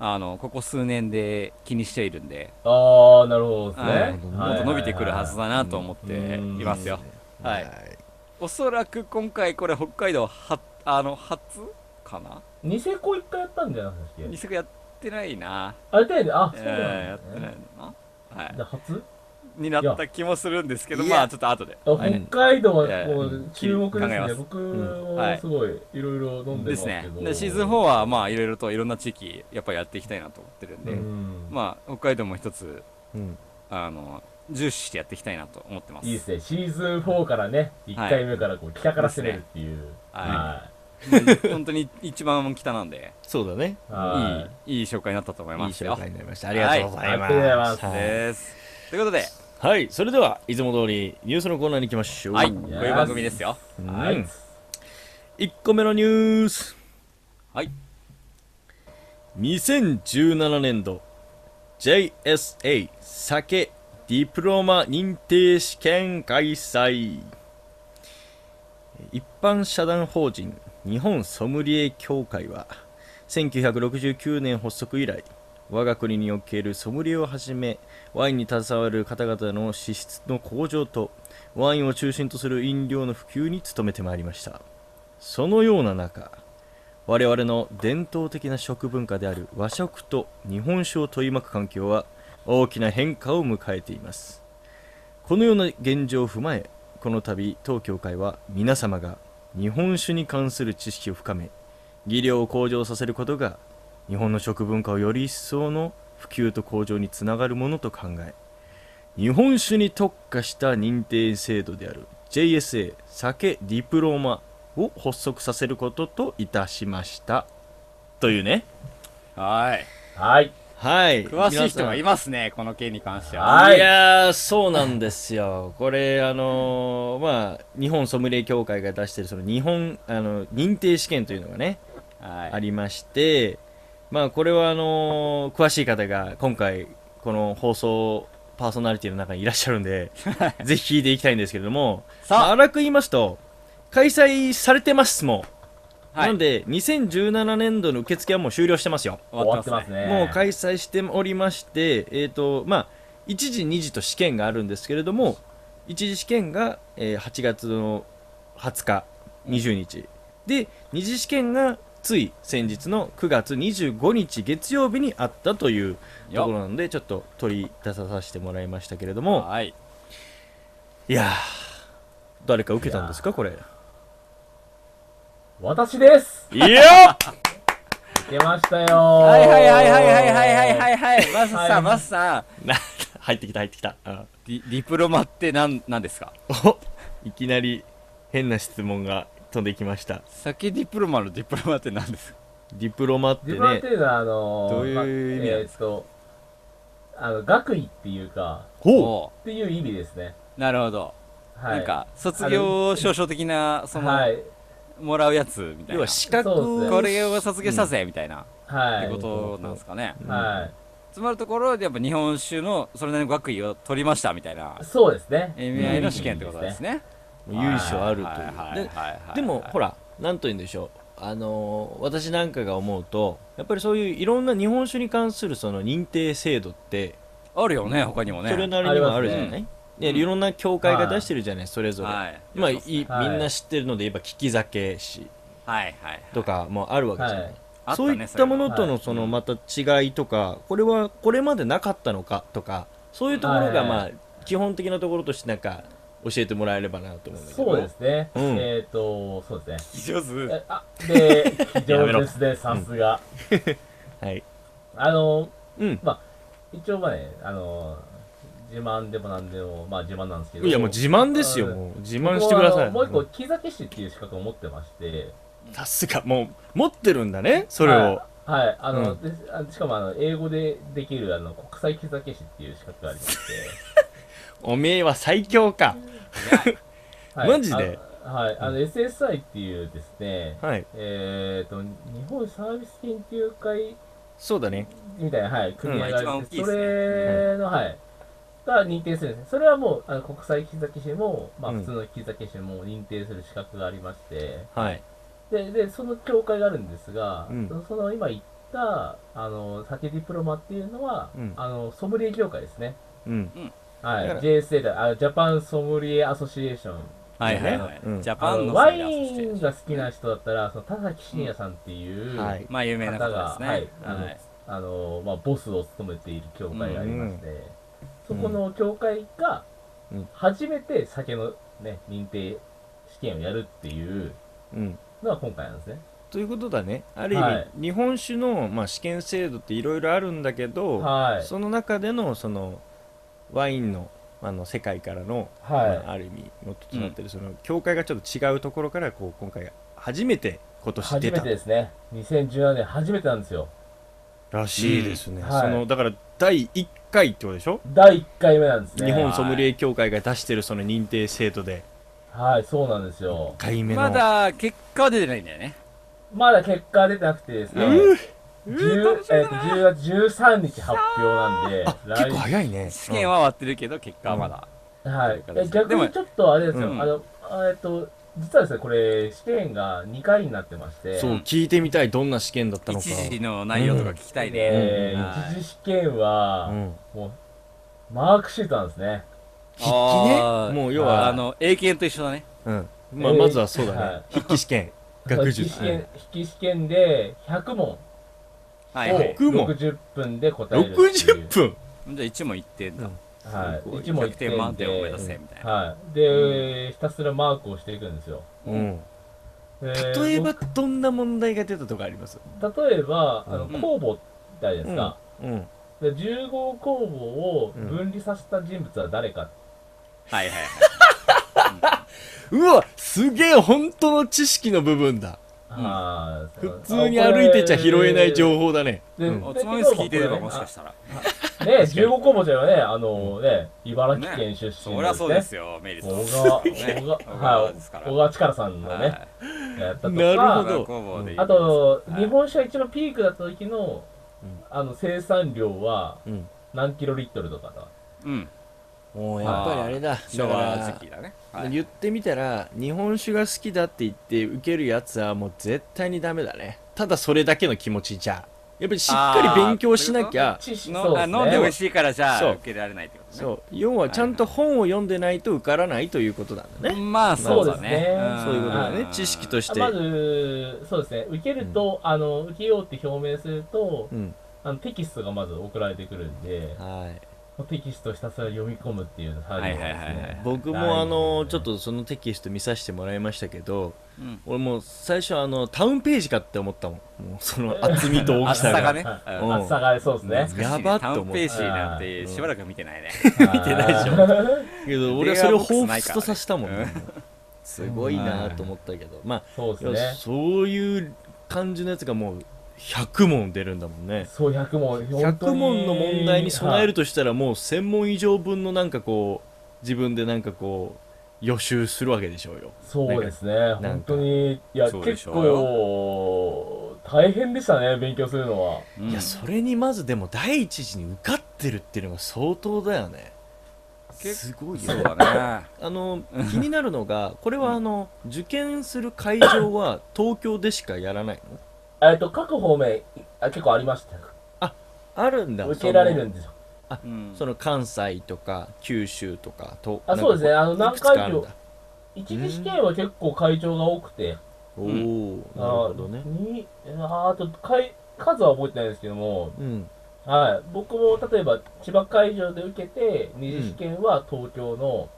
[SPEAKER 4] あの、ここ数年で気にしているんで、
[SPEAKER 2] ああ、なるほどです
[SPEAKER 4] はい
[SPEAKER 2] ね。
[SPEAKER 4] もっと伸びてくるはずだなと思っていますよ。はいおそらく今回これ北海道は、あの、初かな
[SPEAKER 2] ニセコ一回やったんじゃない
[SPEAKER 4] ニ
[SPEAKER 2] ですか
[SPEAKER 4] セコやってないな。
[SPEAKER 2] あれだよね。あ、そうなん
[SPEAKER 4] えーや
[SPEAKER 2] だ
[SPEAKER 4] っ。てないのかなはい
[SPEAKER 2] じ。ゃあ初
[SPEAKER 4] になった気もするんですけど、
[SPEAKER 3] いや
[SPEAKER 4] まあちょっと後で。
[SPEAKER 2] あ
[SPEAKER 3] はい
[SPEAKER 2] 北海道は
[SPEAKER 4] え
[SPEAKER 2] も
[SPEAKER 4] ー
[SPEAKER 2] う注目で
[SPEAKER 4] 考え
[SPEAKER 2] す
[SPEAKER 4] ます
[SPEAKER 2] ね。僕
[SPEAKER 3] ん
[SPEAKER 4] は
[SPEAKER 2] も
[SPEAKER 4] い
[SPEAKER 2] すごいいろいろ飲んで
[SPEAKER 4] で
[SPEAKER 2] ます
[SPEAKER 4] す
[SPEAKER 2] け
[SPEAKER 4] ね
[SPEAKER 2] ど。。
[SPEAKER 4] でシーズン4はまあいろいろといろんな地域、やっぱりやっていきたいなと思ってるんで、
[SPEAKER 2] うん
[SPEAKER 4] まあ北海道も一つ
[SPEAKER 3] うん
[SPEAKER 4] あの重視してやっていきたいなと思ってます。
[SPEAKER 2] いいですね。シーズン4からね、1回目からこう北から攻めるっていう。
[SPEAKER 4] は
[SPEAKER 2] はい
[SPEAKER 4] 本当に一番北なんで、
[SPEAKER 3] そうだね
[SPEAKER 2] はい。
[SPEAKER 4] いいいい紹介になったと思い
[SPEAKER 3] いい
[SPEAKER 4] ますよ。
[SPEAKER 3] 紹介になりましたありがとうございます、
[SPEAKER 2] はいありがとうございます
[SPEAKER 3] はい
[SPEAKER 4] です。ということで、
[SPEAKER 3] はいそれではいつも通りニュースのコーナーに行きましょう
[SPEAKER 4] はい、こ
[SPEAKER 3] う
[SPEAKER 4] ういう番組ですよ。
[SPEAKER 3] ん
[SPEAKER 2] はい。
[SPEAKER 3] 1個目のニュース
[SPEAKER 4] はい
[SPEAKER 3] 2017年度 JSA 酒ディプロマ認定試験開催一般社団法人日本ソムリエ協会は1969年発足以来我が国におけるソムリエをはじめワインに携わる方々の資質の向上とワインを中心とする飲料の普及に努めてまいりましたそのような中我々の伝統的な食文化である和食と日本酒を取り巻く環境は大きな変化を迎えていますこのような現状を踏まえこの度当協会は皆様が日本酒に関する知識を深め技量を向上させることが日本の食文化をより一層の普及と向上につながるものと考え日本酒に特化した認定制度である JSA 酒ディプローマを発足させることといたしましたというね
[SPEAKER 4] はい。
[SPEAKER 2] はい。
[SPEAKER 3] はい
[SPEAKER 4] 詳しい人がい
[SPEAKER 3] 皆
[SPEAKER 4] ますね、この件に関しては。
[SPEAKER 3] さん
[SPEAKER 2] はい
[SPEAKER 3] いやーそうなんですよこれあのーまあ日本ソムリエ協会が出してるその日本あの認定試験というのがね
[SPEAKER 4] はい。
[SPEAKER 3] ありまして、まあ、これはあのー詳しい方が今回この放送パーソナリティの中にいらっしゃる んでぜひ聞いていきたいんですけれどもまあ
[SPEAKER 4] さ
[SPEAKER 3] 荒く言いますと開催されてますもう、
[SPEAKER 4] はい
[SPEAKER 3] なので2017年度の受付はもう終了してますよ、
[SPEAKER 4] あ、
[SPEAKER 2] 終わってます。ね。
[SPEAKER 3] もう開催しておりましてえっ、とまあ1時2時と試験があるんですけれども1次試験が、えー8月の20日20日で二次試験がつい先日の9月25日月曜日にあったというところなのでちょっと取り出させてもらいましたけれども
[SPEAKER 4] はい。
[SPEAKER 3] いやー誰か受けたんですかこれ
[SPEAKER 2] 私です
[SPEAKER 3] いや
[SPEAKER 2] 出ましたよー
[SPEAKER 4] はいはいはいはいはいはいはいはいはい。マス
[SPEAKER 2] は
[SPEAKER 4] さ
[SPEAKER 2] い
[SPEAKER 4] ん、マスさん。
[SPEAKER 3] 入ってきた入ってきた、うん
[SPEAKER 4] ディディプロマってなんなんですか
[SPEAKER 3] おいきなり変な質問が飛んできました
[SPEAKER 4] 酒ディプロマのディプロマって何ですか
[SPEAKER 3] ディプロマって
[SPEAKER 2] 自分っ
[SPEAKER 3] ね
[SPEAKER 2] ていうのは、あのー、
[SPEAKER 3] どういう意味
[SPEAKER 2] ま
[SPEAKER 3] な
[SPEAKER 2] あ
[SPEAKER 3] ん
[SPEAKER 2] え
[SPEAKER 3] で
[SPEAKER 2] ーっと、あの、学位っていうか、
[SPEAKER 3] ほう
[SPEAKER 4] お
[SPEAKER 2] っていう意味ですね。
[SPEAKER 4] うなるほど。
[SPEAKER 2] はい。
[SPEAKER 4] なんか、卒業証書的な、そ
[SPEAKER 2] は
[SPEAKER 4] の、
[SPEAKER 2] い。
[SPEAKER 4] もらうやつみたいな
[SPEAKER 3] 要は。資格
[SPEAKER 2] そうですね
[SPEAKER 4] これを卒業したぜ、みたいな。っ
[SPEAKER 2] はい。
[SPEAKER 4] てことなんですかね。
[SPEAKER 2] は。
[SPEAKER 4] つまるところ、やっぱ日本酒のそれなりの学位を取りましたみたいない
[SPEAKER 2] そうですね。
[SPEAKER 4] 意味合いの試験ってことですね。
[SPEAKER 3] 由緒あるという、ででも、ほ
[SPEAKER 4] ら、
[SPEAKER 3] ら、なんと言うんでしょう。あのー私なんかが思うと、やっぱりそういういろんな日本酒に関するその認定制度って、
[SPEAKER 4] あるよね、他にもね。
[SPEAKER 3] それなりにもあ
[SPEAKER 2] あ
[SPEAKER 3] る
[SPEAKER 2] り
[SPEAKER 3] じ
[SPEAKER 2] ます
[SPEAKER 3] ゃ
[SPEAKER 4] ね
[SPEAKER 3] ない、でいろんな協会が出してるじゃない、それぞれ。
[SPEAKER 4] はい。
[SPEAKER 3] まあ、い
[SPEAKER 4] い。
[SPEAKER 2] はい
[SPEAKER 3] みんな知ってるので言えば、利き酒師
[SPEAKER 4] はい、はい。
[SPEAKER 3] とかもあるわけじゃない、
[SPEAKER 2] はい
[SPEAKER 4] あた
[SPEAKER 3] そう
[SPEAKER 4] ね
[SPEAKER 3] いったものと
[SPEAKER 2] は
[SPEAKER 3] のそのまた違いとか、これはこれまでなかったのかとか、そういうところが
[SPEAKER 2] はい
[SPEAKER 3] まあ、基本的なところとしてなんか教えてもらえればなと思うんだけど。
[SPEAKER 2] そうですね。
[SPEAKER 3] うん
[SPEAKER 2] えーっと、そうですね。
[SPEAKER 4] それは上手。
[SPEAKER 2] えあ、 で、非
[SPEAKER 3] やめ
[SPEAKER 2] 常
[SPEAKER 3] ろ
[SPEAKER 2] ですね、さすが。
[SPEAKER 3] はい。
[SPEAKER 2] あの、
[SPEAKER 3] うん。
[SPEAKER 2] 一応まあね、あの、自慢でもなんでも、まあ自慢なんですけど。
[SPEAKER 3] いやもう自慢ですよ、
[SPEAKER 2] あの
[SPEAKER 3] もう自慢してください。
[SPEAKER 2] 僕はあのもう一個、木崎市っていう資格を持ってまして、
[SPEAKER 3] さすが、もう持ってるんだね、それを。
[SPEAKER 2] はい、はいあの、であしかもあの英語でできるあの国際木崎市っていう資格があ りまして、
[SPEAKER 3] おめえは最強か。
[SPEAKER 2] はい、
[SPEAKER 3] マジで
[SPEAKER 2] あのはい、あの SSI っていうですね、
[SPEAKER 3] はい、
[SPEAKER 2] えっ、と、日本サービス研究会
[SPEAKER 3] そうだね。
[SPEAKER 2] みたいな、はい、組合があ
[SPEAKER 4] 一番
[SPEAKER 2] る
[SPEAKER 4] 大
[SPEAKER 2] ん
[SPEAKER 4] き
[SPEAKER 2] で、
[SPEAKER 4] いですすね
[SPEAKER 2] それの、はい、が認定するんですね。それはもう、あの国際木崎市も、まあ
[SPEAKER 3] うん
[SPEAKER 2] 普通の木崎市も認定する資格がありまして、
[SPEAKER 3] はい。
[SPEAKER 2] で、で、その協会があるんですが、
[SPEAKER 3] うん
[SPEAKER 2] そのその今言った、あの、酒ディプロマっていうのは、
[SPEAKER 3] うん
[SPEAKER 2] あの、ソムリエ協会ですね。
[SPEAKER 3] うん。
[SPEAKER 2] はい
[SPEAKER 3] だから
[SPEAKER 2] JSA だ、あのジャパンソムリエアソシエーション。
[SPEAKER 4] はい、はい、はい
[SPEAKER 3] うん。
[SPEAKER 4] ジャパ
[SPEAKER 2] あ
[SPEAKER 4] ンの
[SPEAKER 2] のワインが好きな人だったら、その田崎真也さんっていう方が、
[SPEAKER 3] はい。
[SPEAKER 4] まあ、有名な方ですね。
[SPEAKER 2] はい、あの、
[SPEAKER 4] はい。
[SPEAKER 2] あのまあ、ボスを務めている協会がありまして、そこの協会が
[SPEAKER 3] うん
[SPEAKER 2] 初めて酒の、ね、認定試験をやるっていう
[SPEAKER 3] うん。
[SPEAKER 2] のが今回なんですね。
[SPEAKER 3] ということだね。ある意味、
[SPEAKER 2] はい
[SPEAKER 3] 日本酒の、まあ、試験制度っていろいろあるんだけど、
[SPEAKER 2] はい。
[SPEAKER 3] その中での、その、ワインの、あの、世界からの、まあ、
[SPEAKER 2] は
[SPEAKER 3] ある意味、元となってる、その、教会がちょっと違うところから、こう、今回、初めて、今
[SPEAKER 2] い。
[SPEAKER 3] 年
[SPEAKER 2] 初
[SPEAKER 3] 出
[SPEAKER 2] め
[SPEAKER 3] た
[SPEAKER 2] てですね。2017年初めてなんですよ。
[SPEAKER 3] らしいですね。
[SPEAKER 2] はい
[SPEAKER 3] その、だから、第1回ってことでしょ
[SPEAKER 2] 第1回目なんですね。
[SPEAKER 3] 日本ソムリエ協会が出してるその認定制度で
[SPEAKER 2] はい、そうなんですよ
[SPEAKER 3] 1。回目の
[SPEAKER 4] まだ結果は出てないんだよね。
[SPEAKER 2] まだ結果は出てなくてですね。10, えっと10月13日発表なんで、
[SPEAKER 3] 結構早いね
[SPEAKER 4] 試験は終わってるけど、結果はまだ。
[SPEAKER 2] はい
[SPEAKER 4] という。形
[SPEAKER 2] え
[SPEAKER 4] で
[SPEAKER 2] 逆
[SPEAKER 4] でも
[SPEAKER 2] にちょっとあれですよ、
[SPEAKER 4] うん
[SPEAKER 2] あの、あえっと、実はですね、これ、試験が2回になってまして、
[SPEAKER 3] そう、聞いてみたい、どんな試験だったのか。
[SPEAKER 4] 一時の内容とか聞きたいね。
[SPEAKER 2] え
[SPEAKER 4] うん
[SPEAKER 2] ー一次試験は
[SPEAKER 3] う、ん。
[SPEAKER 2] もう、マークシートなんですね。
[SPEAKER 4] 筆記ね
[SPEAKER 3] もう、要
[SPEAKER 4] あ
[SPEAKER 3] は、
[SPEAKER 4] の、英検と一緒だね。
[SPEAKER 3] うん。まあ、
[SPEAKER 2] えー
[SPEAKER 3] まずはそう
[SPEAKER 2] は
[SPEAKER 3] だね
[SPEAKER 2] い。
[SPEAKER 3] 筆記試験、学術。
[SPEAKER 2] 筆記試験筆記試験で100問を
[SPEAKER 4] はいはい。
[SPEAKER 3] 100問
[SPEAKER 2] 60分で答えるっていう。
[SPEAKER 3] 60分
[SPEAKER 4] じゃあ一問一点だ。
[SPEAKER 2] はい。1問
[SPEAKER 4] 100
[SPEAKER 2] 1
[SPEAKER 4] 点満点を目指
[SPEAKER 2] す。
[SPEAKER 4] せ、みたいな。
[SPEAKER 2] はい。で、ひたすらマークをしていくんですよ。
[SPEAKER 3] うん。
[SPEAKER 2] 例
[SPEAKER 3] 例えば、どんな問題が出たとかあります
[SPEAKER 2] 例えば、あの、
[SPEAKER 4] うん
[SPEAKER 2] 公募ってあるじゃないですか。
[SPEAKER 3] うん。
[SPEAKER 2] で10号公募を分離させた人物は誰か、
[SPEAKER 4] はいはいは
[SPEAKER 3] うわすげえ本当の知識の部分だ
[SPEAKER 2] あー
[SPEAKER 3] 普通に歩いてちゃ拾えない情報だね
[SPEAKER 2] で
[SPEAKER 3] う
[SPEAKER 4] い。
[SPEAKER 3] ん
[SPEAKER 4] おつまみです聞いてればもしかしたら。
[SPEAKER 2] たらね15公募じゃよねあのね茨城県出身ですね
[SPEAKER 4] そりゃそうですよ、メリット。
[SPEAKER 2] 小川
[SPEAKER 4] ね
[SPEAKER 2] 小
[SPEAKER 4] 小
[SPEAKER 2] 川は
[SPEAKER 4] 川
[SPEAKER 2] い
[SPEAKER 4] ですから
[SPEAKER 2] 小川力さんのね、
[SPEAKER 4] はい
[SPEAKER 2] やったとか
[SPEAKER 3] な
[SPEAKER 4] 小
[SPEAKER 3] るほど
[SPEAKER 4] 川工房でいい
[SPEAKER 2] あと、
[SPEAKER 4] はい
[SPEAKER 2] 日本酒が一番ピークだった時の、
[SPEAKER 3] うん
[SPEAKER 2] あの生産量は
[SPEAKER 3] うん
[SPEAKER 2] 何キロリットルとかだ
[SPEAKER 4] うん。
[SPEAKER 3] もうやっぱりあれだだ
[SPEAKER 4] 昭和時
[SPEAKER 3] か
[SPEAKER 4] 期だね。は
[SPEAKER 3] ら
[SPEAKER 4] い
[SPEAKER 3] 言ってみたら日本酒が好きだって言って受けるやつはもう絶対にダメだねただそれだけの気持ちじゃやっぱりしっかり勉強しなきゃ
[SPEAKER 2] 知識
[SPEAKER 4] の
[SPEAKER 2] そうで
[SPEAKER 4] あ
[SPEAKER 2] すね
[SPEAKER 4] 飲んで美味しいからじゃ
[SPEAKER 3] そ
[SPEAKER 4] あ
[SPEAKER 3] う
[SPEAKER 4] 受けられないってことね。
[SPEAKER 3] そう要はちゃんと本を読んでないと受からないということなんだね
[SPEAKER 4] まあそうだね。
[SPEAKER 3] そういうことだね
[SPEAKER 4] ん
[SPEAKER 3] 知識とし
[SPEAKER 2] あ
[SPEAKER 3] て
[SPEAKER 2] まずそうですね受けると、あの受けようって表明すると、
[SPEAKER 3] うん
[SPEAKER 2] あのテキストがまず送られてくるんで、
[SPEAKER 3] はい
[SPEAKER 2] テキストをひたすら読み込むっていうのが
[SPEAKER 4] はい
[SPEAKER 2] 最
[SPEAKER 4] はい
[SPEAKER 2] 後
[SPEAKER 4] はい
[SPEAKER 2] で
[SPEAKER 4] は
[SPEAKER 2] すね
[SPEAKER 4] い。
[SPEAKER 3] 僕
[SPEAKER 2] ない
[SPEAKER 3] もあの
[SPEAKER 2] ね
[SPEAKER 3] ちょっとそのテキスト見させてもらいましたけど
[SPEAKER 4] うん
[SPEAKER 3] 俺もう最初あのタウンページかって思ったもんもうその厚みと大き
[SPEAKER 4] 厚
[SPEAKER 3] さ
[SPEAKER 4] さが
[SPEAKER 3] が
[SPEAKER 4] ね。
[SPEAKER 3] うん
[SPEAKER 4] うん
[SPEAKER 2] 厚さがそう
[SPEAKER 3] うん
[SPEAKER 2] ですね。
[SPEAKER 3] や
[SPEAKER 4] 懐
[SPEAKER 3] ば
[SPEAKER 4] かしいねタ
[SPEAKER 3] っと
[SPEAKER 4] ウン
[SPEAKER 3] 思っ
[SPEAKER 4] ペー
[SPEAKER 3] た
[SPEAKER 4] ジなんてしばらく見てないね。
[SPEAKER 2] 見てないでしょ。
[SPEAKER 3] けど俺はそれを彷彿とさせたもんねすごいなと思ったけどま
[SPEAKER 2] そう
[SPEAKER 3] あ
[SPEAKER 2] ですね。
[SPEAKER 3] そういう感じのやつがもう100問出るんだもんね
[SPEAKER 2] そう、100問。本当
[SPEAKER 3] 100問の問題に備える
[SPEAKER 2] は
[SPEAKER 3] としたらもう1000問以上分のなんかこう自分でなんかこう予習するわけでしょうよ
[SPEAKER 2] いそうですね。
[SPEAKER 3] か
[SPEAKER 2] 本当に、いや、
[SPEAKER 4] そうでし
[SPEAKER 2] 結
[SPEAKER 4] ょう
[SPEAKER 2] 構、大変でしたね、勉強するのは。
[SPEAKER 4] うん
[SPEAKER 3] いやそれにまずでも第一次に受かってるっていうのが相当だよねすごいよ
[SPEAKER 4] そうだね。
[SPEAKER 3] あの気になるのがこれはあの受験する会場 は東京でしかやらないの
[SPEAKER 2] えっと、各方面、あ結構ありました。
[SPEAKER 3] あるんだ
[SPEAKER 2] 受けられるんですよ。
[SPEAKER 4] うん
[SPEAKER 3] そのその関西とか九州とかと
[SPEAKER 2] あ、そうですね。あの、
[SPEAKER 3] なん
[SPEAKER 2] 何
[SPEAKER 3] かこういくつかある
[SPEAKER 2] 回
[SPEAKER 3] ん
[SPEAKER 2] も
[SPEAKER 3] だ、
[SPEAKER 2] 一次試験は結構会長が多くて、
[SPEAKER 3] おお
[SPEAKER 4] ん
[SPEAKER 3] なるほどね
[SPEAKER 2] あにああと会、数は覚えてないですけども、
[SPEAKER 3] うん
[SPEAKER 2] はい、僕も例えば千葉会場で受けて、二次試験は東京の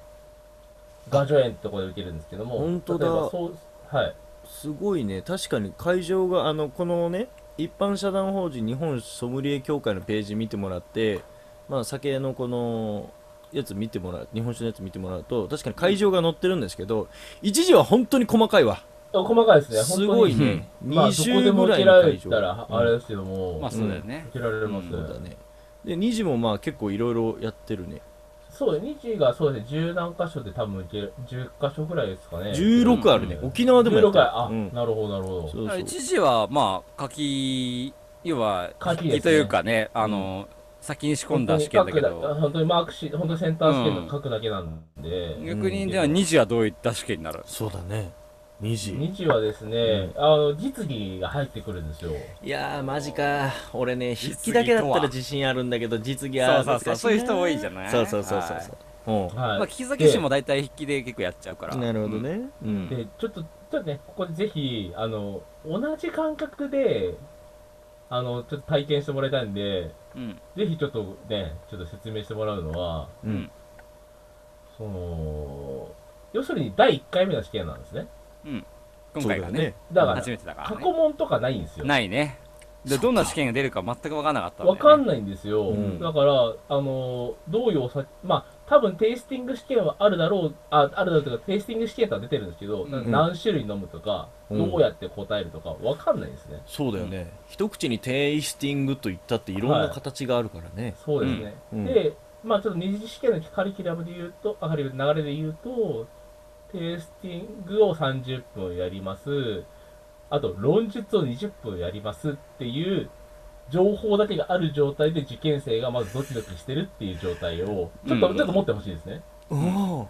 [SPEAKER 2] 雅女園ってところで受けるんですけども、
[SPEAKER 3] 本当だ
[SPEAKER 2] 例えばそうはい、
[SPEAKER 3] すごいね確かに会場があのこのね一般社団法人日本ソムリエ協会のページ見てもらってまあ酒のこのやつ見てもらう日本酒のやつ見てもらうと確かに会場が載ってるんですけど一時は本当に細かいわ
[SPEAKER 2] 細かいですね、
[SPEAKER 3] すごい
[SPEAKER 2] 本
[SPEAKER 3] ね
[SPEAKER 2] 当にまあ、どこで
[SPEAKER 3] 20
[SPEAKER 2] も
[SPEAKER 3] ぐ
[SPEAKER 2] 受
[SPEAKER 3] ら
[SPEAKER 2] け
[SPEAKER 3] いの
[SPEAKER 2] られ
[SPEAKER 3] 会場
[SPEAKER 2] たら、あれですけども、
[SPEAKER 4] まあそうだよね。
[SPEAKER 2] 受けられます、
[SPEAKER 3] そうだねで2時もまあ結構いろいろやってるね
[SPEAKER 2] そう、2次がそうですね、10何箇所で多分受ける、10箇所ぐらいですかね、
[SPEAKER 3] 16あるね、
[SPEAKER 4] うん
[SPEAKER 3] 沖縄でもやっ
[SPEAKER 2] 16
[SPEAKER 3] てる
[SPEAKER 2] 回、あ、
[SPEAKER 3] うん
[SPEAKER 2] なるほど、なるほど。
[SPEAKER 3] そうそう
[SPEAKER 4] 一時はまあ書き要は
[SPEAKER 2] 書きですね
[SPEAKER 4] というかねあの先に仕込んだ試験だけ
[SPEAKER 2] 本当に書く
[SPEAKER 4] ど
[SPEAKER 2] だ本当にマークシート、本当にセンター試験の書くだけなんで、
[SPEAKER 4] 逆にでは2時はどういった試験になる
[SPEAKER 3] そうだね2時
[SPEAKER 2] 2次はですね、あの実技が入ってくるんですよ。
[SPEAKER 3] いやーマジか俺ね筆
[SPEAKER 4] 実
[SPEAKER 3] 記
[SPEAKER 4] 技
[SPEAKER 3] だけだっ
[SPEAKER 4] と
[SPEAKER 3] た
[SPEAKER 4] は
[SPEAKER 3] ら自信あるんだけど実技
[SPEAKER 4] そ
[SPEAKER 3] は
[SPEAKER 4] うそうそう
[SPEAKER 3] 難し
[SPEAKER 4] そういう人多いじ
[SPEAKER 3] ゃ
[SPEAKER 4] ゃない
[SPEAKER 3] そうそうそうそうそう
[SPEAKER 2] はい。
[SPEAKER 4] まあ、聞き酒師も大体筆記で結構やっちゃうから
[SPEAKER 3] うんなるほどねう
[SPEAKER 4] うん
[SPEAKER 3] ん
[SPEAKER 2] で、ちょっと、ちょっとね、ここでぜひ、あの、同じ感覚で、あの、ちょっと体験してもらいたいんで、
[SPEAKER 4] うん
[SPEAKER 2] ぜひちょっとね、ちょっと説明してもらうのは、
[SPEAKER 3] うん
[SPEAKER 2] その、要するに第1回目の試験なんですね。
[SPEAKER 4] 今回がね
[SPEAKER 2] だから、
[SPEAKER 4] 初めてだから、
[SPEAKER 2] 過
[SPEAKER 4] ね
[SPEAKER 2] 去、問とかないんですよ。
[SPEAKER 4] ないねでどんな試験が出るか全く分からなかった
[SPEAKER 2] わかん
[SPEAKER 4] ない
[SPEAKER 2] ないんですよ。
[SPEAKER 3] うん
[SPEAKER 2] だから、あの、どういうお酒、まあ、多分テイスティング試験はあるだろう、ああるだろうというか、テイスティング試験とは出てるんですけど、
[SPEAKER 4] うん
[SPEAKER 2] 何種類飲むとか、
[SPEAKER 3] うん
[SPEAKER 2] どうやって答えるとか、わかんないですね。
[SPEAKER 3] そうだよね一口にテイスティングと言ったっていろんな形があるからね
[SPEAKER 2] そうですね。
[SPEAKER 3] うん
[SPEAKER 2] で、まあちょっと二次試験のカリキュラムで言うと、あカリキュラムの流れで言うと、テイスティングを30分やります。あと、論述を20分やりますっていう、情報だけがある状態で受験生がまずドキドキしてるっていう状態を、ちょっと、
[SPEAKER 4] うん
[SPEAKER 2] ちょっと持ってほしいですね。
[SPEAKER 3] おお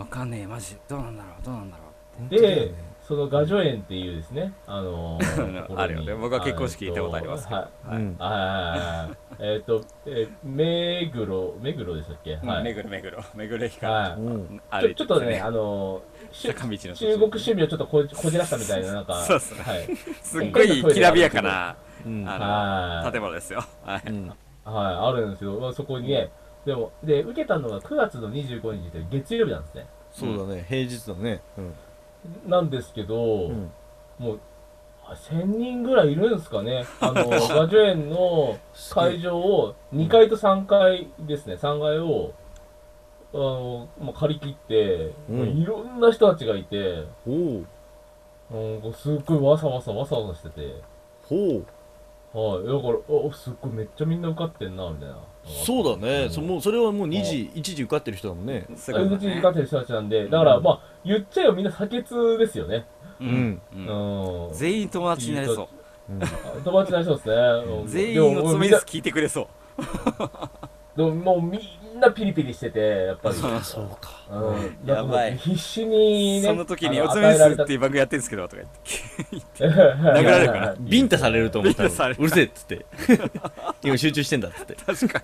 [SPEAKER 4] わかんねえマジどうなんだろうどうなんだろう
[SPEAKER 2] で、その画助園っていうですね、あの
[SPEAKER 4] あるよね僕は結婚式行ったことありますけど
[SPEAKER 2] ど。はい
[SPEAKER 3] うん
[SPEAKER 2] ああ、えっと、えー、目黒、目黒でしたっけ、は
[SPEAKER 4] うん目
[SPEAKER 2] い。
[SPEAKER 4] 黒目黒 目黒駅から
[SPEAKER 2] は
[SPEAKER 3] うん
[SPEAKER 2] い。
[SPEAKER 4] 歩
[SPEAKER 2] ち
[SPEAKER 4] い
[SPEAKER 2] ょ
[SPEAKER 4] て
[SPEAKER 2] ちょっとね、あの、しゅ
[SPEAKER 4] 坂道の 途中
[SPEAKER 2] 中国趣味をちょっとこじこじらしたみたいな、なんか、
[SPEAKER 4] そうっすね
[SPEAKER 2] はい。
[SPEAKER 4] すっごいきらびやかな
[SPEAKER 3] うん
[SPEAKER 4] あの
[SPEAKER 2] はい
[SPEAKER 4] 建物ですよはい
[SPEAKER 3] うん
[SPEAKER 2] はい、あるんですよ。まあ、そこにね、でも、で、受けたのが9月の25日で月曜日なんですね。
[SPEAKER 3] そうだね平日だねうん
[SPEAKER 2] なんですけど、
[SPEAKER 3] うん
[SPEAKER 2] もう、あ1000人ぐらいいるんですかね。あ の、ガジュエンの会場を2階と3階ですね、3階を、あの、もう借り切って、
[SPEAKER 3] うん
[SPEAKER 2] もういろんな人たちがいて、
[SPEAKER 3] おお
[SPEAKER 2] うん、こうすっごいわさわさわさわさしてて、
[SPEAKER 3] ほう
[SPEAKER 2] はい、だから、おすっごいめっちゃみんな受かってんな、みたいな。
[SPEAKER 3] そうだねそ
[SPEAKER 2] ん
[SPEAKER 3] もうそれはもう2時1時受かってる人だもんね
[SPEAKER 4] すご
[SPEAKER 2] あ
[SPEAKER 4] い
[SPEAKER 2] いうちに受かってる人たちなんで、だから、まあ、言っちゃえばみんな酒通ですよね。
[SPEAKER 4] う
[SPEAKER 3] うんん
[SPEAKER 4] う
[SPEAKER 2] うんん。
[SPEAKER 4] 全員友達になれそ
[SPEAKER 2] 友達になりそうですね。う
[SPEAKER 4] うん全
[SPEAKER 2] でも
[SPEAKER 4] 員おつめ
[SPEAKER 2] みん
[SPEAKER 4] で
[SPEAKER 2] な
[SPEAKER 4] す聞いてくれそう
[SPEAKER 2] でももうみんなピリピリしてて、やっぱり。
[SPEAKER 3] そうか
[SPEAKER 2] うん、
[SPEAKER 4] やばい
[SPEAKER 2] なんかもう必死にね。
[SPEAKER 4] その時に
[SPEAKER 2] あ
[SPEAKER 4] お
[SPEAKER 2] の
[SPEAKER 4] つめで
[SPEAKER 2] 与えられ
[SPEAKER 4] す
[SPEAKER 2] た
[SPEAKER 4] っていう番組やってるんですけどとか言って
[SPEAKER 2] 殴
[SPEAKER 4] られるから
[SPEAKER 3] ビンタされると思った
[SPEAKER 4] ビンタされ
[SPEAKER 3] うるせえっつって 今集中してんだっつって
[SPEAKER 4] 確か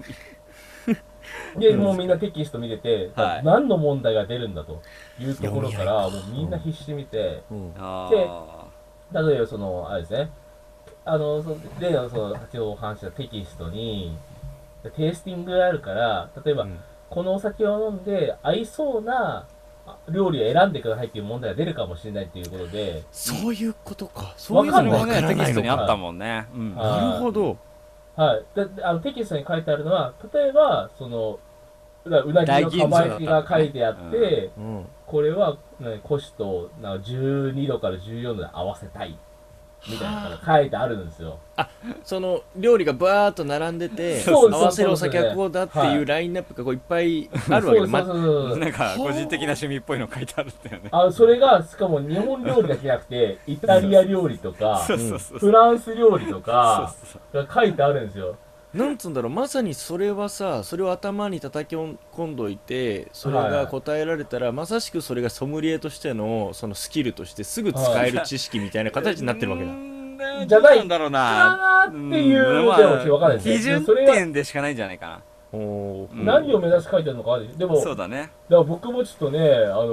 [SPEAKER 4] に
[SPEAKER 2] で、もうみんなテキスト見てて、
[SPEAKER 4] はい
[SPEAKER 2] 何の問題が出るんだというところから、もうみんな必死に見て、
[SPEAKER 3] うん
[SPEAKER 4] あ
[SPEAKER 2] 例えばその、あれですね、あの、その例のその、先ほどお話ししたテキストに、テイスティングがあるから、例えば、
[SPEAKER 3] うん
[SPEAKER 2] このお酒を飲んで合いそうなあ料理を選んでくださいっていう問題が出るかもしれないっていうことで、
[SPEAKER 3] そういうことかそ
[SPEAKER 2] わ
[SPEAKER 3] ういう
[SPEAKER 4] あ
[SPEAKER 2] か
[SPEAKER 4] そ
[SPEAKER 2] る
[SPEAKER 4] れ
[SPEAKER 3] の
[SPEAKER 4] も
[SPEAKER 3] わ
[SPEAKER 4] ね
[SPEAKER 3] から
[SPEAKER 4] テキ
[SPEAKER 3] ない
[SPEAKER 4] スト
[SPEAKER 3] の
[SPEAKER 4] に
[SPEAKER 3] か
[SPEAKER 4] あったもんねうん
[SPEAKER 2] あ
[SPEAKER 3] なるほど
[SPEAKER 2] はい、でであのテキストに書いてあるのは、例えば、その、うなうなぎの釜焼きが書いてあって、
[SPEAKER 4] 大吟醸だった
[SPEAKER 3] うん
[SPEAKER 2] これは、ね、腰となんか12度から14度で合わせたい、みたいなのが書いてあるんですよ。
[SPEAKER 3] その料理がバーっと並んでて
[SPEAKER 2] そ
[SPEAKER 3] 合
[SPEAKER 2] うそう
[SPEAKER 3] わせるお酒はこうだって
[SPEAKER 2] はいいう
[SPEAKER 3] ラインナップがこういっぱいあるわけで
[SPEAKER 2] そうそう
[SPEAKER 3] ま
[SPEAKER 2] そうそう
[SPEAKER 4] なんか個人的な趣味っぽいの書いてあるんだよね
[SPEAKER 2] あそれが、しかも日本料理だけじゃなくて、イタリア料理とか
[SPEAKER 4] そ、うそうそうそう
[SPEAKER 2] フランス料理とか
[SPEAKER 4] そうそう
[SPEAKER 2] が書いてあるんですよ。
[SPEAKER 3] なんつうんだろうまさにそれはさそれを頭に叩き込んどいてそれが答えられたら、まさしくそれがソムリエとしてのそのスキルとしてすぐ使える知識みたいな形になってるわけだ、
[SPEAKER 4] だ
[SPEAKER 2] じゃない
[SPEAKER 4] んだろうな
[SPEAKER 2] あーっていう
[SPEAKER 4] うんま
[SPEAKER 2] の
[SPEAKER 4] あ
[SPEAKER 2] でもわかんないで
[SPEAKER 4] 基
[SPEAKER 2] すね。
[SPEAKER 4] 準
[SPEAKER 2] それが
[SPEAKER 4] 点でしかないんじゃないか
[SPEAKER 3] おー
[SPEAKER 4] うん
[SPEAKER 2] 何を目指して書いてあるのかはでも、
[SPEAKER 4] な
[SPEAKER 2] だ
[SPEAKER 4] そう
[SPEAKER 2] か
[SPEAKER 4] だね
[SPEAKER 2] ら僕もちょっとね、あの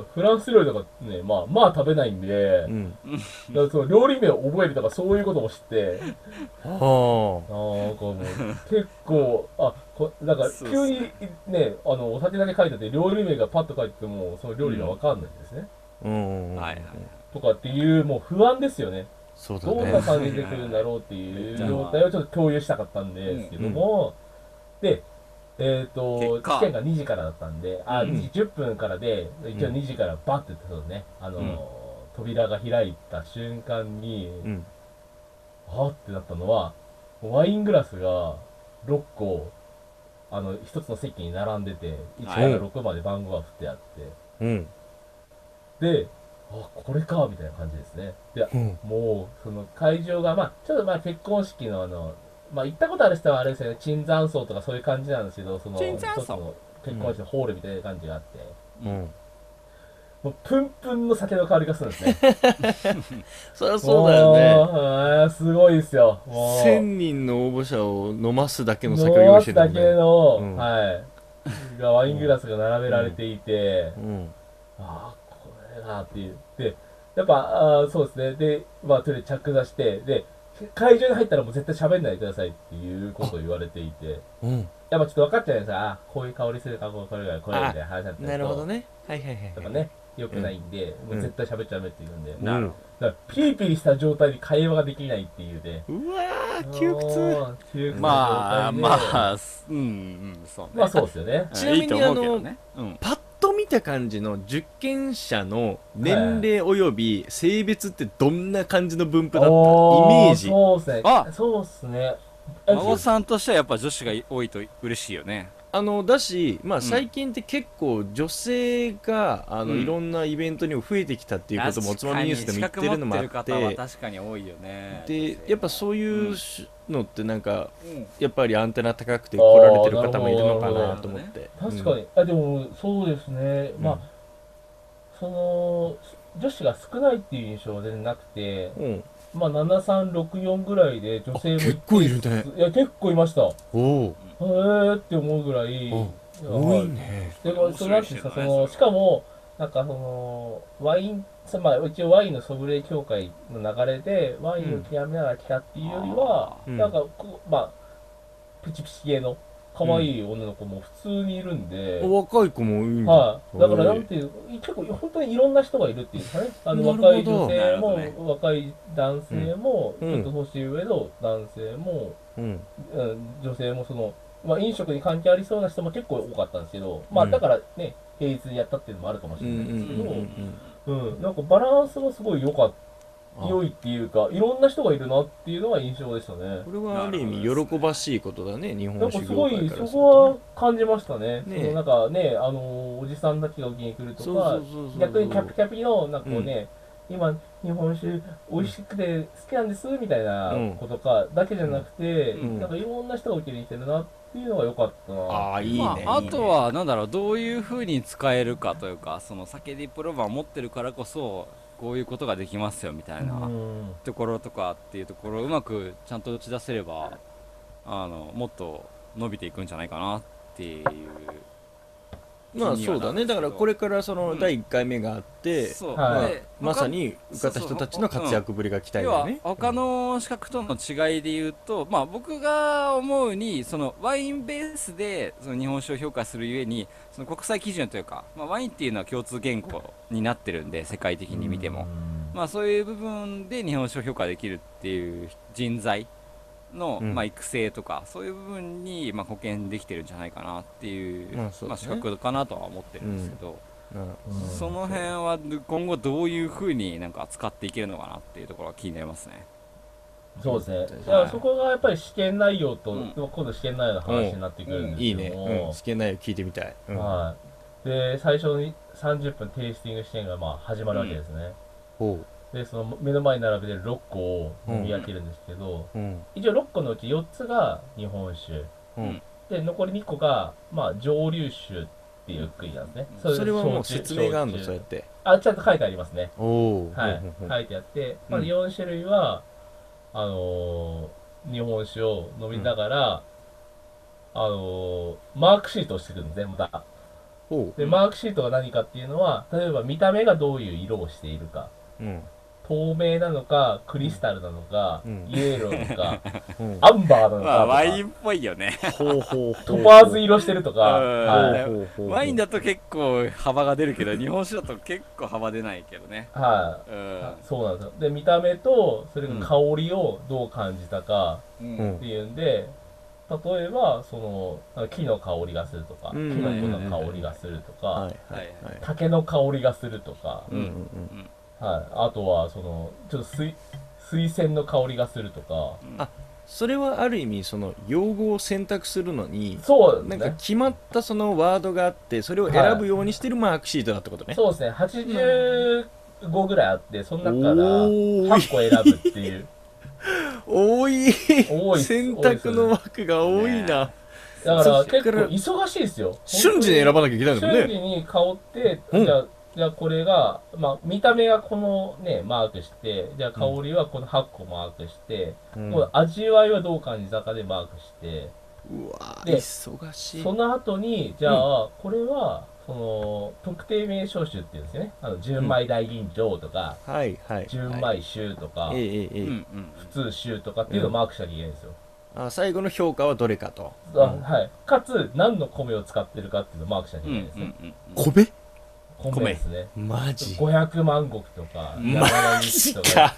[SPEAKER 2] ー、フランス料理とかね、まあ、まあ食べないんで
[SPEAKER 3] う、ん
[SPEAKER 2] だからその料理名を覚えるとかそういうことも知って、
[SPEAKER 3] はあ
[SPEAKER 2] なんかもう、結構、あ、こなんか
[SPEAKER 4] そうそう
[SPEAKER 2] 急にね、あの、お酒だけ書いてあって、料理名がパッと書いてても、その料理がわかんないんですね。
[SPEAKER 3] うん
[SPEAKER 4] はいはい
[SPEAKER 2] とかっていう、もう不安ですよね。
[SPEAKER 3] そうだ
[SPEAKER 2] どんな
[SPEAKER 3] ね
[SPEAKER 2] 感じで出てくるんだろうっていう状態をちょっと共有したかったんですけども、で、えっ、と
[SPEAKER 4] 結、果
[SPEAKER 2] 試験が2時からだったんで、あ、
[SPEAKER 3] うん
[SPEAKER 2] 2時10分からで、一応
[SPEAKER 3] うん
[SPEAKER 2] 2時からバッてそのね、あの、
[SPEAKER 4] うん
[SPEAKER 2] 扉が開いた瞬間に、
[SPEAKER 3] うん
[SPEAKER 2] はぁってなったのは、ワイングラスが6個、あの、1つの席に並んでて、1から6まで番号が振ってあっ
[SPEAKER 3] うん
[SPEAKER 2] て、で、あ、これか、みたいな感じですね。で、
[SPEAKER 3] うん
[SPEAKER 2] もう、その会場が、まあ、ちょっとまあ結婚式のあの、まあ行ったことある人はあれですよね、椿山荘とかそういう感じなんですけど、その、
[SPEAKER 4] 椿山荘
[SPEAKER 2] 一つの結婚式のホールみたいな感じがあって、
[SPEAKER 3] うん
[SPEAKER 2] もうプンプンの酒の香りがするんですね。
[SPEAKER 3] そりゃそうだよね
[SPEAKER 2] ね。すごいですよ。もう
[SPEAKER 3] 1000人の応募者を飲ますだけの酒を
[SPEAKER 2] ノ
[SPEAKER 3] 用
[SPEAKER 2] ア
[SPEAKER 3] 意して
[SPEAKER 2] ス
[SPEAKER 3] た
[SPEAKER 2] だ
[SPEAKER 3] ん
[SPEAKER 2] け
[SPEAKER 3] だよね
[SPEAKER 2] の、
[SPEAKER 3] うん
[SPEAKER 2] はい。がワイングラスが並べられていて、
[SPEAKER 3] うん
[SPEAKER 2] ああ、これなっていう。で、やっぱ、あーそうですね。で、まあ、とりあえず着座して、で、会場に入ったらもう絶対喋んないでくださいっていうことを言われていて、い
[SPEAKER 3] うん
[SPEAKER 2] やっぱちょっと分かっちゃうじゃないですか。あーこういう香りするか、こういう香りが、これみたいな話だったり
[SPEAKER 3] なるほど
[SPEAKER 2] ね。
[SPEAKER 3] ねはいはいはい
[SPEAKER 2] やっぱね、良くないんで、もう絶対喋っちゃダメって言うんで、だか
[SPEAKER 3] なる
[SPEAKER 2] らピリピリした状態で会話ができないっていうね。
[SPEAKER 3] うわー窮屈
[SPEAKER 2] あー。窮屈な状態で
[SPEAKER 4] まあまあうんうんそうね
[SPEAKER 2] まあそうです よね。
[SPEAKER 3] ちなみに
[SPEAKER 4] いいと思うけどねうん
[SPEAKER 3] パッと見た感じの受験者の年齢および性別ってどんな感じの分布だったイメージ
[SPEAKER 2] そうですね。
[SPEAKER 4] あ
[SPEAKER 2] そうですね。え
[SPEAKER 4] 孫さんとしてはやっぱ女子が多いと嬉しいよね
[SPEAKER 3] あのだし、まあ、
[SPEAKER 4] ん
[SPEAKER 3] 最近って結構女性が、あ
[SPEAKER 4] う
[SPEAKER 3] の
[SPEAKER 4] ん
[SPEAKER 3] いろんなイベントにも増えてきたっていうこともおつまみニュースでも言ってるのもあ
[SPEAKER 4] 確
[SPEAKER 3] っ
[SPEAKER 4] かに資格
[SPEAKER 3] て
[SPEAKER 4] 持ってる方は確かに多いよね
[SPEAKER 3] でやっぱそういううのってなんか
[SPEAKER 4] うん
[SPEAKER 3] やっぱりアンテナ高くて来られてる方もいるのかなと思って
[SPEAKER 2] 確かに、あでもそうですね、まあその女子が少ないっていう印象は全然なくて、
[SPEAKER 3] うん。
[SPEAKER 2] まあ、7364ぐらいで女性も
[SPEAKER 9] 結構いるね。
[SPEAKER 2] いや結構いましたへ
[SPEAKER 9] おお
[SPEAKER 2] えーって思うぐらい
[SPEAKER 9] お
[SPEAKER 2] いや
[SPEAKER 9] 多いね。
[SPEAKER 2] でもそのなんていうんですかそのしかもなんかそのワインさまあ一応ワインのソムリエ協会の流れでワインを極めながら来たっていうよりは、
[SPEAKER 3] うん
[SPEAKER 2] なんかこうまあプチプチ系の可愛い女の子も普通にいるんで、
[SPEAKER 3] 若い子もいいんだ。
[SPEAKER 2] はい、だから
[SPEAKER 3] へえ
[SPEAKER 2] なんていう、結構本当にいろんな人がいるっていうんですかね。あの
[SPEAKER 9] なるほど
[SPEAKER 2] 若い女性も、
[SPEAKER 1] なるほ
[SPEAKER 2] 若い男性も、
[SPEAKER 3] うん
[SPEAKER 2] ちょっと年上の男性も、
[SPEAKER 3] うん。
[SPEAKER 2] うん女性もその、まあ飲食に関係ありそうな人も結構多かったんですけど、まあ
[SPEAKER 3] うん
[SPEAKER 2] だからね、平日にやったっていうのもあるかもし
[SPEAKER 3] う
[SPEAKER 2] れ
[SPEAKER 3] ん
[SPEAKER 2] ない
[SPEAKER 3] うん
[SPEAKER 2] ですけど、
[SPEAKER 3] う
[SPEAKER 2] うん
[SPEAKER 3] うんん
[SPEAKER 2] なんかバランスがすごい良かった、
[SPEAKER 3] あ
[SPEAKER 2] 良いっていうか、いろんな人がいるなっていうのが印象でしたね。
[SPEAKER 3] これはある意味喜ばしいことだね、日本
[SPEAKER 2] なんか
[SPEAKER 3] 酒
[SPEAKER 2] す
[SPEAKER 3] 業
[SPEAKER 2] ご
[SPEAKER 3] 界
[SPEAKER 2] い
[SPEAKER 3] か
[SPEAKER 2] そ
[SPEAKER 3] らする
[SPEAKER 2] ことは感じましたね。
[SPEAKER 3] ねえ
[SPEAKER 2] そのなんかね、あのおじさんだけが受けに来るとか、
[SPEAKER 3] そうそうそうそう。
[SPEAKER 2] 逆にキャピキャピのなんかこうね、今日本酒美味しくて好きなんですみたいな
[SPEAKER 3] うん
[SPEAKER 2] ことかだけじゃなくて、
[SPEAKER 3] うん
[SPEAKER 2] なんかいろんな人が受けに来てるなっていうのが良かったな。
[SPEAKER 3] ああ、いいね。
[SPEAKER 4] まあ、あとはなんだろうどういうふうに使えるかというかその酒ディプロバーを持ってるからこそこういうことができますよみたいな
[SPEAKER 2] うん
[SPEAKER 4] ところとかっていうところをうまくちゃんと打ち出せればあのもっと伸びていくんじゃないかなっていう
[SPEAKER 3] まあそうだね。だからこれからその第1回目があって、
[SPEAKER 4] そう、
[SPEAKER 2] はい
[SPEAKER 4] で
[SPEAKER 3] まさに受かった人たちの活躍ぶりが期待
[SPEAKER 4] 要
[SPEAKER 3] だよ
[SPEAKER 4] は
[SPEAKER 3] ね。
[SPEAKER 4] 他の資格との違いで言うと、まあ、僕が思うにそのワインベースでその日本酒を評価するゆえにその国際基準というか、まあ、ワインっていうのは共通言語になってるんで世界的に見ても、まあ、そういう部分で日本酒を評価できるっていう人材の、
[SPEAKER 3] うん
[SPEAKER 4] まあ、育成とかそういう部分に、まあ、貢献できてるんじゃないかなっていう,、
[SPEAKER 3] ま
[SPEAKER 4] ま
[SPEAKER 3] あ
[SPEAKER 4] あ
[SPEAKER 3] そうだね
[SPEAKER 4] 資格かなとは思ってるんですけど。
[SPEAKER 3] うん
[SPEAKER 4] その辺は今後どういうふうになんか使っていけるのかなっていうところが気になりますね。
[SPEAKER 2] そうですね。だか
[SPEAKER 4] はい
[SPEAKER 2] らそこがやっぱり試験内容と、
[SPEAKER 4] うん
[SPEAKER 2] 今度試験内容の話になってくるんです
[SPEAKER 3] いい
[SPEAKER 2] け
[SPEAKER 3] ね
[SPEAKER 2] ども、。
[SPEAKER 3] うん。試験内容聞いてみたい。うん
[SPEAKER 2] はい。で、最初に30分テイスティング試験がまあ始まるわけですね。
[SPEAKER 3] ほ
[SPEAKER 2] で、その目の前に並べてる6個を見分けるんですけど、
[SPEAKER 3] う。うん。
[SPEAKER 2] 一応6個のうち4つが日本酒、
[SPEAKER 3] うん
[SPEAKER 2] で残り2個が、まあ、蒸留酒っていう国なんですね、
[SPEAKER 4] うん
[SPEAKER 3] それはもう
[SPEAKER 2] 焼酎
[SPEAKER 3] 説明があるの、
[SPEAKER 2] 焼
[SPEAKER 3] そうや
[SPEAKER 2] 酎
[SPEAKER 3] って。
[SPEAKER 2] あちゃんと書いてありますね
[SPEAKER 3] おお。
[SPEAKER 2] はい
[SPEAKER 3] ほうほうほう
[SPEAKER 2] 書いてあって、まあ、
[SPEAKER 3] うん
[SPEAKER 2] 4種類はあのー日本酒を飲みながら、あのーマークシートをしてくるんですねまた
[SPEAKER 3] ほ
[SPEAKER 2] でマークシートが何かっていうのは例えば見た目がどういう色をしているか
[SPEAKER 3] う。うん。
[SPEAKER 2] 透明なのかクリスタルなのか、
[SPEAKER 3] うん
[SPEAKER 2] イエローな のか
[SPEAKER 3] うん
[SPEAKER 2] アンバーなのかとか、
[SPEAKER 4] まあワインっぽいよね。
[SPEAKER 3] ほうほうほう
[SPEAKER 2] トパーズ色してるとか、
[SPEAKER 4] うん
[SPEAKER 2] はい。
[SPEAKER 3] ほうほうほうほう
[SPEAKER 4] ワインだと結構幅が出るけど、日本酒だと結構幅出ないけどね。
[SPEAKER 2] は
[SPEAKER 4] う
[SPEAKER 2] い、
[SPEAKER 4] ん。
[SPEAKER 2] そうなんですよ。で、見た目と、それが香りをどう感じたか
[SPEAKER 4] う。
[SPEAKER 3] うんん
[SPEAKER 2] っていうんで、例えば、その、なんか木の香りがするとか、
[SPEAKER 3] うん
[SPEAKER 2] キノコの香りがするとか、
[SPEAKER 3] はいはいはい
[SPEAKER 2] 竹の香りがするとか、
[SPEAKER 3] うんうん
[SPEAKER 2] はい。あとは、その、ちょっと水、水仙の香りがするとか、
[SPEAKER 3] それはある意味その用語を選択するのに
[SPEAKER 2] そう
[SPEAKER 3] な
[SPEAKER 2] で
[SPEAKER 3] ん
[SPEAKER 2] す
[SPEAKER 3] か
[SPEAKER 2] ね。
[SPEAKER 3] 決まったそのワードがあってそれを選ぶようにしてるマークシートだってことね、
[SPEAKER 2] そうですね。85ぐらいあって、その中から
[SPEAKER 3] おー
[SPEAKER 2] 8個選ぶっ ていう。
[SPEAKER 3] 多い
[SPEAKER 2] 多いっす
[SPEAKER 3] 選択の枠が多いな、
[SPEAKER 2] だから
[SPEAKER 3] そっから
[SPEAKER 2] 結構忙しいですよ。
[SPEAKER 3] 瞬時に選ばなきゃいけないもん
[SPEAKER 2] 瞬
[SPEAKER 3] ね
[SPEAKER 2] 時に香って、
[SPEAKER 3] うん
[SPEAKER 2] じゃあ、じゃあこれが、まあ、見た目がこのね、マークして、じゃあ香りはこの8個マークして、
[SPEAKER 3] うん
[SPEAKER 2] この味わいはどう感じたかでマークして、
[SPEAKER 3] うわ
[SPEAKER 2] で
[SPEAKER 3] 忙しい
[SPEAKER 2] その後に、じゃあ、これは、その、特定名称酒っていうんですよね。あの、純米大吟醸とか、
[SPEAKER 3] はいはい
[SPEAKER 2] 純
[SPEAKER 3] はい
[SPEAKER 2] 米酒とか、
[SPEAKER 3] えええええ
[SPEAKER 4] う
[SPEAKER 3] え
[SPEAKER 4] んうん。
[SPEAKER 2] 普通酒とかっていうのをマークしなきゃいけないんですよ。
[SPEAKER 3] あ最後の評価はどれかと、
[SPEAKER 2] あはい。かつ、何の米を使ってるかっていうのをマークしなきゃ
[SPEAKER 4] う
[SPEAKER 2] い
[SPEAKER 4] ん
[SPEAKER 2] け
[SPEAKER 4] う
[SPEAKER 2] ないですね。
[SPEAKER 4] ん
[SPEAKER 9] 米
[SPEAKER 2] 米ですね。
[SPEAKER 3] マジ
[SPEAKER 2] 500万石とか、
[SPEAKER 3] マジか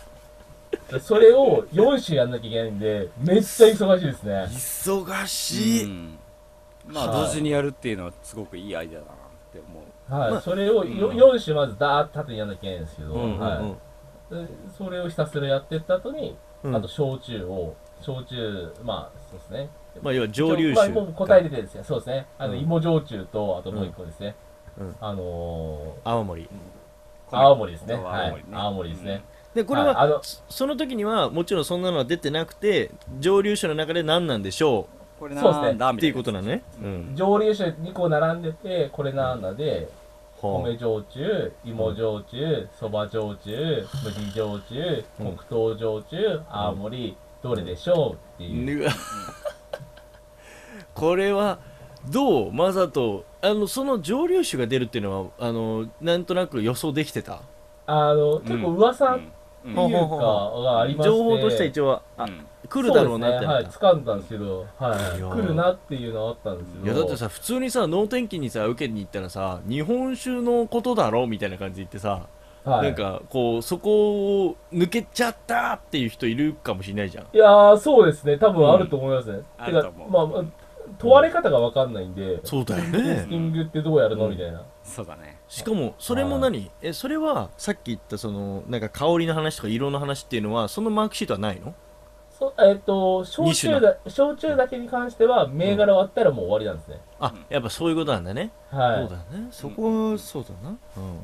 [SPEAKER 2] それを4種やんなきゃいけないんで、めっちゃ忙しいですね。
[SPEAKER 3] 忙し
[SPEAKER 4] う
[SPEAKER 3] い、
[SPEAKER 4] ん。まあ
[SPEAKER 2] はい
[SPEAKER 4] 同時にやるっていうのはすごくいいアイデアだなって思う。
[SPEAKER 2] はい、
[SPEAKER 3] まあ
[SPEAKER 2] それをよ4種まずダーッと縦にやんなきゃいけないんですけど、
[SPEAKER 3] うんうんうん
[SPEAKER 2] はいで、それをひたすらやってった後に、
[SPEAKER 3] うん
[SPEAKER 2] あと焼酎を、焼酎、まあそうですね。
[SPEAKER 3] まあ要は蒸留
[SPEAKER 2] まあ
[SPEAKER 3] 酒
[SPEAKER 2] もう答え出てるんですよ。そうですね。あの、
[SPEAKER 3] うん
[SPEAKER 2] 芋焼酎と、あともう一個ですね。
[SPEAKER 3] うん
[SPEAKER 2] あの
[SPEAKER 3] 青森
[SPEAKER 2] ー、青森ですね。
[SPEAKER 4] そう
[SPEAKER 2] は
[SPEAKER 4] 青
[SPEAKER 2] い
[SPEAKER 4] 森。ね
[SPEAKER 2] 青森ですね。
[SPEAKER 3] でこれは、
[SPEAKER 2] はいあの
[SPEAKER 3] そその時にはもちろんそんなのは出てなくて蒸留酒の中で何なんでしょ
[SPEAKER 4] これ
[SPEAKER 2] そうで
[SPEAKER 4] な
[SPEAKER 2] す
[SPEAKER 4] んだ
[SPEAKER 3] うっ
[SPEAKER 4] み
[SPEAKER 3] て
[SPEAKER 4] た
[SPEAKER 3] いう
[SPEAKER 4] いな
[SPEAKER 3] ことなのね、うん
[SPEAKER 2] 蒸留酒2個並んでて、これなんだで、
[SPEAKER 3] は
[SPEAKER 2] 米焼酎、芋焼酎、そば焼酎、麦焼酎、
[SPEAKER 3] うん
[SPEAKER 2] 黒糖焼酎、青森、どれでしょうって
[SPEAKER 3] あ
[SPEAKER 2] いう。
[SPEAKER 3] うわ これはどうマサとあのその蒸留酒が出るっていうのはあのなんとなく予想できてた
[SPEAKER 2] あの、結構噂って
[SPEAKER 1] う
[SPEAKER 2] い
[SPEAKER 1] ん
[SPEAKER 2] う
[SPEAKER 1] うん
[SPEAKER 2] かがありまして。
[SPEAKER 3] 情報としては一応はあ
[SPEAKER 1] うん
[SPEAKER 3] 来るだろうなっ
[SPEAKER 2] そ
[SPEAKER 3] て
[SPEAKER 2] ですね
[SPEAKER 3] な
[SPEAKER 2] は
[SPEAKER 3] っ
[SPEAKER 2] い、
[SPEAKER 3] た
[SPEAKER 2] 掴んだんですけど、はいい。
[SPEAKER 3] や
[SPEAKER 2] 来るなっていうのはあったんですけ
[SPEAKER 3] い
[SPEAKER 2] ど。
[SPEAKER 3] やだってさ普通にさ能天気にさ受けに行ったらさ日本酒のことだろみたいな感じで言ってさ、
[SPEAKER 2] はい、
[SPEAKER 3] なんかこうそこを抜けちゃったっていう人いるかもしれないじゃん
[SPEAKER 2] いやー、そうですね。多分あると思いますね。
[SPEAKER 1] あ
[SPEAKER 2] て
[SPEAKER 1] る
[SPEAKER 2] か
[SPEAKER 1] と思う
[SPEAKER 2] まあまあ、問われ方がわかんないんで、
[SPEAKER 3] そうだよ
[SPEAKER 2] テイスティングってどうやるのみたいな。
[SPEAKER 4] そうだね。
[SPEAKER 3] しかもそれも何えそれはさっき言ったそのなんか香りの話とか色の話っていうのはそのマークシートはないの
[SPEAKER 2] そえっ、と、焼酎
[SPEAKER 3] 二
[SPEAKER 2] だ、焼酎だけに関しては、銘柄割ったらもう終わりなんですね。
[SPEAKER 3] あやっぱそういうことなんだね、
[SPEAKER 2] はい。
[SPEAKER 3] そうだねそこはそうだなうん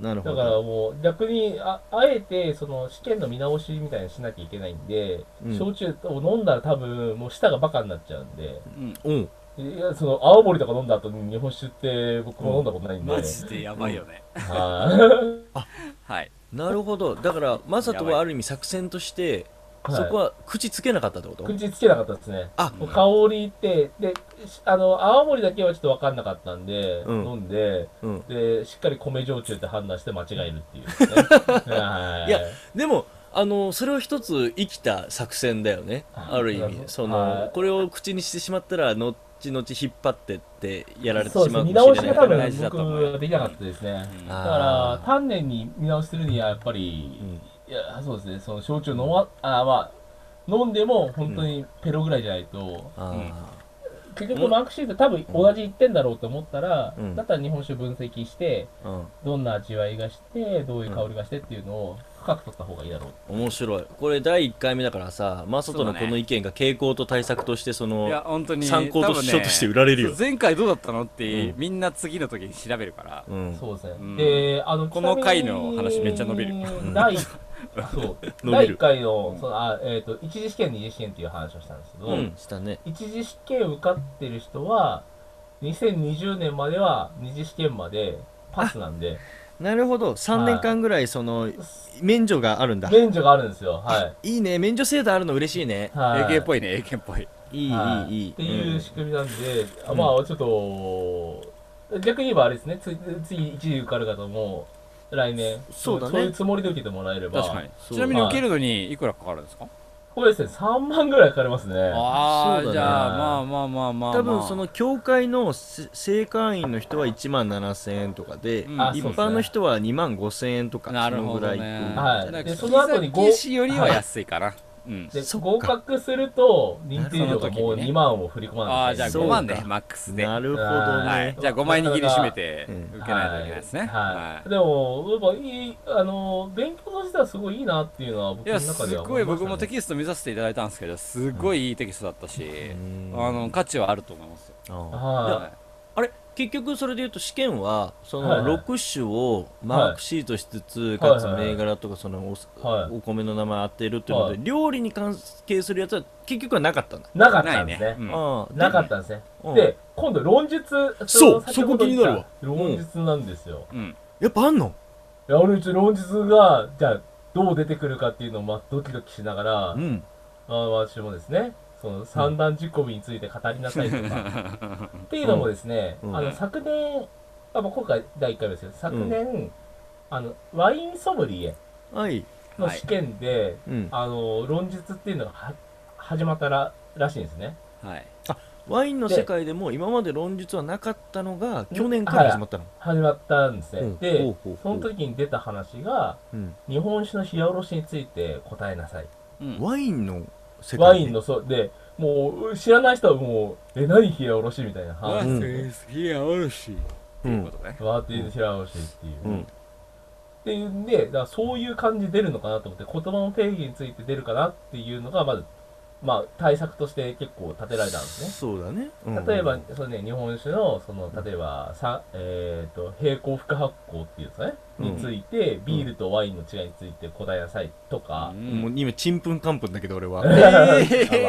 [SPEAKER 3] なる
[SPEAKER 2] だ
[SPEAKER 3] ほ
[SPEAKER 2] から
[SPEAKER 3] ど
[SPEAKER 2] もう逆にあ、あえてその試験の見直しみたいなのしなきゃいけないんで、
[SPEAKER 3] うん
[SPEAKER 2] 焼酎を飲んだら多分もう舌がバカになっちゃうんで、
[SPEAKER 3] うん
[SPEAKER 2] いやその青森とか飲んだ後に日本酒って僕も飲んだことないんで、
[SPEAKER 4] マジでやばいよね。
[SPEAKER 2] はい
[SPEAKER 4] はい。
[SPEAKER 3] なるほどだからマサトはある意味作戦として
[SPEAKER 2] はい
[SPEAKER 3] そこは口つけなかったってこと、
[SPEAKER 2] 口つけなかったですね。
[SPEAKER 3] あ
[SPEAKER 2] もう香りって、で、しあの、青森だけはちょっと分かんなかったんで、
[SPEAKER 3] うん
[SPEAKER 2] 飲んで、
[SPEAKER 3] うん
[SPEAKER 2] で、しっかり米焼酎って判断して間違えるっていうね、 はい
[SPEAKER 3] やでもあのそれは一つ生きた作戦だよね
[SPEAKER 2] あ
[SPEAKER 3] ある意
[SPEAKER 2] なるほ
[SPEAKER 3] 味
[SPEAKER 2] ど
[SPEAKER 3] そ
[SPEAKER 2] は
[SPEAKER 3] の
[SPEAKER 2] い
[SPEAKER 3] これを口にしてしまったら後々引っ張ってってやられて
[SPEAKER 2] そう
[SPEAKER 3] し
[SPEAKER 2] です
[SPEAKER 3] まう
[SPEAKER 2] ね。見
[SPEAKER 3] かも
[SPEAKER 2] 直
[SPEAKER 3] し
[SPEAKER 2] し
[SPEAKER 3] れない
[SPEAKER 2] が
[SPEAKER 3] か
[SPEAKER 2] 多
[SPEAKER 3] ら
[SPEAKER 2] 分
[SPEAKER 3] 大事だ
[SPEAKER 2] 僕
[SPEAKER 3] と思うよ
[SPEAKER 2] はできなかったですね。
[SPEAKER 1] うん
[SPEAKER 2] だから、
[SPEAKER 3] あ
[SPEAKER 2] 丹念に見直しするにはやっぱり、
[SPEAKER 3] ーうん
[SPEAKER 2] いや、そうですね、その焼酎飲ま、あまあ、飲んでも本当にペロぐらいじゃないと、
[SPEAKER 3] あ
[SPEAKER 2] 結局マークシート多分同じ1点だろうと思ったら、
[SPEAKER 3] うん
[SPEAKER 2] だったら日本酒分析して、
[SPEAKER 3] ーうん
[SPEAKER 2] どんな味わいがして、どういう香りがしてっていうのを深く取った方がいいだろう。
[SPEAKER 3] 面白いこれ第1回目だからさマサトのこの意見が傾向と対策としてそ
[SPEAKER 4] いや、
[SPEAKER 3] の
[SPEAKER 4] 本当に。
[SPEAKER 3] 参考
[SPEAKER 4] 多
[SPEAKER 3] と
[SPEAKER 4] 分ね
[SPEAKER 3] 書として売られるよ
[SPEAKER 4] 前回どうだったのって、
[SPEAKER 3] うん
[SPEAKER 4] みんな次の時に調べるから。
[SPEAKER 3] うん
[SPEAKER 2] そうですね。
[SPEAKER 4] うん
[SPEAKER 2] で、あの、
[SPEAKER 4] この
[SPEAKER 2] ちなみに
[SPEAKER 4] 回の話めっちゃ伸びる
[SPEAKER 2] 第、そ
[SPEAKER 3] 伸
[SPEAKER 2] う、
[SPEAKER 3] びる
[SPEAKER 2] 第1回の、その、あえっ、と、一次試験、二次試験っていう話をしたんですけど、
[SPEAKER 3] うんしたね
[SPEAKER 2] 一次試験受かってる人は、2020年までは二次試験までパスなんで、
[SPEAKER 3] なるほど3年間ぐらいその免除があるんだ
[SPEAKER 2] 免除があるんですよ。はい
[SPEAKER 3] いね免除制度あるの嬉しいね
[SPEAKER 2] い。はい。
[SPEAKER 4] AK っぽいね、AK っぽい。
[SPEAKER 3] いい
[SPEAKER 2] はい
[SPEAKER 3] いいいい
[SPEAKER 2] っていう仕組みなんで、あ
[SPEAKER 3] ん
[SPEAKER 2] まあちょっと、逆に言えばあれですね、つ次一時受かる方も、来年、
[SPEAKER 3] そうだね
[SPEAKER 2] そういうつもりで受けてもらえれば、
[SPEAKER 4] 確かに。
[SPEAKER 3] そう
[SPEAKER 4] ちなみに受けるのにいくらかかるんですか
[SPEAKER 2] これですね、3万ぐらいかかりますね。
[SPEAKER 4] あ
[SPEAKER 3] そ
[SPEAKER 4] あ、
[SPEAKER 3] うだね
[SPEAKER 4] じゃあ、まあまあまあまあまあ。
[SPEAKER 3] 多分その教会のせ正会員の人は1万7000円とかで、
[SPEAKER 4] うん
[SPEAKER 2] あ
[SPEAKER 3] 一
[SPEAKER 2] そうですね
[SPEAKER 3] 般の人は2万5000円とか
[SPEAKER 4] なるほど
[SPEAKER 3] そのぐらい
[SPEAKER 4] ね。
[SPEAKER 2] は
[SPEAKER 4] な
[SPEAKER 2] い
[SPEAKER 4] んか
[SPEAKER 2] でその後に
[SPEAKER 4] 引き裂きよりは安いかな。うん。
[SPEAKER 2] で
[SPEAKER 3] そっか
[SPEAKER 2] 合格すると、認定料がもう
[SPEAKER 4] なるほどね
[SPEAKER 2] 2万を振り込ま
[SPEAKER 4] あ
[SPEAKER 2] な
[SPEAKER 4] あ、
[SPEAKER 2] い
[SPEAKER 4] じゃあ
[SPEAKER 3] そ
[SPEAKER 4] 5
[SPEAKER 3] うか
[SPEAKER 4] 万ね、マックスで。
[SPEAKER 3] な
[SPEAKER 4] はい。
[SPEAKER 3] るほどね、
[SPEAKER 2] はい
[SPEAKER 4] じゃあ5万円握りしめて
[SPEAKER 3] うん
[SPEAKER 4] 受けないといけないですね。
[SPEAKER 2] は。
[SPEAKER 4] はい
[SPEAKER 2] でも、やっぱいい、あの、勉強としてはすごいいいなっていうのは、僕
[SPEAKER 4] い。い
[SPEAKER 2] の
[SPEAKER 4] や、
[SPEAKER 2] 中
[SPEAKER 4] す
[SPEAKER 2] では
[SPEAKER 4] ご
[SPEAKER 2] 思
[SPEAKER 4] い
[SPEAKER 2] いま
[SPEAKER 4] 僕
[SPEAKER 2] した、ね。
[SPEAKER 4] もテキスト見させていただいたんですけど、すごいいいテキストだったし、
[SPEAKER 3] ん
[SPEAKER 4] あの、価値はあると思いますよ。
[SPEAKER 3] あ
[SPEAKER 2] はい。
[SPEAKER 4] は
[SPEAKER 3] あれ結局それで言うと試験はそ
[SPEAKER 2] はい
[SPEAKER 3] の
[SPEAKER 2] はい
[SPEAKER 3] 6種をマークシートしつつ、
[SPEAKER 2] はい
[SPEAKER 3] かつ
[SPEAKER 2] はいはい
[SPEAKER 3] 銘柄とかそのお,、
[SPEAKER 2] はい
[SPEAKER 3] お米の名前当てるっていうので、
[SPEAKER 2] は
[SPEAKER 3] 料理に関係するやつは結局はなかったんだ、
[SPEAKER 2] なかっ
[SPEAKER 4] い。な
[SPEAKER 2] た
[SPEAKER 4] い
[SPEAKER 2] んです
[SPEAKER 4] ね
[SPEAKER 2] ね。。
[SPEAKER 4] うん
[SPEAKER 3] ああ
[SPEAKER 2] なかったんですね。
[SPEAKER 3] うん
[SPEAKER 2] で、今度論述。
[SPEAKER 3] そう
[SPEAKER 2] の先
[SPEAKER 3] そ
[SPEAKER 2] ほど言った
[SPEAKER 3] こ気になるわ
[SPEAKER 2] 論述なんですよ。
[SPEAKER 4] うん。
[SPEAKER 3] やっぱあんの
[SPEAKER 2] いや、俺一応論述が、じゃあ、どう出てくるかっていうのを、まあ、ドキドキしながら、
[SPEAKER 3] うん
[SPEAKER 2] あ私もですね、その三段仕込みについて語りなさいとか、っていうのもですね、
[SPEAKER 3] うん
[SPEAKER 2] あの、昨年、あまあ、今回第1回目ですけど、昨年、あの、ワインソムリエ
[SPEAKER 3] はい
[SPEAKER 2] の試験で、
[SPEAKER 3] うん
[SPEAKER 2] あの、論述っていうのがは始まったららしいんですね。
[SPEAKER 4] はい。
[SPEAKER 3] ワインの世界でも今まで論述はなかったのが去年から始まったの、
[SPEAKER 2] 始まったんですね。
[SPEAKER 3] うんほう
[SPEAKER 2] で
[SPEAKER 3] ほうほう、
[SPEAKER 2] その時に出た話が、
[SPEAKER 3] うん
[SPEAKER 2] 日本酒の冷やおろしについて答えなさい。
[SPEAKER 4] うん
[SPEAKER 3] ワインの世界で
[SPEAKER 2] ワインの、そう、で、もう、知らない人はもう、え、何冷やおろしみたいな話。
[SPEAKER 3] うん
[SPEAKER 4] いや、おるし。っていうことね。
[SPEAKER 2] わーって言う冷やおろしっていう。
[SPEAKER 3] う
[SPEAKER 2] っ
[SPEAKER 3] ん、
[SPEAKER 2] ていうんで、だからそういう感じで出るのかなと思って、言葉の定義について出るかなっていうのが、まず、まあ、対策として結構立てられたんですね。
[SPEAKER 3] そうだね、うん
[SPEAKER 2] 例えば、そのね、日本酒の、その、例えば、さ、えっ、と、平行複発酵っていうんですかね、
[SPEAKER 3] うん
[SPEAKER 2] について、ビールとワインの違いについて答えなさいとか、
[SPEAKER 4] うん
[SPEAKER 3] もう今ちんぷんかんぷんだけど俺は
[SPEAKER 4] ええ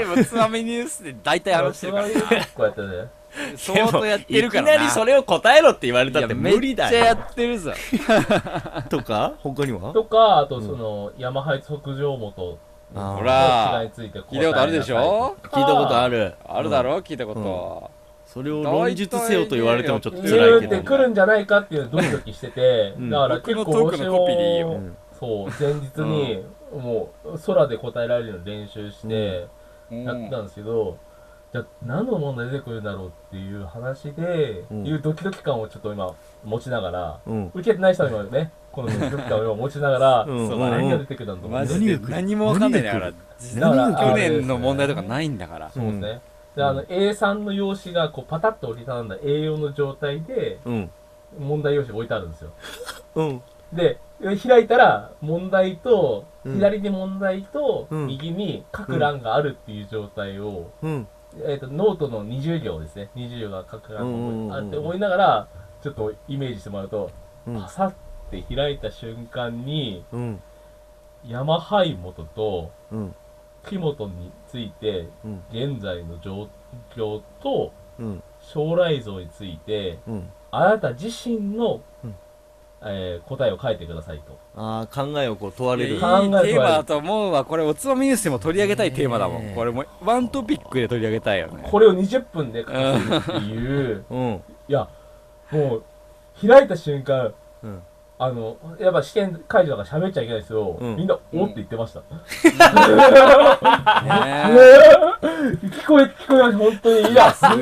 [SPEAKER 4] ー、もうつまみニュースで大体話してるから
[SPEAKER 2] そういうこうやってね。
[SPEAKER 4] 相当やってるからな。
[SPEAKER 3] いきなりそれを答えろって言われたって
[SPEAKER 4] いや
[SPEAKER 3] 無理だ
[SPEAKER 4] めっちゃや
[SPEAKER 3] よ
[SPEAKER 4] ってるぞ。
[SPEAKER 3] とか他には
[SPEAKER 2] とか、あとその、山配測上元
[SPEAKER 3] あー
[SPEAKER 4] ほ
[SPEAKER 2] の
[SPEAKER 4] ら
[SPEAKER 2] 違いについて
[SPEAKER 4] 聞いたことあるでしょ
[SPEAKER 3] 聞いたことあ
[SPEAKER 2] る。
[SPEAKER 3] る
[SPEAKER 4] あるだろ、聞いたこと。
[SPEAKER 3] それを論述せよと言われてもちょっと辛い
[SPEAKER 2] 言
[SPEAKER 3] け
[SPEAKER 2] う
[SPEAKER 3] ど
[SPEAKER 2] てくるんじゃないかっていうドキドキしてて、
[SPEAKER 3] うん
[SPEAKER 2] だから
[SPEAKER 4] 僕
[SPEAKER 2] 結
[SPEAKER 4] の
[SPEAKER 2] 構
[SPEAKER 4] トークのコピーでいいよ
[SPEAKER 2] 推
[SPEAKER 3] う
[SPEAKER 2] しを
[SPEAKER 3] ん
[SPEAKER 2] そう、前日に、もう、空で答えられるの練習して、
[SPEAKER 4] うん
[SPEAKER 2] やったんですけど、じゃあ何の問題出てくるんだろうっていう話で、
[SPEAKER 3] うん
[SPEAKER 2] いうドキドキ感をちょっと今、持ちながら、
[SPEAKER 3] うん
[SPEAKER 2] 受けてない人にはね、このドキドキ感を今持ちながら、
[SPEAKER 3] うん
[SPEAKER 2] そう何が出てくるんだろうと思っ
[SPEAKER 4] マ
[SPEAKER 2] て
[SPEAKER 4] ジで
[SPEAKER 3] 何が来る
[SPEAKER 4] 何もわかんないんだから。
[SPEAKER 2] だから
[SPEAKER 4] 去年の問題とかないんだから。
[SPEAKER 2] そうですね。で、あの、A3 の用紙が、こう、パタッと折りたたんだ A4 の状態で、
[SPEAKER 3] うん
[SPEAKER 2] 問題用紙が置いてあるんですよ。
[SPEAKER 3] うん
[SPEAKER 2] で、開いたら、問題と、
[SPEAKER 3] うん
[SPEAKER 2] 左に問題と、
[SPEAKER 3] うん
[SPEAKER 2] 右に各欄があるっていう状態を、
[SPEAKER 3] うん
[SPEAKER 2] えっ、と、ノートの20行ですね。20行が各
[SPEAKER 3] うんうんうんうん
[SPEAKER 2] 欄があるって思いながら、ちょっとイメージしてもらうと、
[SPEAKER 3] うん
[SPEAKER 2] パサって開いた瞬間に、
[SPEAKER 3] うん
[SPEAKER 2] 山灰元と、
[SPEAKER 3] うん
[SPEAKER 2] 木本について、
[SPEAKER 3] うん
[SPEAKER 2] 現在の状況と、
[SPEAKER 3] うん
[SPEAKER 2] 将来像について、
[SPEAKER 3] うん
[SPEAKER 2] あなた自身の、
[SPEAKER 3] うん
[SPEAKER 2] えー答えを書いてくださいと。
[SPEAKER 3] ああ考えをこう問わ
[SPEAKER 4] いやい
[SPEAKER 3] れ
[SPEAKER 4] い
[SPEAKER 3] る
[SPEAKER 4] テ
[SPEAKER 2] 考えとは
[SPEAKER 4] ーマだと思うわ。これ、おつまみニュースでも取り上げたいテーマだも
[SPEAKER 3] ね
[SPEAKER 4] ん。
[SPEAKER 3] え
[SPEAKER 4] これも、ワントピックで取り上げたいよね。
[SPEAKER 2] これを20分で書くっていう、
[SPEAKER 3] うん
[SPEAKER 2] いや、もう、開いた瞬間、
[SPEAKER 3] うん
[SPEAKER 2] あの、やっぱ試験会場だから喋っちゃいけないですけど、
[SPEAKER 3] うん
[SPEAKER 2] みんな、おって言ってました。
[SPEAKER 4] ね
[SPEAKER 2] 聞こえ、聞こえました、本当に。い
[SPEAKER 4] え
[SPEAKER 2] や、
[SPEAKER 4] すご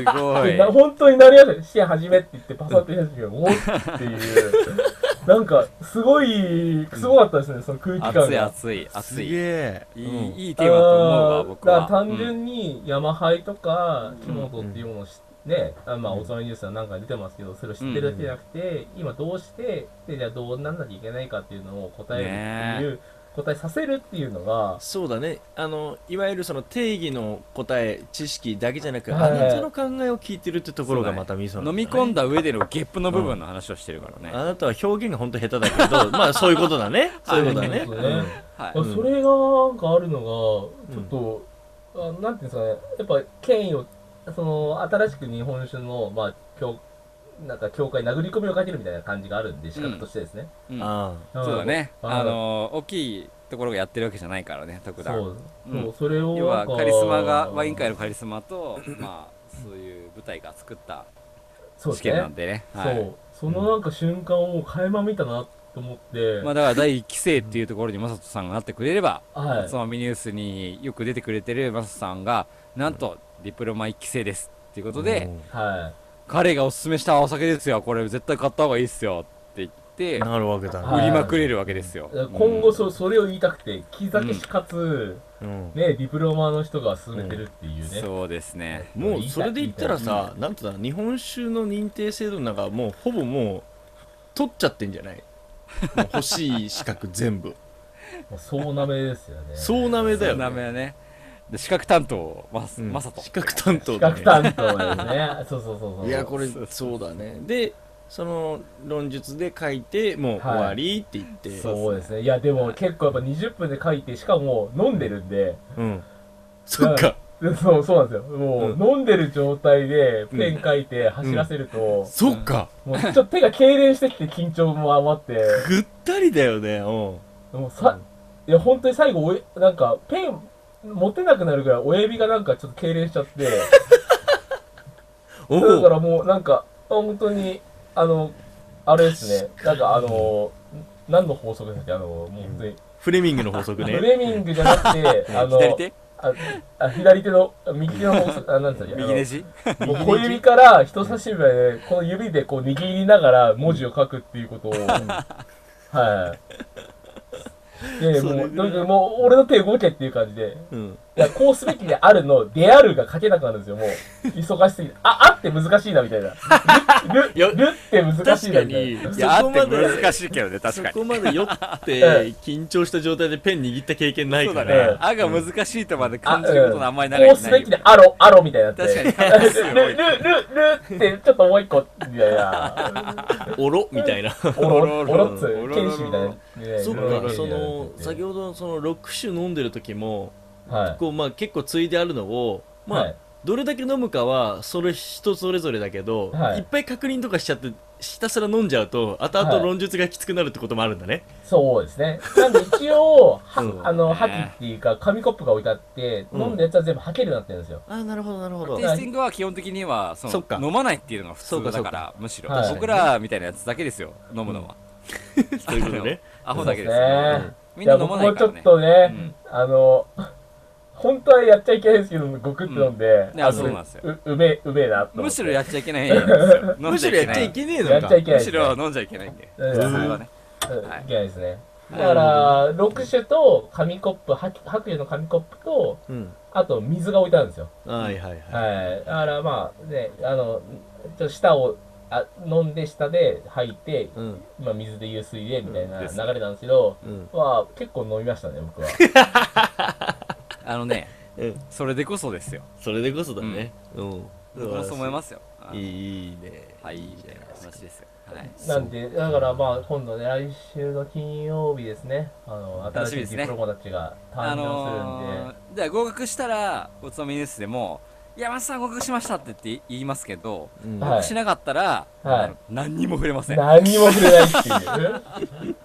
[SPEAKER 4] い。
[SPEAKER 2] な本当になりやすい。試験始めって言ってパサッとやった時に、おーっていう。なんか、すごい、すごかったですね、その空気感が。
[SPEAKER 4] 熱い、熱い、熱
[SPEAKER 3] す
[SPEAKER 4] い。
[SPEAKER 3] げえ
[SPEAKER 4] い
[SPEAKER 3] うん
[SPEAKER 4] いいいテーマだと思う
[SPEAKER 2] あ
[SPEAKER 4] わ、
[SPEAKER 2] ー
[SPEAKER 4] 僕
[SPEAKER 2] だ
[SPEAKER 4] は。
[SPEAKER 2] から単純に、山灰とか、木本っていうものを知ね、あまあ、大人ニュースは何回出てますけど、それを知ってるだけじゃなくて、今どうして、で、じゃあどうなんなきゃいけないかっていうのを答えるっていう、答えさせるっていうのが、
[SPEAKER 3] そうだねあのいわゆるその定義の答え知識だけじゃなく、
[SPEAKER 2] はい
[SPEAKER 3] あなたの考えを聞いてるってところがまたミソ
[SPEAKER 4] う
[SPEAKER 3] なんんだ
[SPEAKER 4] 飲
[SPEAKER 3] ね
[SPEAKER 4] み込んだ上でのゲップの部分の話をしてるからね。
[SPEAKER 3] あなたは表現が本当下手だけどまあそういうことだねそういうことだね
[SPEAKER 2] そうですね
[SPEAKER 4] はい
[SPEAKER 2] あ
[SPEAKER 3] ん
[SPEAKER 2] それがなんかあるのが、ちょっと、あなんていうんですかね、やっぱ権威を、その、新しく日本酒の、まあ、教、なんか教会に殴り込みをかけるみたいな感じがあるんで、資格としてですね。
[SPEAKER 4] うん
[SPEAKER 3] あ
[SPEAKER 4] そうだね。
[SPEAKER 2] うん
[SPEAKER 4] あのー、大きいところがやってるわけじゃないからね、特
[SPEAKER 2] そ
[SPEAKER 4] 段。
[SPEAKER 2] う、
[SPEAKER 4] うん
[SPEAKER 2] そうそれを
[SPEAKER 4] 要
[SPEAKER 2] な
[SPEAKER 4] は
[SPEAKER 2] んか、
[SPEAKER 4] カリスマが、ワイン界のカリスマと、まあ、そういう舞台が作った
[SPEAKER 2] そう
[SPEAKER 4] 試
[SPEAKER 2] です
[SPEAKER 4] 験な
[SPEAKER 2] ね
[SPEAKER 4] ん。でね。
[SPEAKER 2] そ、
[SPEAKER 4] はいう
[SPEAKER 2] そのなんか瞬間を垣間見たなと思って、
[SPEAKER 4] まあだから第一期生っていうところにマサトさんがなってくれれば、
[SPEAKER 2] はい
[SPEAKER 4] つ。まみニュースによく出てくれてるマサトさんが、なんとディプロマ一期生ですっていうことで、
[SPEAKER 2] は
[SPEAKER 4] 彼がおすすめしたお酒ですよ、これ絶対買った方がいいっすよって言って、
[SPEAKER 3] あなるわけだね、
[SPEAKER 2] は
[SPEAKER 4] 売りまくれるわけですよ。
[SPEAKER 2] い。今後そそれを言いたくて、木酒しかつ、
[SPEAKER 3] うん
[SPEAKER 2] ね、ディプロマの人が進めてるっていうね。
[SPEAKER 4] そうですね。
[SPEAKER 3] もうそれで言ったらさ、なんとだ日本酒の認定制度の中はもうほぼもう取っちゃってんじゃないもう欲しい資格全部
[SPEAKER 2] もうそうなめですよね。
[SPEAKER 3] そうなめだよ、ね、
[SPEAKER 4] ダメだね。で資格担当、マサ
[SPEAKER 3] うん
[SPEAKER 4] マサト。
[SPEAKER 3] 資格担当
[SPEAKER 2] 比
[SPEAKER 3] だ、ね、
[SPEAKER 2] 較担当ですね。そうそうそうそう。
[SPEAKER 3] いやこれ
[SPEAKER 4] そう
[SPEAKER 3] そうだねでその論述で書いてもう終わりって言って、
[SPEAKER 2] そうですね。いや、でも結構やっぱ20分で書いて、しかも飲んでるんで、
[SPEAKER 3] うんそっか
[SPEAKER 2] でそう、そうなんですよ。もう、飲んでる状態でペン書いて走らせると、
[SPEAKER 3] そっか
[SPEAKER 2] もうちょっと手が痙攣してきて緊張も余って、
[SPEAKER 3] ぐったりだよねうん
[SPEAKER 2] もうさ、いや、本当に最後おえ、なんか、ペン持てなくなるぐらい親指がなんかちょっと痙攣しちゃって、
[SPEAKER 3] お
[SPEAKER 2] だか
[SPEAKER 3] う
[SPEAKER 2] らもうなんか、本当に、あの、あれですね、なんかあの、何の法則でしたっけあの、もう本当に、
[SPEAKER 3] フレミングの法則
[SPEAKER 2] フ
[SPEAKER 3] ね
[SPEAKER 2] レミングじゃなくて、あ の、
[SPEAKER 4] 左手
[SPEAKER 2] ああ左手の、あ右手の方、あ、なんですか、
[SPEAKER 4] 右ネジ
[SPEAKER 2] あのもう小指から人差し指まで、この指でこう握りながら文字を書くっていうことを、はい。いやいや、もう、とにかくもう、俺の手動けっていう感じで、
[SPEAKER 3] うん
[SPEAKER 2] いや、こうすべきであるの、であるが書けなくなるんですよ、もう。忙しすぎて。あ、あって難しいな、みたいな。る、
[SPEAKER 3] よ
[SPEAKER 2] るるって難しい
[SPEAKER 3] 確
[SPEAKER 2] な、
[SPEAKER 3] か
[SPEAKER 2] みたい
[SPEAKER 3] に
[SPEAKER 2] な。
[SPEAKER 4] いや、あ
[SPEAKER 3] そこ
[SPEAKER 4] って
[SPEAKER 3] まで
[SPEAKER 4] 難しいけどね、確か
[SPEAKER 3] そ
[SPEAKER 4] に。
[SPEAKER 3] こまで酔って緊張した状態でペン握った経験ない
[SPEAKER 4] そう
[SPEAKER 3] か
[SPEAKER 4] だ
[SPEAKER 3] ら
[SPEAKER 4] ね
[SPEAKER 2] ね。
[SPEAKER 4] あが難しいとまで
[SPEAKER 2] あ
[SPEAKER 4] 感じることのあんまり長
[SPEAKER 2] こう
[SPEAKER 4] いな
[SPEAKER 2] す
[SPEAKER 4] い
[SPEAKER 2] べ
[SPEAKER 4] よ
[SPEAKER 2] き。であろ、あろ、みたいになって。
[SPEAKER 4] 確かに。す
[SPEAKER 2] ル
[SPEAKER 4] ごい
[SPEAKER 2] ルル。ルルってちょっともう一個みたいな。
[SPEAKER 3] おろみたいな
[SPEAKER 2] オロオロっつ
[SPEAKER 4] オロロロ
[SPEAKER 2] 剣士みたいな。ね
[SPEAKER 3] そっ
[SPEAKER 2] いろいろ
[SPEAKER 3] かその先
[SPEAKER 2] ほ
[SPEAKER 3] ほどのその6種飲んでる時も
[SPEAKER 2] ど、はい。
[SPEAKER 3] こうまあ結構ついであるのをまあ
[SPEAKER 2] はい
[SPEAKER 3] どれだけ飲むかはそれ人それぞれだけど、
[SPEAKER 2] はい
[SPEAKER 3] い、っぱい確認とかしちゃってひたすら飲んじゃうと後々
[SPEAKER 2] はい
[SPEAKER 3] 論述がきつくなるってこともあるんだね、
[SPEAKER 2] そうですね。なんで一応、は
[SPEAKER 3] うん
[SPEAKER 2] あの、覇気っていうか、紙コップが置いてあって、
[SPEAKER 3] うん
[SPEAKER 2] 飲んだやつは全部吐けるようになってるんですよ。
[SPEAKER 3] ああなるほどなるほ
[SPEAKER 4] テ
[SPEAKER 3] ど
[SPEAKER 4] イスティングは基本的にはそ
[SPEAKER 3] そ
[SPEAKER 4] の
[SPEAKER 3] っか
[SPEAKER 4] 飲まないっていうのが普
[SPEAKER 3] そ
[SPEAKER 4] 通
[SPEAKER 3] うか
[SPEAKER 4] だ
[SPEAKER 3] そう
[SPEAKER 4] か
[SPEAKER 3] から
[SPEAKER 4] むしろ
[SPEAKER 2] はい
[SPEAKER 4] 僕らみたいなやつだけですよ飲むのは
[SPEAKER 3] そういうことね
[SPEAKER 4] アホ
[SPEAKER 2] そう
[SPEAKER 4] だ
[SPEAKER 2] で
[SPEAKER 4] け
[SPEAKER 2] す
[SPEAKER 4] ですよ
[SPEAKER 2] ね。
[SPEAKER 4] み
[SPEAKER 2] い
[SPEAKER 4] んな
[SPEAKER 2] や、
[SPEAKER 4] 飲
[SPEAKER 2] 僕
[SPEAKER 4] まない
[SPEAKER 2] も
[SPEAKER 4] か
[SPEAKER 2] ちょ
[SPEAKER 4] ら
[SPEAKER 2] っ
[SPEAKER 4] ね
[SPEAKER 2] とね
[SPEAKER 4] うん、
[SPEAKER 2] あの、 本当はやっちゃいけないんですけど、ごくって飲んで
[SPEAKER 4] い、やそうなんですよ
[SPEAKER 2] ううめえ、うめえなと思って。
[SPEAKER 4] むしろやっちゃいけないんですよ飲ん
[SPEAKER 3] むしろやっちゃい
[SPEAKER 4] け
[SPEAKER 3] けねえの
[SPEAKER 2] やっちゃ
[SPEAKER 3] か
[SPEAKER 2] いけ
[SPEAKER 4] な
[SPEAKER 2] な
[SPEAKER 4] む
[SPEAKER 2] いです
[SPEAKER 4] し
[SPEAKER 2] ね。
[SPEAKER 4] ろ飲んじゃいけないんで
[SPEAKER 2] うん
[SPEAKER 4] 普通はね
[SPEAKER 2] うん
[SPEAKER 4] はい
[SPEAKER 2] いけないですね。だから、6種と紙コップ、白白湯の紙コップと、
[SPEAKER 3] うん
[SPEAKER 2] あと水が置いてあるんですよ。
[SPEAKER 3] はいはいはい、
[SPEAKER 2] はい。だからまあね、あの、ちょっと舌をあ飲んで舌で吐いて、
[SPEAKER 3] うん
[SPEAKER 2] まあ水で湯水でみたいな
[SPEAKER 4] うんですね
[SPEAKER 2] 流れなんですけど、
[SPEAKER 3] うん
[SPEAKER 2] まあ結構飲みましたね、 僕は。
[SPEAKER 4] あのね
[SPEAKER 3] うん
[SPEAKER 4] それでこそですよ
[SPEAKER 3] それでこそだねうん、
[SPEAKER 4] 僕もそう思いますよ
[SPEAKER 3] いいいいね
[SPEAKER 4] はいいい
[SPEAKER 3] じゃないですか
[SPEAKER 4] 話ですよはい
[SPEAKER 2] なんで、だからまあ今度ね、来週の金曜日ですね、あの、新
[SPEAKER 4] 楽しみ
[SPEAKER 2] し
[SPEAKER 4] で
[SPEAKER 2] い
[SPEAKER 4] す
[SPEAKER 2] デ
[SPEAKER 4] ね
[SPEAKER 2] ィプロマたちが
[SPEAKER 4] あ
[SPEAKER 2] 誕生するんで、
[SPEAKER 4] のー、じゃあ合格したらおつまみニュースでも「山田さん合格しました」って言って言いますけど、
[SPEAKER 3] うん
[SPEAKER 2] はい
[SPEAKER 4] 合格しなかったら、
[SPEAKER 2] はい
[SPEAKER 4] あの何にも触れません
[SPEAKER 2] 何も触れない って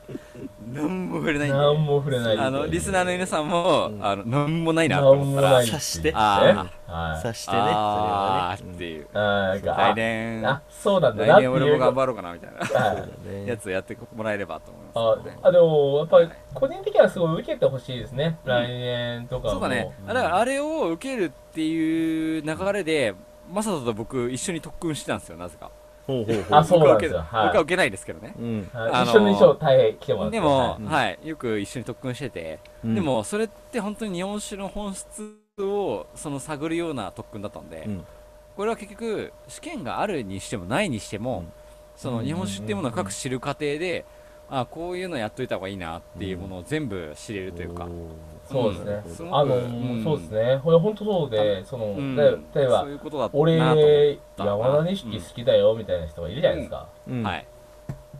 [SPEAKER 4] 何も触れないい
[SPEAKER 2] う。
[SPEAKER 4] んで
[SPEAKER 2] 何も触れないっていう
[SPEAKER 4] あのリスナーの皆さんも、あの何もないなと
[SPEAKER 2] 何
[SPEAKER 4] 思っ
[SPEAKER 2] も
[SPEAKER 4] たら
[SPEAKER 2] ない
[SPEAKER 4] あ
[SPEAKER 2] っていう
[SPEAKER 3] 察して
[SPEAKER 4] あ
[SPEAKER 2] はい。
[SPEAKER 3] 察してねそれは
[SPEAKER 4] あ
[SPEAKER 3] ね
[SPEAKER 4] ーっていう
[SPEAKER 2] あー
[SPEAKER 4] 来
[SPEAKER 2] なんか
[SPEAKER 4] 年
[SPEAKER 2] あ、そうなんだな
[SPEAKER 4] 来
[SPEAKER 2] ってい
[SPEAKER 4] 年
[SPEAKER 2] う。
[SPEAKER 4] 俺も頑張ろうかなみたいな
[SPEAKER 2] はい
[SPEAKER 3] うん
[SPEAKER 4] やつをやってもらえればと思い
[SPEAKER 2] あ
[SPEAKER 4] ますね、
[SPEAKER 2] あでも、やっぱり、個人的にはすごい受けてほしいですね。来年とかも。
[SPEAKER 4] そうだねあだからあれを受けるっていう流れでマサトと僕一緒に特訓してたんですよなぜか
[SPEAKER 3] ほうほうほう
[SPEAKER 2] あ、そう
[SPEAKER 4] 僕は
[SPEAKER 2] なん
[SPEAKER 4] 受
[SPEAKER 2] で
[SPEAKER 4] け僕
[SPEAKER 2] すよ。
[SPEAKER 4] は
[SPEAKER 2] は
[SPEAKER 4] 受けないですけどね
[SPEAKER 3] うん
[SPEAKER 2] い。はい
[SPEAKER 4] あのー
[SPEAKER 2] 一緒に衣装大変来てもらって。
[SPEAKER 4] で
[SPEAKER 2] は
[SPEAKER 4] も
[SPEAKER 2] い、
[SPEAKER 4] はい、よく一緒に特訓してて、
[SPEAKER 3] うん
[SPEAKER 4] でもそれって本当に日本酒の本質をその探るような特訓だったんで、
[SPEAKER 3] うん
[SPEAKER 4] これは結局試験があるにしてもないにしても、
[SPEAKER 3] うん
[SPEAKER 4] その日本酒っていうものを各知る過程で、あこういうのやっといた方がいいなっていうものを全部知れるというか、
[SPEAKER 3] お
[SPEAKER 2] そうですね
[SPEAKER 4] んすごく
[SPEAKER 2] あのー、そうですね。これ本当そうで、その、
[SPEAKER 4] うん
[SPEAKER 2] ね例えば
[SPEAKER 4] そう、いうことだったなと思って、
[SPEAKER 2] 俺、山田錦好きだよ、みたいな人がいるじゃないですか。
[SPEAKER 3] ーうん
[SPEAKER 4] はい、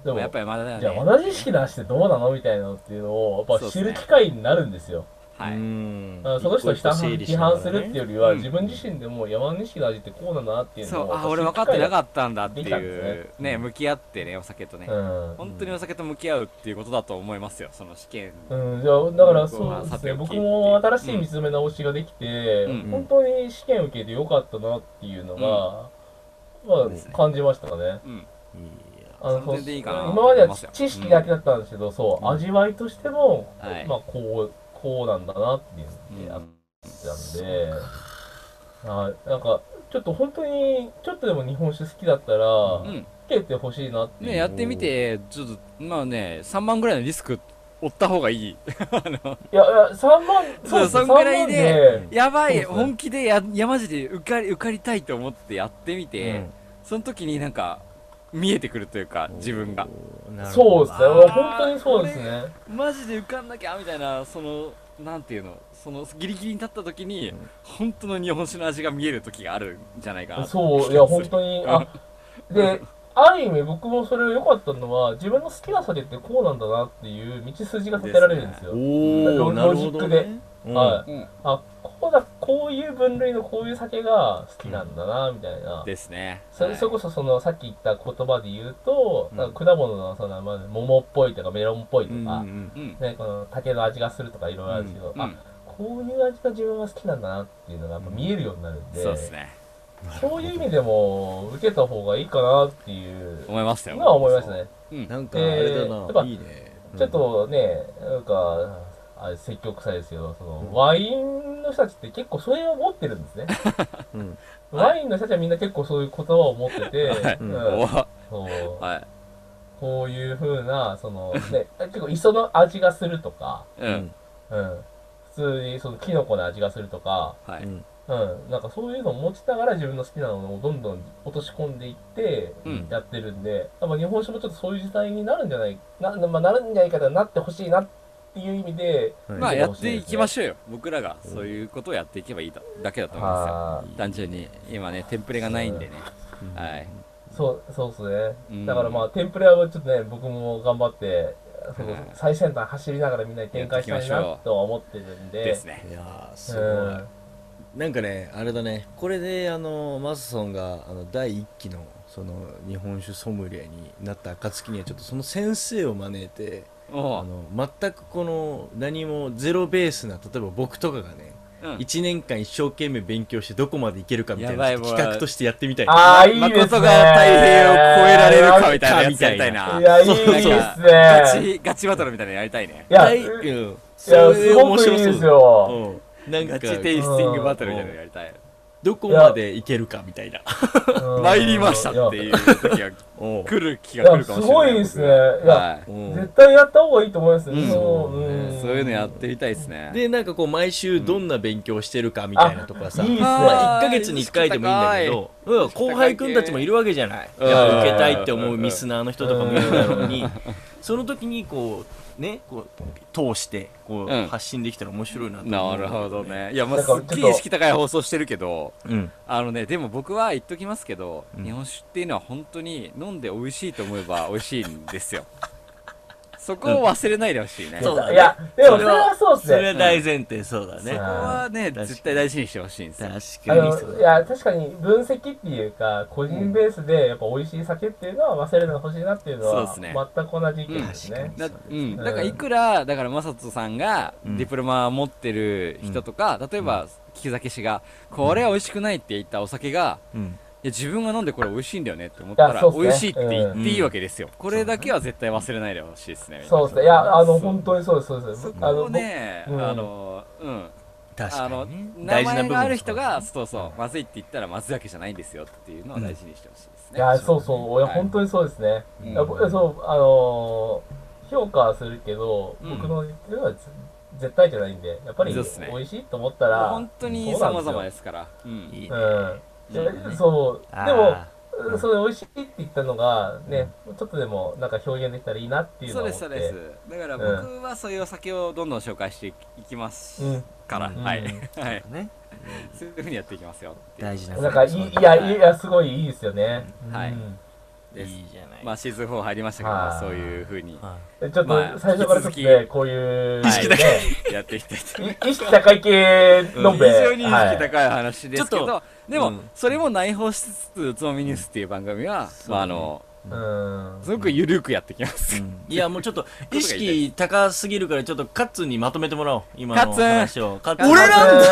[SPEAKER 2] でも、
[SPEAKER 4] やっぱりまだだよ
[SPEAKER 2] じゃあ
[SPEAKER 4] ね、
[SPEAKER 2] 山田錦の話ってどうなのみたいなのっていうのを、やっぱ知る機会になるんですよ。
[SPEAKER 4] は
[SPEAKER 3] う
[SPEAKER 4] い、
[SPEAKER 3] ん
[SPEAKER 2] あその人を
[SPEAKER 3] 一個一個整理し
[SPEAKER 2] 批
[SPEAKER 3] ながら
[SPEAKER 2] 判
[SPEAKER 3] ね
[SPEAKER 2] するっていうより
[SPEAKER 4] う
[SPEAKER 2] は、
[SPEAKER 4] ん
[SPEAKER 2] 自分自身でも山西の味ってこうなんだなっていう
[SPEAKER 4] そ
[SPEAKER 2] の
[SPEAKER 4] う
[SPEAKER 2] を。
[SPEAKER 4] あ俺分かってな
[SPEAKER 2] っ
[SPEAKER 4] かったんだってい
[SPEAKER 2] できたんで
[SPEAKER 4] うね向き合ってねお酒とね、
[SPEAKER 2] たうん。
[SPEAKER 4] 本当にお酒と向き合うっていうことだと思いますよその試験
[SPEAKER 2] うん、じゃあ、だからそうで
[SPEAKER 4] さ
[SPEAKER 2] す
[SPEAKER 4] て
[SPEAKER 2] ね、
[SPEAKER 4] おき
[SPEAKER 2] 僕も新しい見つめ直しができて、
[SPEAKER 4] うん
[SPEAKER 2] 本当に試験受けてよかったなっていうのが、
[SPEAKER 3] そう
[SPEAKER 2] ま
[SPEAKER 3] です
[SPEAKER 2] あ
[SPEAKER 3] ね、
[SPEAKER 2] 感じましたかね。
[SPEAKER 4] うん
[SPEAKER 3] いや
[SPEAKER 2] あの
[SPEAKER 4] それでいいかな
[SPEAKER 2] 今までは知識だけだったんですけど、そう、味わいとしても、
[SPEAKER 4] はい
[SPEAKER 2] まあ、こう、こうなんだなっていうのがあったんで、はい、なんか、ちょっと本当に、ちょっとでも日本酒好きだったら、
[SPEAKER 4] うん
[SPEAKER 2] 受けてほしいなっていう。
[SPEAKER 4] ねやってみてちょっとまあね3万ぐらいのリスク負った方がいいあの
[SPEAKER 2] いや、いや、3万、そうです
[SPEAKER 4] そ
[SPEAKER 2] ね、
[SPEAKER 4] んぐらい
[SPEAKER 2] 3万
[SPEAKER 4] で
[SPEAKER 2] で、
[SPEAKER 4] やばい、
[SPEAKER 2] そうですね
[SPEAKER 4] 本気でやいやマジで受かり受かりたいと思ってやってみて、
[SPEAKER 3] うん
[SPEAKER 4] その時になんか見えてくるというか自分が
[SPEAKER 2] そうですね、
[SPEAKER 4] あー
[SPEAKER 2] 本当にそうですね。
[SPEAKER 4] マジで受かんなきゃみたいなそのなんていうのそのギリギリに立った時に、本当の日本酒の味が見える時があるんじゃないかな
[SPEAKER 2] そう、いや、本当に、あ、で、ある意味僕もそれ良かったのは、自分の好きな酒ってこうなんだなっていう道筋が立てられるんですよ。
[SPEAKER 3] おお
[SPEAKER 2] ロ
[SPEAKER 3] なるほど
[SPEAKER 2] ロジ
[SPEAKER 3] ね
[SPEAKER 2] は
[SPEAKER 3] う
[SPEAKER 2] い、
[SPEAKER 4] うん
[SPEAKER 2] あこうだこういう分類のこういう酒が好きなんだなみたいな、
[SPEAKER 4] ですね
[SPEAKER 2] そ
[SPEAKER 4] は
[SPEAKER 2] れ
[SPEAKER 4] い
[SPEAKER 2] それこそそのさっき言った言葉で言うと、
[SPEAKER 3] うん
[SPEAKER 2] なんか果物のその、まあ、桃っぽいとかメロンっぽいと
[SPEAKER 3] ん
[SPEAKER 2] か、
[SPEAKER 3] うん
[SPEAKER 4] うん
[SPEAKER 2] ね、この竹の味がするとかいろいろあるんですけど、
[SPEAKER 4] うん
[SPEAKER 2] あこういう味が自分は好きなんだなっていうのがやっぱ見えるようになるんで,、
[SPEAKER 4] そうですね
[SPEAKER 2] そういう意味でも受けた方がいいかなっていう
[SPEAKER 4] 思いますよ
[SPEAKER 2] のは思いましたね。
[SPEAKER 4] うん
[SPEAKER 3] なんかあれだ
[SPEAKER 2] えーま
[SPEAKER 3] な
[SPEAKER 2] あ
[SPEAKER 3] いいね
[SPEAKER 2] ちょっとね、なんか、あれ積極臭いですけど、その、ワインの人たちって結構それを持ってるんですね。
[SPEAKER 3] うん
[SPEAKER 2] ワインの人たちはみんな結構そういう言葉を持ってて、
[SPEAKER 4] はい
[SPEAKER 2] うん
[SPEAKER 4] おー
[SPEAKER 2] そう
[SPEAKER 4] はい
[SPEAKER 2] こういう風な、その、ね、結構磯の味がするとか、
[SPEAKER 4] うん、
[SPEAKER 3] うん
[SPEAKER 2] うん、普通にそのキノコの味がするとか、
[SPEAKER 4] はい、
[SPEAKER 3] うん
[SPEAKER 2] うん、なんかそういうのを持ちながら自分の好きなのをどんどん落とし込んでいって
[SPEAKER 4] うん
[SPEAKER 2] やってるんで、やっぱ日本酒もちょっとそういう時代になるんじゃないな,、まあ、なるんじゃないかななってほしいなっていう意味で、
[SPEAKER 3] はい
[SPEAKER 4] まあやっていきましょうよ僕らがそういうことをやっていけばいいだだけだと思いま
[SPEAKER 2] あ
[SPEAKER 4] すよ単純に今ねテンプレがないんでねはい
[SPEAKER 2] ーそうそうです
[SPEAKER 4] うん
[SPEAKER 2] ね。だからまあ、テンプレはちょっとね、僕も頑張って、その
[SPEAKER 4] うん
[SPEAKER 2] 最先端走りながらみんなに展開した
[SPEAKER 4] やって
[SPEAKER 2] い
[SPEAKER 4] いきましょ
[SPEAKER 2] な
[SPEAKER 4] う
[SPEAKER 2] とは思ってるんで。
[SPEAKER 4] ですね
[SPEAKER 3] いやー
[SPEAKER 2] うん
[SPEAKER 3] すごいなんかねあれだねこれであのマッソンがあの第一期のその日本酒ソムリエになった暁にはちょっとその先生を招いてあ
[SPEAKER 4] おう
[SPEAKER 3] の全くこの何もゼロベースな例えば僕とかがね、
[SPEAKER 4] うん
[SPEAKER 3] 一1年間一生懸命勉強してどこまでいけるかみたいな
[SPEAKER 4] やばいもう
[SPEAKER 3] 企画としてやってみたい
[SPEAKER 2] ああ、いいですね。
[SPEAKER 4] 誠が太平洋を超えられるかみたいなやつやりたいな。
[SPEAKER 2] いや、いい
[SPEAKER 4] なん
[SPEAKER 2] です
[SPEAKER 4] かガ
[SPEAKER 2] ね。
[SPEAKER 4] チ、ガチバトルみたいなのやりたいね。
[SPEAKER 2] いや、
[SPEAKER 3] はいい
[SPEAKER 2] や
[SPEAKER 3] うん、
[SPEAKER 2] すごくいいですよ。
[SPEAKER 3] うん、なん
[SPEAKER 4] ガ
[SPEAKER 3] か
[SPEAKER 4] チテイスティングバトルみたいなのやりたい。
[SPEAKER 3] どこまでいけるかみたいな
[SPEAKER 2] うん
[SPEAKER 4] 参りましたって
[SPEAKER 2] い
[SPEAKER 4] いう時が
[SPEAKER 3] おう
[SPEAKER 4] 来る気
[SPEAKER 2] や。
[SPEAKER 4] が来
[SPEAKER 2] いや、
[SPEAKER 4] るか
[SPEAKER 2] す
[SPEAKER 4] もしれ
[SPEAKER 2] ご
[SPEAKER 4] ない。
[SPEAKER 2] いですね。い
[SPEAKER 4] 僕
[SPEAKER 2] や、
[SPEAKER 4] は
[SPEAKER 3] うん
[SPEAKER 2] 絶対やった方がいいと思いますね。
[SPEAKER 4] うん
[SPEAKER 2] そう
[SPEAKER 4] い。
[SPEAKER 2] うん
[SPEAKER 4] ねそういうのやってみたいですね。
[SPEAKER 3] でなんかこう毎週どんな勉強してるかみたいなとかさ、
[SPEAKER 2] いいっすね。
[SPEAKER 3] まあ、1ヶ月に1回でもいいんだけど、うん、後輩くんたちもいるわけじゃない、
[SPEAKER 4] うん
[SPEAKER 3] いや受けたいって思うミスナーの人とかもいるだろうに、その時にこうねこう通してこう、
[SPEAKER 4] うん
[SPEAKER 3] 発信できたら面白いなと思
[SPEAKER 4] な
[SPEAKER 3] う
[SPEAKER 4] るほどね。いや、まあ、
[SPEAKER 2] なん
[SPEAKER 4] す
[SPEAKER 2] か
[SPEAKER 4] っげえ意識高い放送してるけど、
[SPEAKER 3] うん
[SPEAKER 4] あのね、でも僕は言っときますけど、
[SPEAKER 3] うん
[SPEAKER 4] 日本酒っていうのは本当に飲んで美味しいと思えば美味しいんです よ。そこを忘れないでほしいね。
[SPEAKER 3] そうだね
[SPEAKER 2] いや、でもそれはそうです
[SPEAKER 3] それは
[SPEAKER 2] ね。
[SPEAKER 3] 大前提そうだね、
[SPEAKER 2] うん
[SPEAKER 4] そこはね、
[SPEAKER 3] かに
[SPEAKER 4] 絶対大事にしてほしいんですよ。
[SPEAKER 3] 確
[SPEAKER 2] あ
[SPEAKER 3] かにそ
[SPEAKER 2] のいう
[SPEAKER 3] だ
[SPEAKER 2] や確かに分析っていうか個人ベースでやっぱ美味しい酒っていうのは忘れないでほしいなっていうの
[SPEAKER 4] そう
[SPEAKER 2] は
[SPEAKER 4] ですね
[SPEAKER 2] 全く同じ意見です
[SPEAKER 3] うん
[SPEAKER 2] ね。
[SPEAKER 4] だ
[SPEAKER 3] そうです
[SPEAKER 4] う
[SPEAKER 3] ね
[SPEAKER 4] ん、だからいくらだから正人さんが
[SPEAKER 3] うん
[SPEAKER 4] ディプロマを持ってる人とか、例えば木崎氏がこれは美味しくないって言ったお酒が、
[SPEAKER 3] うん
[SPEAKER 4] いや自分が飲んでこれ美味しいんだよねって思った
[SPEAKER 2] いや
[SPEAKER 4] ら
[SPEAKER 2] そうっすね
[SPEAKER 4] 美味しいって言っていいわけですよ、これだけは絶対忘れないでほしいですね
[SPEAKER 2] そうですね。いやあ
[SPEAKER 4] そ
[SPEAKER 2] の
[SPEAKER 4] う
[SPEAKER 2] 本当にそうですそうです。
[SPEAKER 4] そ
[SPEAKER 2] あ
[SPEAKER 4] こ
[SPEAKER 2] の
[SPEAKER 4] をねあ
[SPEAKER 2] 僕うん
[SPEAKER 4] のうん
[SPEAKER 3] 確
[SPEAKER 4] あ
[SPEAKER 3] か
[SPEAKER 4] の
[SPEAKER 3] にね
[SPEAKER 4] 名前がある人
[SPEAKER 3] 大
[SPEAKER 4] が
[SPEAKER 3] 事な部分もそう
[SPEAKER 4] そうそうまずいって言ったらまずいわけじゃないんですよっていうのを大事にしてほしいです
[SPEAKER 2] い
[SPEAKER 4] ね、
[SPEAKER 2] やそうそういや
[SPEAKER 4] はい
[SPEAKER 2] 本当にそうですね。
[SPEAKER 4] うん
[SPEAKER 2] いや僕そうあのー評価はするけど
[SPEAKER 4] うん
[SPEAKER 2] 僕の言ってるのは絶対じゃないんでやっぱり
[SPEAKER 4] そ
[SPEAKER 2] 美
[SPEAKER 4] うっすね
[SPEAKER 2] 味しいと思ったら
[SPEAKER 4] 本当に
[SPEAKER 2] そうな
[SPEAKER 4] 様
[SPEAKER 2] んですよ
[SPEAKER 4] 々ですからうん
[SPEAKER 3] いいね
[SPEAKER 2] うん。い
[SPEAKER 3] そうだね
[SPEAKER 2] やそう
[SPEAKER 3] あー
[SPEAKER 2] でも。
[SPEAKER 3] うん
[SPEAKER 2] それ美味しいって言ったのがね、ちょっとでもなんか表現できたらいいなっていうの
[SPEAKER 4] そう
[SPEAKER 2] を思
[SPEAKER 4] で
[SPEAKER 2] っ
[SPEAKER 4] す
[SPEAKER 2] て
[SPEAKER 4] そうですだから僕はそういうお酒をどんどん紹介していきます
[SPEAKER 2] うん
[SPEAKER 4] から、
[SPEAKER 2] うん
[SPEAKER 4] はい、
[SPEAKER 2] うん
[SPEAKER 4] はい
[SPEAKER 3] ね
[SPEAKER 4] そういうふうにやっていきますよっていう
[SPEAKER 3] 大事な
[SPEAKER 2] なんかいいいやいやすごいいいですよね。
[SPEAKER 4] はい
[SPEAKER 2] うん
[SPEAKER 3] い
[SPEAKER 4] です
[SPEAKER 3] いじゃない、
[SPEAKER 4] まあシーズン4入りましたけど、
[SPEAKER 2] はい
[SPEAKER 4] そういうふうに
[SPEAKER 3] は
[SPEAKER 2] えちょっ
[SPEAKER 4] まあ
[SPEAKER 2] と最初からちょっと
[SPEAKER 4] 引き続
[SPEAKER 2] ねこういう
[SPEAKER 4] 意識高
[SPEAKER 2] ね
[SPEAKER 4] やっていきたいと思います
[SPEAKER 2] い意識高い系のんべ
[SPEAKER 4] 非常に意識
[SPEAKER 2] はい
[SPEAKER 4] 高い話ですけど、
[SPEAKER 3] ちょ
[SPEAKER 4] でも、
[SPEAKER 3] うん
[SPEAKER 4] それも内包しつつ「うつもみニュース」っていう番組は、まあ、あの
[SPEAKER 2] うん
[SPEAKER 4] すごく緩くやっていきます、
[SPEAKER 3] いうんいやもうちょっと意識高すぎるからちょっとカッツンにまとめてもらおう今の話をカッツン
[SPEAKER 5] 俺なんだ
[SPEAKER 2] だ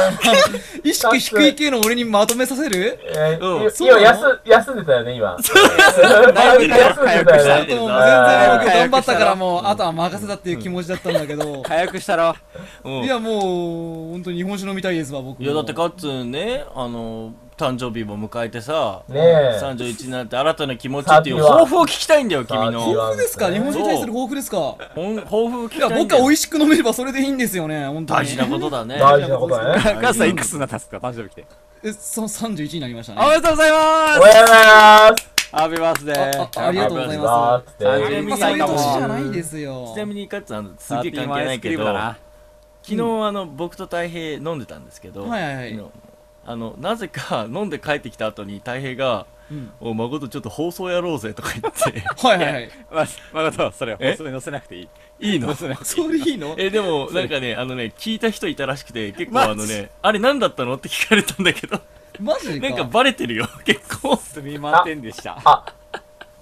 [SPEAKER 5] 意識低い系の俺にまとめさせる
[SPEAKER 2] え
[SPEAKER 3] うん
[SPEAKER 2] ーい
[SPEAKER 5] そうな
[SPEAKER 2] 今
[SPEAKER 5] の
[SPEAKER 2] 休休んでたよね今
[SPEAKER 4] だいぶ早く
[SPEAKER 2] 休んでた
[SPEAKER 5] あ
[SPEAKER 3] 早く
[SPEAKER 2] よ
[SPEAKER 3] し
[SPEAKER 2] ね
[SPEAKER 5] と
[SPEAKER 3] た
[SPEAKER 5] もう全然僕
[SPEAKER 2] あー
[SPEAKER 5] 頑張ったからもうあとは任せたっていう気持ちだったんだけど
[SPEAKER 4] 早くしたろ
[SPEAKER 3] うん
[SPEAKER 5] いやもう本当に日本酒飲みたいですわ僕も
[SPEAKER 3] いやだってカッツンねあの誕生日も迎えてさ、
[SPEAKER 2] ねえ
[SPEAKER 3] 31になって新たな気持ちっていう抱負を聞きたいんだよ君
[SPEAKER 2] 30は
[SPEAKER 3] の
[SPEAKER 5] 豊富ですか日本酒に対する抱負ですか
[SPEAKER 3] ほん抱負を聞
[SPEAKER 5] い
[SPEAKER 3] き
[SPEAKER 5] や
[SPEAKER 3] たいん
[SPEAKER 5] 僕
[SPEAKER 3] だ
[SPEAKER 5] は
[SPEAKER 3] よ
[SPEAKER 5] 美味しく飲めればそれでいいんですよね本当
[SPEAKER 3] 大
[SPEAKER 5] に
[SPEAKER 3] 事なことだね
[SPEAKER 2] 大事なことだね
[SPEAKER 4] 母さんいくつになったんですか誕生日来て
[SPEAKER 5] えそ31になりましたね
[SPEAKER 4] おめでとうござい
[SPEAKER 2] お
[SPEAKER 4] ま
[SPEAKER 2] は
[SPEAKER 4] す
[SPEAKER 2] ようございます
[SPEAKER 4] ハッピーバースデ
[SPEAKER 5] あああり
[SPEAKER 4] ー
[SPEAKER 5] がとうございます
[SPEAKER 2] ハッピーバースデー
[SPEAKER 3] 30
[SPEAKER 5] まあ、そういう年じゃないですすよ。
[SPEAKER 3] ちなみにカッツンあのす
[SPEAKER 4] ハッ
[SPEAKER 3] げえ
[SPEAKER 4] ピー
[SPEAKER 3] 関係
[SPEAKER 4] マイ
[SPEAKER 3] ない
[SPEAKER 4] スク
[SPEAKER 3] け
[SPEAKER 4] リーム
[SPEAKER 3] ど
[SPEAKER 4] だな
[SPEAKER 3] 昨日あの僕と太平飲んでたんですけど、
[SPEAKER 5] はいはいはい
[SPEAKER 3] 昨日あのなぜか 飲んで帰ってきた後に太平が
[SPEAKER 5] うん
[SPEAKER 3] 「おまことちょっと放送やろうぜ」とか言って
[SPEAKER 5] はいはいはい。
[SPEAKER 4] ま誠それを
[SPEAKER 3] え
[SPEAKER 4] 放送に載せなく ていい
[SPEAKER 3] いいの
[SPEAKER 4] 載せなくていい
[SPEAKER 5] それいいの
[SPEAKER 3] えでもなんかねあのね聞いた人いたらしくて結構
[SPEAKER 4] マジ
[SPEAKER 3] あのねあれ何だったのって聞かれたんだけど
[SPEAKER 5] マジ
[SPEAKER 3] なんか
[SPEAKER 5] か。
[SPEAKER 3] バレてるよ 結構
[SPEAKER 4] すみませんでした
[SPEAKER 2] あ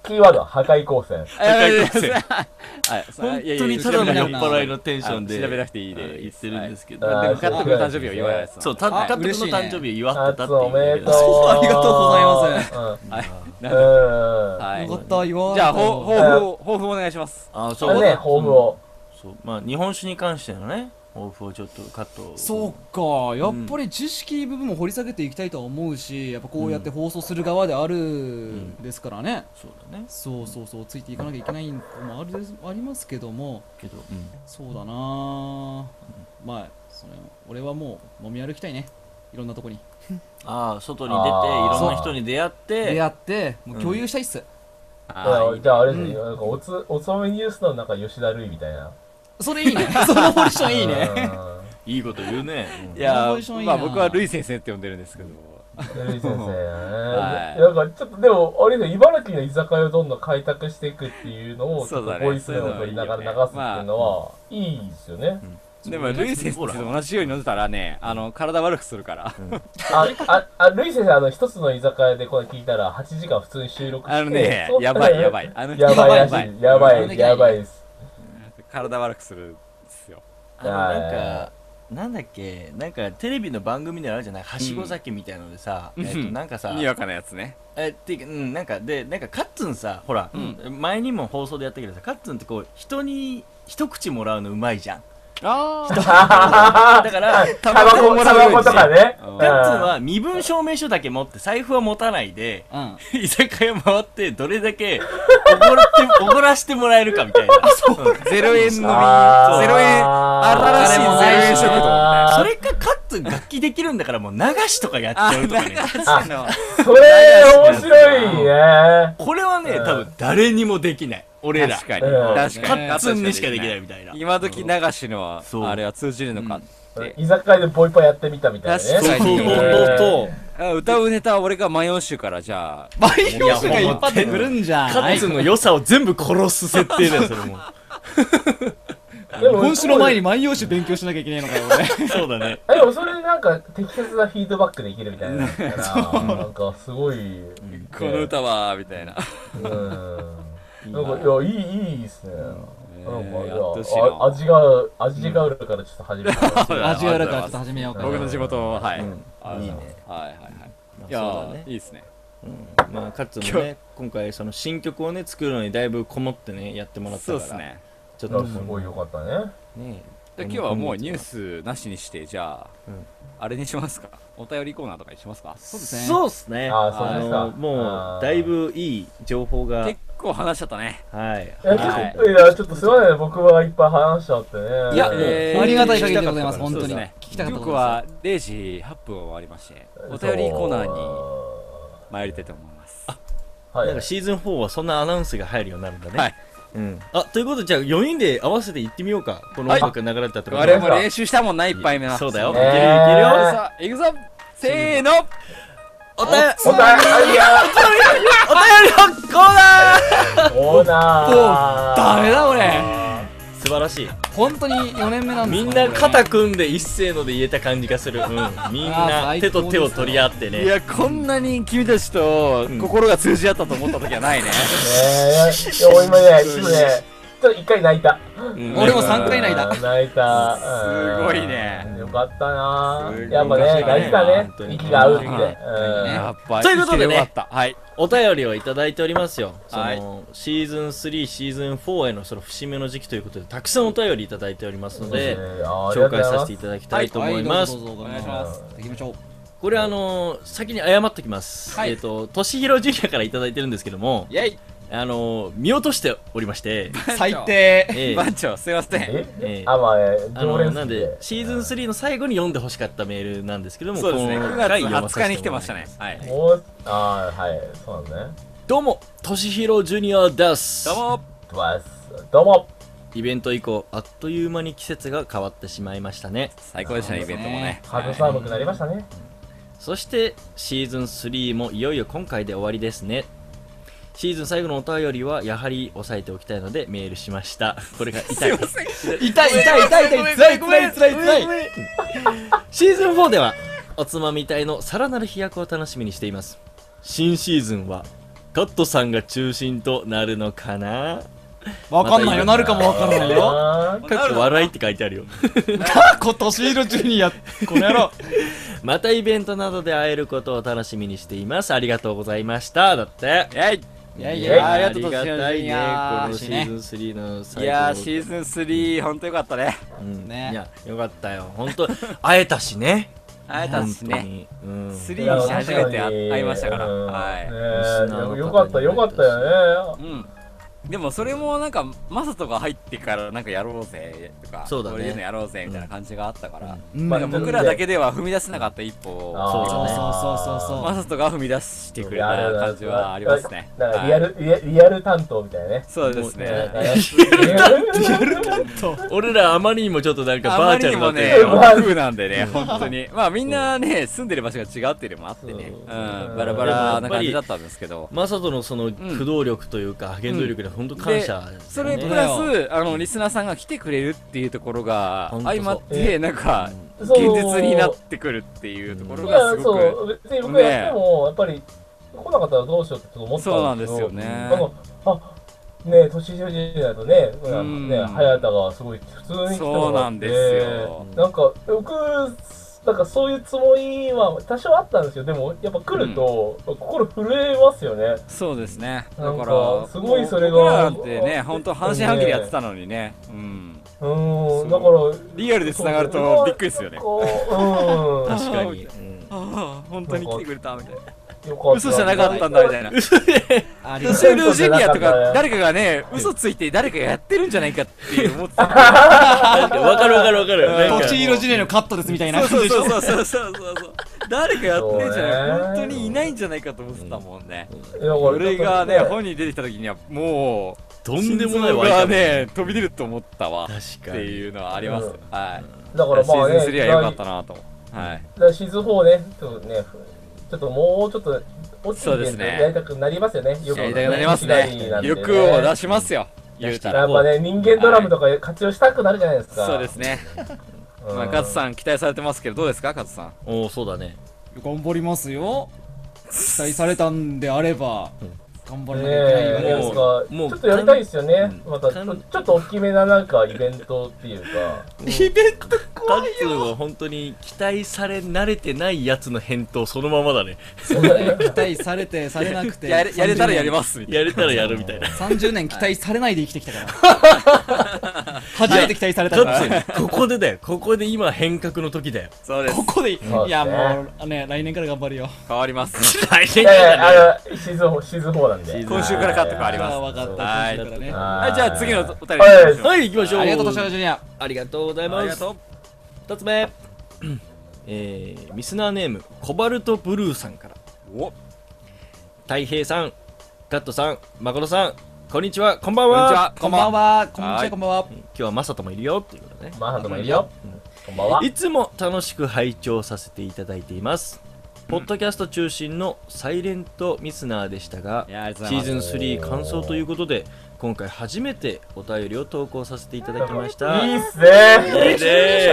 [SPEAKER 2] キーワードは破壊光線
[SPEAKER 4] あいやいやいや
[SPEAKER 3] 高い高
[SPEAKER 4] はいそれ
[SPEAKER 3] 本
[SPEAKER 4] いやいや
[SPEAKER 3] 当にただの
[SPEAKER 5] いやい
[SPEAKER 3] 酔っ
[SPEAKER 5] や
[SPEAKER 3] 払いのテンションで
[SPEAKER 4] あ調べなくていいで
[SPEAKER 3] あ言ってるんですけど、
[SPEAKER 2] はい
[SPEAKER 4] で
[SPEAKER 2] あ
[SPEAKER 4] も
[SPEAKER 2] ー
[SPEAKER 4] カット君の誕生日を祝わないです
[SPEAKER 3] そうた
[SPEAKER 4] は
[SPEAKER 5] あ
[SPEAKER 4] い
[SPEAKER 3] カット君
[SPEAKER 5] 嬉しい
[SPEAKER 3] の
[SPEAKER 5] ね
[SPEAKER 3] 誕生日を祝ってた
[SPEAKER 2] 夏
[SPEAKER 3] ってい
[SPEAKER 2] お
[SPEAKER 3] うんだ
[SPEAKER 2] め
[SPEAKER 3] け
[SPEAKER 2] でと
[SPEAKER 3] ど
[SPEAKER 2] う
[SPEAKER 5] ありがとうございます
[SPEAKER 2] うん
[SPEAKER 4] はいなるほど
[SPEAKER 2] うん
[SPEAKER 4] はい
[SPEAKER 5] よかった、言わ
[SPEAKER 4] じゃあ
[SPEAKER 5] ほ
[SPEAKER 4] 抱負を抱負をお願いします
[SPEAKER 3] あ
[SPEAKER 2] あ
[SPEAKER 3] そ
[SPEAKER 2] れ
[SPEAKER 3] う
[SPEAKER 2] ね、ホームを。
[SPEAKER 3] そうまあ日本酒に関してのね抱負をちょっとカット
[SPEAKER 5] そうか、やっぱり知識部分も掘り下げていきたいとは思うし、やっぱこうやって放送する側であるんですからね。
[SPEAKER 3] そうだね
[SPEAKER 5] そうそうそう、ついていかなきゃいけないのもあるですありますけども、
[SPEAKER 3] けど、
[SPEAKER 5] そうだなぁまあ、それ俺はもう飲み歩きたいね。いろんなとこに。
[SPEAKER 3] ああ外に出てい
[SPEAKER 2] あ
[SPEAKER 5] ー
[SPEAKER 3] ろんな人に出会って
[SPEAKER 5] 出会って、もう共有したいっす。
[SPEAKER 2] あじゃああれですね、
[SPEAKER 5] う
[SPEAKER 2] なんかおつ、おつまみニュースのなんか吉田類みたいな。
[SPEAKER 5] それいいね。 そのポジションいい ね。
[SPEAKER 3] いいこと言うね、
[SPEAKER 4] い
[SPEAKER 5] この
[SPEAKER 4] や
[SPEAKER 5] ポジションいい
[SPEAKER 4] ま
[SPEAKER 5] な
[SPEAKER 4] あ僕はルイ先生って呼んでるんですけど
[SPEAKER 2] うん。類先生ね。
[SPEAKER 4] はい
[SPEAKER 2] なんかちょっとでも、あれですね、茨城の居酒屋をどんどん開拓していくっていうのを、
[SPEAKER 4] そうだね
[SPEAKER 2] ボイスメモ取りながら流すっていうのは、いいですよね。
[SPEAKER 4] でも、ルイ先生と同じように飲んでたらね、あの、体悪くするから。
[SPEAKER 2] あ、あ、あ、ルイ先生、あの、一つの居酒屋でこれ聞いたら、8時間普通に収録して
[SPEAKER 4] あのね
[SPEAKER 2] そ、う
[SPEAKER 4] やばいやばい。あの人
[SPEAKER 2] やばいらしい。やば
[SPEAKER 5] やば
[SPEAKER 2] い、
[SPEAKER 5] い
[SPEAKER 2] やばいです。
[SPEAKER 4] 体悪くするんですよ。
[SPEAKER 3] あのなんかなんだっけなんかテレビの番組であるじゃないはしご酒みたいのでさ、
[SPEAKER 4] うん
[SPEAKER 3] えっと
[SPEAKER 4] うん
[SPEAKER 3] なんか さ、
[SPEAKER 4] にわかなやつね。
[SPEAKER 3] えっていうかうんなんかでなんかカッツンさほら、前にも放送でやったけどさカッツンってこう人に一口もらうのうまいじゃん
[SPEAKER 4] ああ。
[SPEAKER 3] だからカッツ
[SPEAKER 2] タバコ、タバコとかね。
[SPEAKER 4] うん
[SPEAKER 3] ンは身分証明書だけ持って財布は持たないで
[SPEAKER 5] うん
[SPEAKER 3] 居酒屋回ってどれだけおごらっておごらしてもらえるかみたいなそう
[SPEAKER 4] ゼロ円飲み、ゼロ円、
[SPEAKER 2] あー
[SPEAKER 4] 新しいゼロ
[SPEAKER 5] お金もない
[SPEAKER 4] 円
[SPEAKER 5] し
[SPEAKER 4] 食堂みたいな。
[SPEAKER 3] それかカッツン楽器できるんだからもう流しとかやっちゃうとかね
[SPEAKER 4] あの
[SPEAKER 2] それ、面白いね。
[SPEAKER 3] これはね多分誰にもできない俺ら
[SPEAKER 4] 確かに。
[SPEAKER 2] うん
[SPEAKER 4] 確
[SPEAKER 3] カ
[SPEAKER 4] かに。
[SPEAKER 3] ッツンにしかできないみたいな
[SPEAKER 4] 今時流しのは
[SPEAKER 3] そう
[SPEAKER 4] あれは通じるのか、
[SPEAKER 2] 居酒屋でボイパやってみたみたいな
[SPEAKER 4] 確
[SPEAKER 2] ね。
[SPEAKER 4] かに
[SPEAKER 2] うん
[SPEAKER 3] と
[SPEAKER 4] あ歌うネタは俺が万葉集からじゃあ
[SPEAKER 5] バイオスが引っ張ってくるんじゃん
[SPEAKER 3] カッツンの良さを全部殺す設定だよそれ も
[SPEAKER 2] でも
[SPEAKER 5] 今週の前に万葉集勉強しなきゃいけないのかよ俺
[SPEAKER 3] そうだね
[SPEAKER 2] でもそれでなんか適切なフィードバックできるみたいなのだからなんかすごい、
[SPEAKER 4] この歌はみたいな
[SPEAKER 2] うんなんかいやいいいいですね、なんかい
[SPEAKER 4] やっ
[SPEAKER 2] や
[SPEAKER 4] てほしいな
[SPEAKER 2] あ味が味があるからちょっと始めた、
[SPEAKER 5] 味があるからちょっと始めようか
[SPEAKER 4] 僕の地元ははい、あ
[SPEAKER 3] いいね
[SPEAKER 4] はいはいはいいや
[SPEAKER 3] まあそうだ
[SPEAKER 4] ー
[SPEAKER 3] ね
[SPEAKER 4] いいですね
[SPEAKER 3] まあカッツンもね今回その新曲をね作るのにだいぶこもってねやってもらった
[SPEAKER 4] そう
[SPEAKER 3] か
[SPEAKER 4] です
[SPEAKER 3] ら
[SPEAKER 4] ね
[SPEAKER 3] ちょっ
[SPEAKER 2] い
[SPEAKER 3] と
[SPEAKER 2] やすごい良かったね
[SPEAKER 3] ね
[SPEAKER 4] で今日はもうニュースなしにしてじゃあ、
[SPEAKER 3] うん
[SPEAKER 4] あれにしますかお便りコーナーとかにしますか
[SPEAKER 5] そうですね
[SPEAKER 3] そうっすね
[SPEAKER 2] あーそうですか
[SPEAKER 3] のもうだいぶいい情報が
[SPEAKER 4] 結構話しちゃったね
[SPEAKER 3] はい
[SPEAKER 2] いやちょっといやちょっとすごいね僕はいっぱい話しちゃってね
[SPEAKER 4] いやえー
[SPEAKER 5] ありがたい限りでございます
[SPEAKER 3] 聞き
[SPEAKER 5] 本
[SPEAKER 3] た
[SPEAKER 4] そ
[SPEAKER 5] 当
[SPEAKER 4] うです
[SPEAKER 5] に
[SPEAKER 4] ね
[SPEAKER 5] 聞きたかった
[SPEAKER 4] 僕
[SPEAKER 5] ことで
[SPEAKER 4] は0時8分を終わりましてお便りコーナーに参りたいと思います
[SPEAKER 2] は
[SPEAKER 3] なんか
[SPEAKER 2] い
[SPEAKER 3] シーズン4はそんなアナウンスが入るようになるんだね
[SPEAKER 4] はい
[SPEAKER 3] うんあということでじゃあ4人で合わせて行ってみようかこの
[SPEAKER 4] はい
[SPEAKER 3] 音楽が流れたところ
[SPEAKER 4] あれも練習したもんな一杯目は
[SPEAKER 3] そうだよい
[SPEAKER 2] え
[SPEAKER 3] けるいける
[SPEAKER 2] ー
[SPEAKER 3] よ
[SPEAKER 4] さあ行くぞせーのお便り
[SPEAKER 2] お便り
[SPEAKER 4] お便りのコーナー
[SPEAKER 2] コーナー
[SPEAKER 4] ダメだ俺
[SPEAKER 3] 素晴らしい
[SPEAKER 5] す本当に4年目なんです
[SPEAKER 3] みん
[SPEAKER 5] ね
[SPEAKER 3] な肩組んで一斉ので言えた感じがする、うん、みんな手と手を取り合って
[SPEAKER 4] い
[SPEAKER 3] ね
[SPEAKER 4] やこんなに君たちと
[SPEAKER 3] うん
[SPEAKER 4] 心が通じ合ったと思った時はないね
[SPEAKER 2] ねえ、でも今ね、ちょっとね、ちょっと一回泣いた。
[SPEAKER 3] うん
[SPEAKER 5] 俺も三回泣いた
[SPEAKER 2] うん泣いた。
[SPEAKER 4] すごいね
[SPEAKER 2] うんよかったな
[SPEAKER 4] すごい
[SPEAKER 2] やっぱね、
[SPEAKER 4] 昔だね
[SPEAKER 2] 大事だね
[SPEAKER 3] 本当。に
[SPEAKER 2] 息が合うって。うん
[SPEAKER 4] うんやっぱ
[SPEAKER 3] というこ
[SPEAKER 4] 生き
[SPEAKER 3] とでね
[SPEAKER 4] てよかったはい
[SPEAKER 3] お便りをいただいておりますよその、
[SPEAKER 4] はい
[SPEAKER 3] シーズン3シーズン4へのその節目の時期ということでたくさんお便りいただいておりますので紹介させてい
[SPEAKER 2] た
[SPEAKER 3] ただきたいと思います、
[SPEAKER 5] はいどうぞ
[SPEAKER 4] お
[SPEAKER 5] どうぞ
[SPEAKER 4] 願いします
[SPEAKER 5] 行きましょう
[SPEAKER 3] これあのー先に謝っときます、
[SPEAKER 5] はい
[SPEAKER 3] えっ、ととしひろジュニアからいただいてるんですけども
[SPEAKER 4] イェイ
[SPEAKER 3] あのー見落としておりまして、
[SPEAKER 5] 最低
[SPEAKER 3] ええ
[SPEAKER 4] 番長すいません
[SPEAKER 2] え
[SPEAKER 3] ええ
[SPEAKER 2] あ、まあね、
[SPEAKER 3] あ
[SPEAKER 2] 常
[SPEAKER 3] の
[SPEAKER 2] 連
[SPEAKER 3] なん
[SPEAKER 2] 好き
[SPEAKER 3] で
[SPEAKER 2] で。
[SPEAKER 3] シーズン3の最後に読んでほしかったメールなんですけども
[SPEAKER 4] そうですね
[SPEAKER 3] この
[SPEAKER 4] 9
[SPEAKER 3] 回
[SPEAKER 4] 月
[SPEAKER 3] 読まさせ
[SPEAKER 4] 20日に来
[SPEAKER 3] て
[SPEAKER 4] て
[SPEAKER 3] もらい
[SPEAKER 4] ま
[SPEAKER 3] ま
[SPEAKER 4] し
[SPEAKER 3] す
[SPEAKER 4] たねはい
[SPEAKER 2] おあーはい、そうだね。
[SPEAKER 3] どうもとしひろジュニアです
[SPEAKER 4] どうも
[SPEAKER 2] トワイスどうも
[SPEAKER 3] イベント以降あっという間に季節が変わってしまいましたね
[SPEAKER 4] 最高でしたねイベントもね
[SPEAKER 2] 肌寒くなりましたね。
[SPEAKER 3] そしてシーズン3もいよいよ今回で終わりですねシーズン最後のお便りはやはり押さえておきたいのでメールしましたこれが痛いです
[SPEAKER 5] 痛い痛い痛い痛い辛い辛い辛い辛い
[SPEAKER 3] シーズン4ではおつまみ隊のさらなる飛躍を楽しみにしています新シーズンはカットさんが中心となるのかな
[SPEAKER 5] わかんないよなるかもわからないよ
[SPEAKER 2] あー
[SPEAKER 3] かっこ笑いって書いてあるよ
[SPEAKER 5] 今年のジュニアこの野郎
[SPEAKER 3] またイベントなどで会えることを楽しみにしていますありがとうございましただって
[SPEAKER 4] イェイ
[SPEAKER 5] いやい
[SPEAKER 3] い
[SPEAKER 5] やい
[SPEAKER 3] や
[SPEAKER 5] や
[SPEAKER 3] あ
[SPEAKER 4] あ
[SPEAKER 3] り
[SPEAKER 4] りがと
[SPEAKER 3] がとう
[SPEAKER 4] う
[SPEAKER 3] ご
[SPEAKER 4] ご
[SPEAKER 3] ざ
[SPEAKER 4] ざ
[SPEAKER 3] い
[SPEAKER 4] い
[SPEAKER 3] ま
[SPEAKER 4] ますす
[SPEAKER 3] いやこのシーズン3の最後
[SPEAKER 4] いやーシーズン3ほんとよかったね
[SPEAKER 3] うん
[SPEAKER 5] ね
[SPEAKER 3] いやよかったよ本当会えたしね
[SPEAKER 4] 会えたっす
[SPEAKER 3] 本当
[SPEAKER 4] ね
[SPEAKER 3] にうん
[SPEAKER 4] 3
[SPEAKER 2] い
[SPEAKER 4] に
[SPEAKER 2] や
[SPEAKER 4] して初めて会会いましたから
[SPEAKER 2] うん
[SPEAKER 4] はい
[SPEAKER 2] ねえよかった、よかったよね。
[SPEAKER 4] うんでもそれもなんかマサトが入ってからなんかやろうぜとか
[SPEAKER 3] そうだね
[SPEAKER 4] こういうのやろうぜみたいな感じがあったから、
[SPEAKER 5] うん
[SPEAKER 4] まあ、
[SPEAKER 5] うん
[SPEAKER 4] 僕らだけでは踏み出せなかった一歩を
[SPEAKER 2] あー
[SPEAKER 3] そうだね
[SPEAKER 5] そうそうそうそう
[SPEAKER 4] マサトが踏み出してくれた感じはありますね
[SPEAKER 2] なんかリアル、リアリアル担当みたいなね。
[SPEAKER 4] そうですね
[SPEAKER 3] もう
[SPEAKER 2] リアル担
[SPEAKER 3] 俺らあまりにもちょっとなんか
[SPEAKER 4] あ
[SPEAKER 3] バ
[SPEAKER 4] ま
[SPEAKER 3] ーチ
[SPEAKER 4] り
[SPEAKER 3] ャ
[SPEAKER 4] に
[SPEAKER 3] ルだ
[SPEAKER 4] も
[SPEAKER 3] った
[SPEAKER 4] ね
[SPEAKER 3] よ
[SPEAKER 2] バーチャルだったよ
[SPEAKER 4] 風なんでね本当にまあみんなね住んでる場所が違うっていうのもあってね、
[SPEAKER 3] そう
[SPEAKER 4] うん、バラバラな感じだったんですけど
[SPEAKER 3] マサトのその
[SPEAKER 4] ん
[SPEAKER 3] 駆動力というか原動力の本当感謝、ね、
[SPEAKER 4] それプラスあのリスナーさんが来てくれるっていうところが
[SPEAKER 3] ほんとそう
[SPEAKER 4] 相まってなんか現
[SPEAKER 2] そう
[SPEAKER 4] 実になってくるっていうところ
[SPEAKER 2] い
[SPEAKER 4] が
[SPEAKER 2] や
[SPEAKER 4] すご
[SPEAKER 2] そ
[SPEAKER 4] く
[SPEAKER 2] う別に僕やっても、やっぱり来なかったらどうしようって思った
[SPEAKER 4] そうなんですよね
[SPEAKER 2] あのあね年上じゃないとね、
[SPEAKER 4] ん
[SPEAKER 2] ね早田がすごい普通に来たのがあって
[SPEAKER 4] そうなんですよ
[SPEAKER 2] なんか僕なんかそういうつもりは多少あったんですよでもやっぱ来ると、心震えますよね
[SPEAKER 4] そうですねだ
[SPEAKER 2] なん
[SPEAKER 4] か
[SPEAKER 2] からすごいそれが
[SPEAKER 4] 僕らなんてね本当半信半疑でやってたのにねうん
[SPEAKER 2] うーんだか
[SPEAKER 4] そ
[SPEAKER 2] ら
[SPEAKER 4] リアルで繋がるとびっくりですよね
[SPEAKER 2] こううん
[SPEAKER 3] 確かに、うん
[SPEAKER 4] ああ本当に来てくれたみたいな
[SPEAKER 2] よかった
[SPEAKER 4] 嘘じゃなかったんだみたいな
[SPEAKER 5] ありがと
[SPEAKER 4] シェルジュニアとか
[SPEAKER 2] 誰
[SPEAKER 4] 誰かがね嘘ついて誰かがやってるんじゃないかって 思ってた
[SPEAKER 3] 確かにわかるわかるわかるなん
[SPEAKER 5] う
[SPEAKER 3] か
[SPEAKER 5] とちひろジュニアのカットですみたいな
[SPEAKER 4] そう
[SPEAKER 5] 感じ
[SPEAKER 4] そう
[SPEAKER 5] でし
[SPEAKER 4] そう
[SPEAKER 5] ょ
[SPEAKER 4] そうそうそうそうそう誰かやってんじゃない
[SPEAKER 2] そうね
[SPEAKER 4] 本当にいないんじゃないかと思ってたもんね
[SPEAKER 2] こ
[SPEAKER 4] これがね本に出てきた時にはも
[SPEAKER 3] と
[SPEAKER 4] うん
[SPEAKER 3] でもない
[SPEAKER 4] 心臓が
[SPEAKER 3] わ
[SPEAKER 4] ね飛び出ると思ったわっ
[SPEAKER 3] 確か
[SPEAKER 4] て
[SPEAKER 3] に
[SPEAKER 4] いうのはあります
[SPEAKER 2] うん
[SPEAKER 4] はい
[SPEAKER 2] だから
[SPEAKER 4] シ
[SPEAKER 2] まあ
[SPEAKER 4] ー
[SPEAKER 2] ね
[SPEAKER 4] ズン3は良かったなとはい
[SPEAKER 2] だからシーズン4ね、ちょっとね、ちょっともうちょっと落ち
[SPEAKER 4] そう
[SPEAKER 2] て
[SPEAKER 4] です
[SPEAKER 2] きて
[SPEAKER 4] ね
[SPEAKER 2] やりたくなりますよね、欲
[SPEAKER 4] やりたくなりますね欲を出しますよ言うたら
[SPEAKER 2] やっぱね、人間ドラムとか活用したくなるじゃないですか。
[SPEAKER 4] そうですね
[SPEAKER 2] うん。
[SPEAKER 4] まあカズさん期待されてますけどどうですかカズさん
[SPEAKER 3] おおそうだね
[SPEAKER 5] 頑張りますよ期待されたんであれば頑張ら
[SPEAKER 2] ね
[SPEAKER 5] なきゃいけないわ
[SPEAKER 2] え
[SPEAKER 5] けですよ
[SPEAKER 2] なんか
[SPEAKER 3] もう
[SPEAKER 2] ちょっとやりたいですよね、
[SPEAKER 3] うん
[SPEAKER 2] またちょちょっと大きめななんかイベントっ ていうか、
[SPEAKER 3] ガッツは本当に期待され慣れてないやつの返答そのままだね
[SPEAKER 5] 期待されてされなくて
[SPEAKER 4] やれやれたらやりますみたいな
[SPEAKER 3] やれたらやるみた いな
[SPEAKER 5] 30年期待されないで生きてきたから初めて期待され
[SPEAKER 3] ちょ
[SPEAKER 5] た
[SPEAKER 3] っ
[SPEAKER 5] から、
[SPEAKER 3] とここでだよここで今変革の時だよ
[SPEAKER 4] そうです
[SPEAKER 5] ここでい
[SPEAKER 2] そうですね
[SPEAKER 5] やもうね来年から頑張るよ
[SPEAKER 4] 変わります
[SPEAKER 3] 来
[SPEAKER 2] い
[SPEAKER 3] 年
[SPEAKER 2] やい
[SPEAKER 3] だね
[SPEAKER 2] や、あのシーズン4、シーズン4なんで。
[SPEAKER 4] 今週からカット変わります
[SPEAKER 5] あ分かった
[SPEAKER 4] はい
[SPEAKER 5] 今週からね
[SPEAKER 4] はい、じゃあ次のお便り
[SPEAKER 2] は
[SPEAKER 4] 行
[SPEAKER 2] い
[SPEAKER 4] きましょう
[SPEAKER 3] はい行きましょう
[SPEAKER 5] ありがとう年上ジュニア
[SPEAKER 3] ありがとうござい
[SPEAKER 4] あ
[SPEAKER 3] ま
[SPEAKER 4] りが
[SPEAKER 3] す
[SPEAKER 4] とう
[SPEAKER 3] 2つ目、 えー、ミスナーネームコバルトブルーさんから
[SPEAKER 4] お
[SPEAKER 3] 太平さんガットさん誠さんこんにちはこんばんは
[SPEAKER 4] こんにちは
[SPEAKER 5] こんばんはこんにち
[SPEAKER 4] はい
[SPEAKER 5] はこんばんは
[SPEAKER 3] 今日はマサトもいるよっていうことね
[SPEAKER 2] マハトもいるよ。こんばんは。
[SPEAKER 3] いつも楽しく拝聴させていただいていますポッドキャスト中心のサイレントミスナーでしたが
[SPEAKER 4] いやありがとうござ
[SPEAKER 3] シ
[SPEAKER 4] い
[SPEAKER 3] ー
[SPEAKER 4] ます
[SPEAKER 3] ズン3感想ということで今回初めてお便りを投稿させていただきました
[SPEAKER 2] いいっすね。
[SPEAKER 3] いいね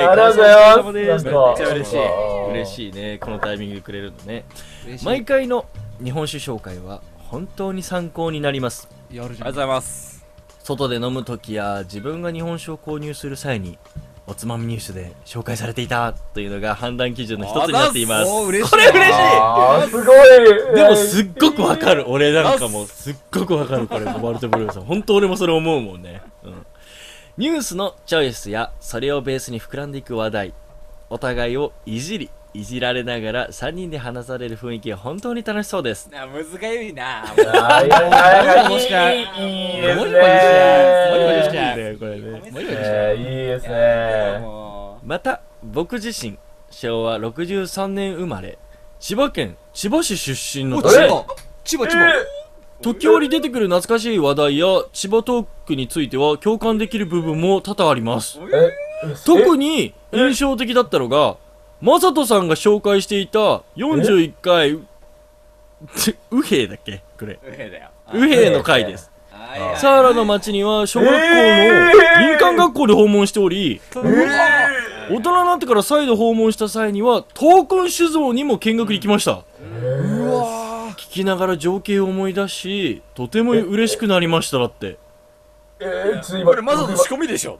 [SPEAKER 2] ありがとうござい
[SPEAKER 3] めっ
[SPEAKER 2] ます。
[SPEAKER 3] ち
[SPEAKER 2] なんか
[SPEAKER 3] ゃ嬉しい嬉
[SPEAKER 2] い。
[SPEAKER 3] しいねこのタイミングでくれるのね
[SPEAKER 5] 嬉しい
[SPEAKER 3] 毎回の日本酒紹介は本当に参考になります
[SPEAKER 5] やるじ
[SPEAKER 4] あ
[SPEAKER 5] ゃ
[SPEAKER 4] りがとうご
[SPEAKER 5] ん
[SPEAKER 4] ざいます
[SPEAKER 3] 外で飲む時や自分が日本酒を購入する際におつまみニュースで紹介されていたというのが判断基準の一つになっています
[SPEAKER 5] おー嬉しい
[SPEAKER 3] これ嬉し
[SPEAKER 2] あーすごい。
[SPEAKER 3] いでもすっごくわか
[SPEAKER 2] る。
[SPEAKER 3] る俺なんかもすっごくわかるこれコバルトブルーさん本当俺もそれ思うもんね、うん、ニュースのチョイスやそれをベースに膨らんでいく話題お互いをいじりいじられながら3人で話される雰囲気が本当に楽しそうです
[SPEAKER 4] な難しいな
[SPEAKER 2] あーいやいやいやいいですね。
[SPEAKER 5] いや
[SPEAKER 3] ねこれね
[SPEAKER 5] もう一回
[SPEAKER 2] えーいいですね。
[SPEAKER 4] も
[SPEAKER 3] また僕自身昭和63年生まれ千葉県千葉市出身の
[SPEAKER 5] お
[SPEAKER 3] た
[SPEAKER 5] 千
[SPEAKER 3] め
[SPEAKER 5] 葉千葉千葉
[SPEAKER 2] え
[SPEAKER 3] 時折出てくる懐かしい話題や千葉トークについては共感できる部分も多々あります特に印象的だったのがマサトさんが紹介していた41回 ち右兵だっけこれ
[SPEAKER 4] ううへだよ
[SPEAKER 3] 右兵の回です
[SPEAKER 4] あいや
[SPEAKER 3] サーラの町には小学校の
[SPEAKER 2] えー
[SPEAKER 3] 林間学校で訪問しており、
[SPEAKER 2] え
[SPEAKER 3] 大人になってから再度訪問した際には闘魂酒造にも見学に行きました、聞きながら情景を思い出しとても嬉しくなりましただって
[SPEAKER 2] ーちょっと今
[SPEAKER 4] これまさと仕込みでしょ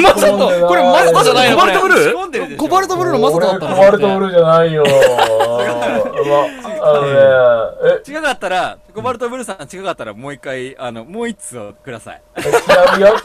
[SPEAKER 2] マサ
[SPEAKER 5] トこれマサトじゃないの
[SPEAKER 3] コバルトブルー
[SPEAKER 4] 仕込んでるでしょ
[SPEAKER 5] コバルトブルーのマサトだったの
[SPEAKER 2] コバルトブルーじゃないよ。まああのね、
[SPEAKER 4] 違かったらコバルトブルーさん違かったらもう一回あのもう一通をください
[SPEAKER 2] え違うよ。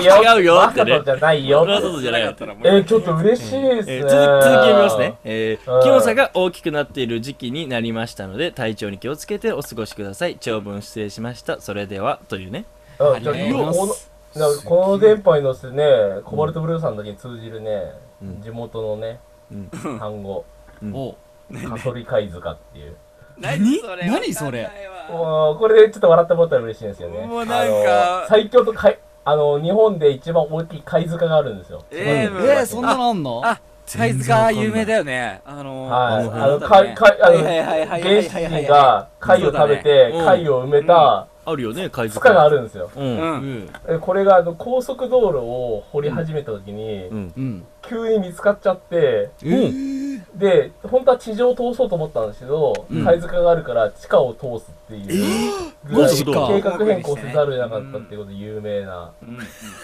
[SPEAKER 2] 違うよ。
[SPEAKER 3] 違うよ
[SPEAKER 2] マ
[SPEAKER 3] って
[SPEAKER 2] サ
[SPEAKER 3] ね
[SPEAKER 2] トじゃないよ。
[SPEAKER 3] マサトじゃない
[SPEAKER 4] かったらもう
[SPEAKER 2] え
[SPEAKER 4] 一回
[SPEAKER 2] ー、ちょっと嬉しいですね。
[SPEAKER 3] えー続続き読みますね、。えー
[SPEAKER 2] うん
[SPEAKER 3] 気温差が大きくなっている時期になりましたので体調に気をつけてお過ごしください長文失礼しましたそれではというね
[SPEAKER 2] あじゃあ
[SPEAKER 5] ありがとうござい
[SPEAKER 2] こ
[SPEAKER 5] ま
[SPEAKER 2] の
[SPEAKER 5] す
[SPEAKER 2] なんかこの電波に乗せてね、コバルトブルーさんだけに通じるね、
[SPEAKER 3] うん
[SPEAKER 2] 地元のね、
[SPEAKER 3] うん
[SPEAKER 2] 単語、
[SPEAKER 5] おう
[SPEAKER 2] カソリ貝塚っていう。
[SPEAKER 4] 何それ
[SPEAKER 5] 何それ
[SPEAKER 4] わかんないわ
[SPEAKER 2] もうこれでちょっと笑ってもらったら嬉しいんですよね。
[SPEAKER 4] もうなんか
[SPEAKER 2] あの最強と貝、あの、日本で一番大きい貝塚があるんですよ。
[SPEAKER 4] え
[SPEAKER 5] え
[SPEAKER 4] ー
[SPEAKER 5] ーそんなのあんの
[SPEAKER 4] あ貝塚有名だよねあのー
[SPEAKER 2] は
[SPEAKER 3] あ
[SPEAKER 2] い。あの、
[SPEAKER 4] そうだ
[SPEAKER 2] 貝、
[SPEAKER 4] ね
[SPEAKER 2] 貝、あの、
[SPEAKER 4] はいはいはいはいはい
[SPEAKER 2] 原始人が貝を食べて、
[SPEAKER 3] うん
[SPEAKER 2] 貝を埋めた、
[SPEAKER 3] あるよ ね海
[SPEAKER 2] 負
[SPEAKER 3] 賊
[SPEAKER 2] 荷があるんですよ。
[SPEAKER 3] うん、
[SPEAKER 4] う
[SPEAKER 3] うん
[SPEAKER 4] ん。
[SPEAKER 2] えこれがあの高速道路を掘り始めた時に、
[SPEAKER 5] うん
[SPEAKER 2] 急に見つかっちゃって、で、本当は地上を通そうと思ったんですけど、
[SPEAKER 5] うん
[SPEAKER 2] 貝塚があるから地下を通すっていうぐらい
[SPEAKER 3] マジか
[SPEAKER 2] 計画変更せざるを得なかったってことで有名な
[SPEAKER 4] うん。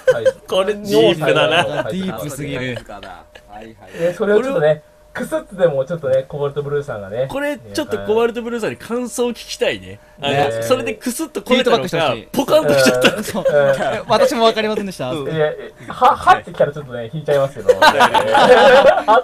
[SPEAKER 2] 貝塚。
[SPEAKER 3] これジープだな
[SPEAKER 2] な
[SPEAKER 5] ディープすぎる
[SPEAKER 4] はいはい。
[SPEAKER 2] で、それをちょっとね、くすってでもちょっとね、コバルトブルーさんがね、
[SPEAKER 3] これちょっとコバルトブルーさんに感想を聞きたいねあの
[SPEAKER 2] ね
[SPEAKER 3] それでクスッと超えたの
[SPEAKER 5] フィードバッ
[SPEAKER 3] か
[SPEAKER 5] クしてほし
[SPEAKER 3] ポカンときちゃった
[SPEAKER 5] そう
[SPEAKER 2] えー
[SPEAKER 5] え私も分かりませんでした
[SPEAKER 2] いや、は、はってきたらちょっとね、引いちゃいま すけど。あ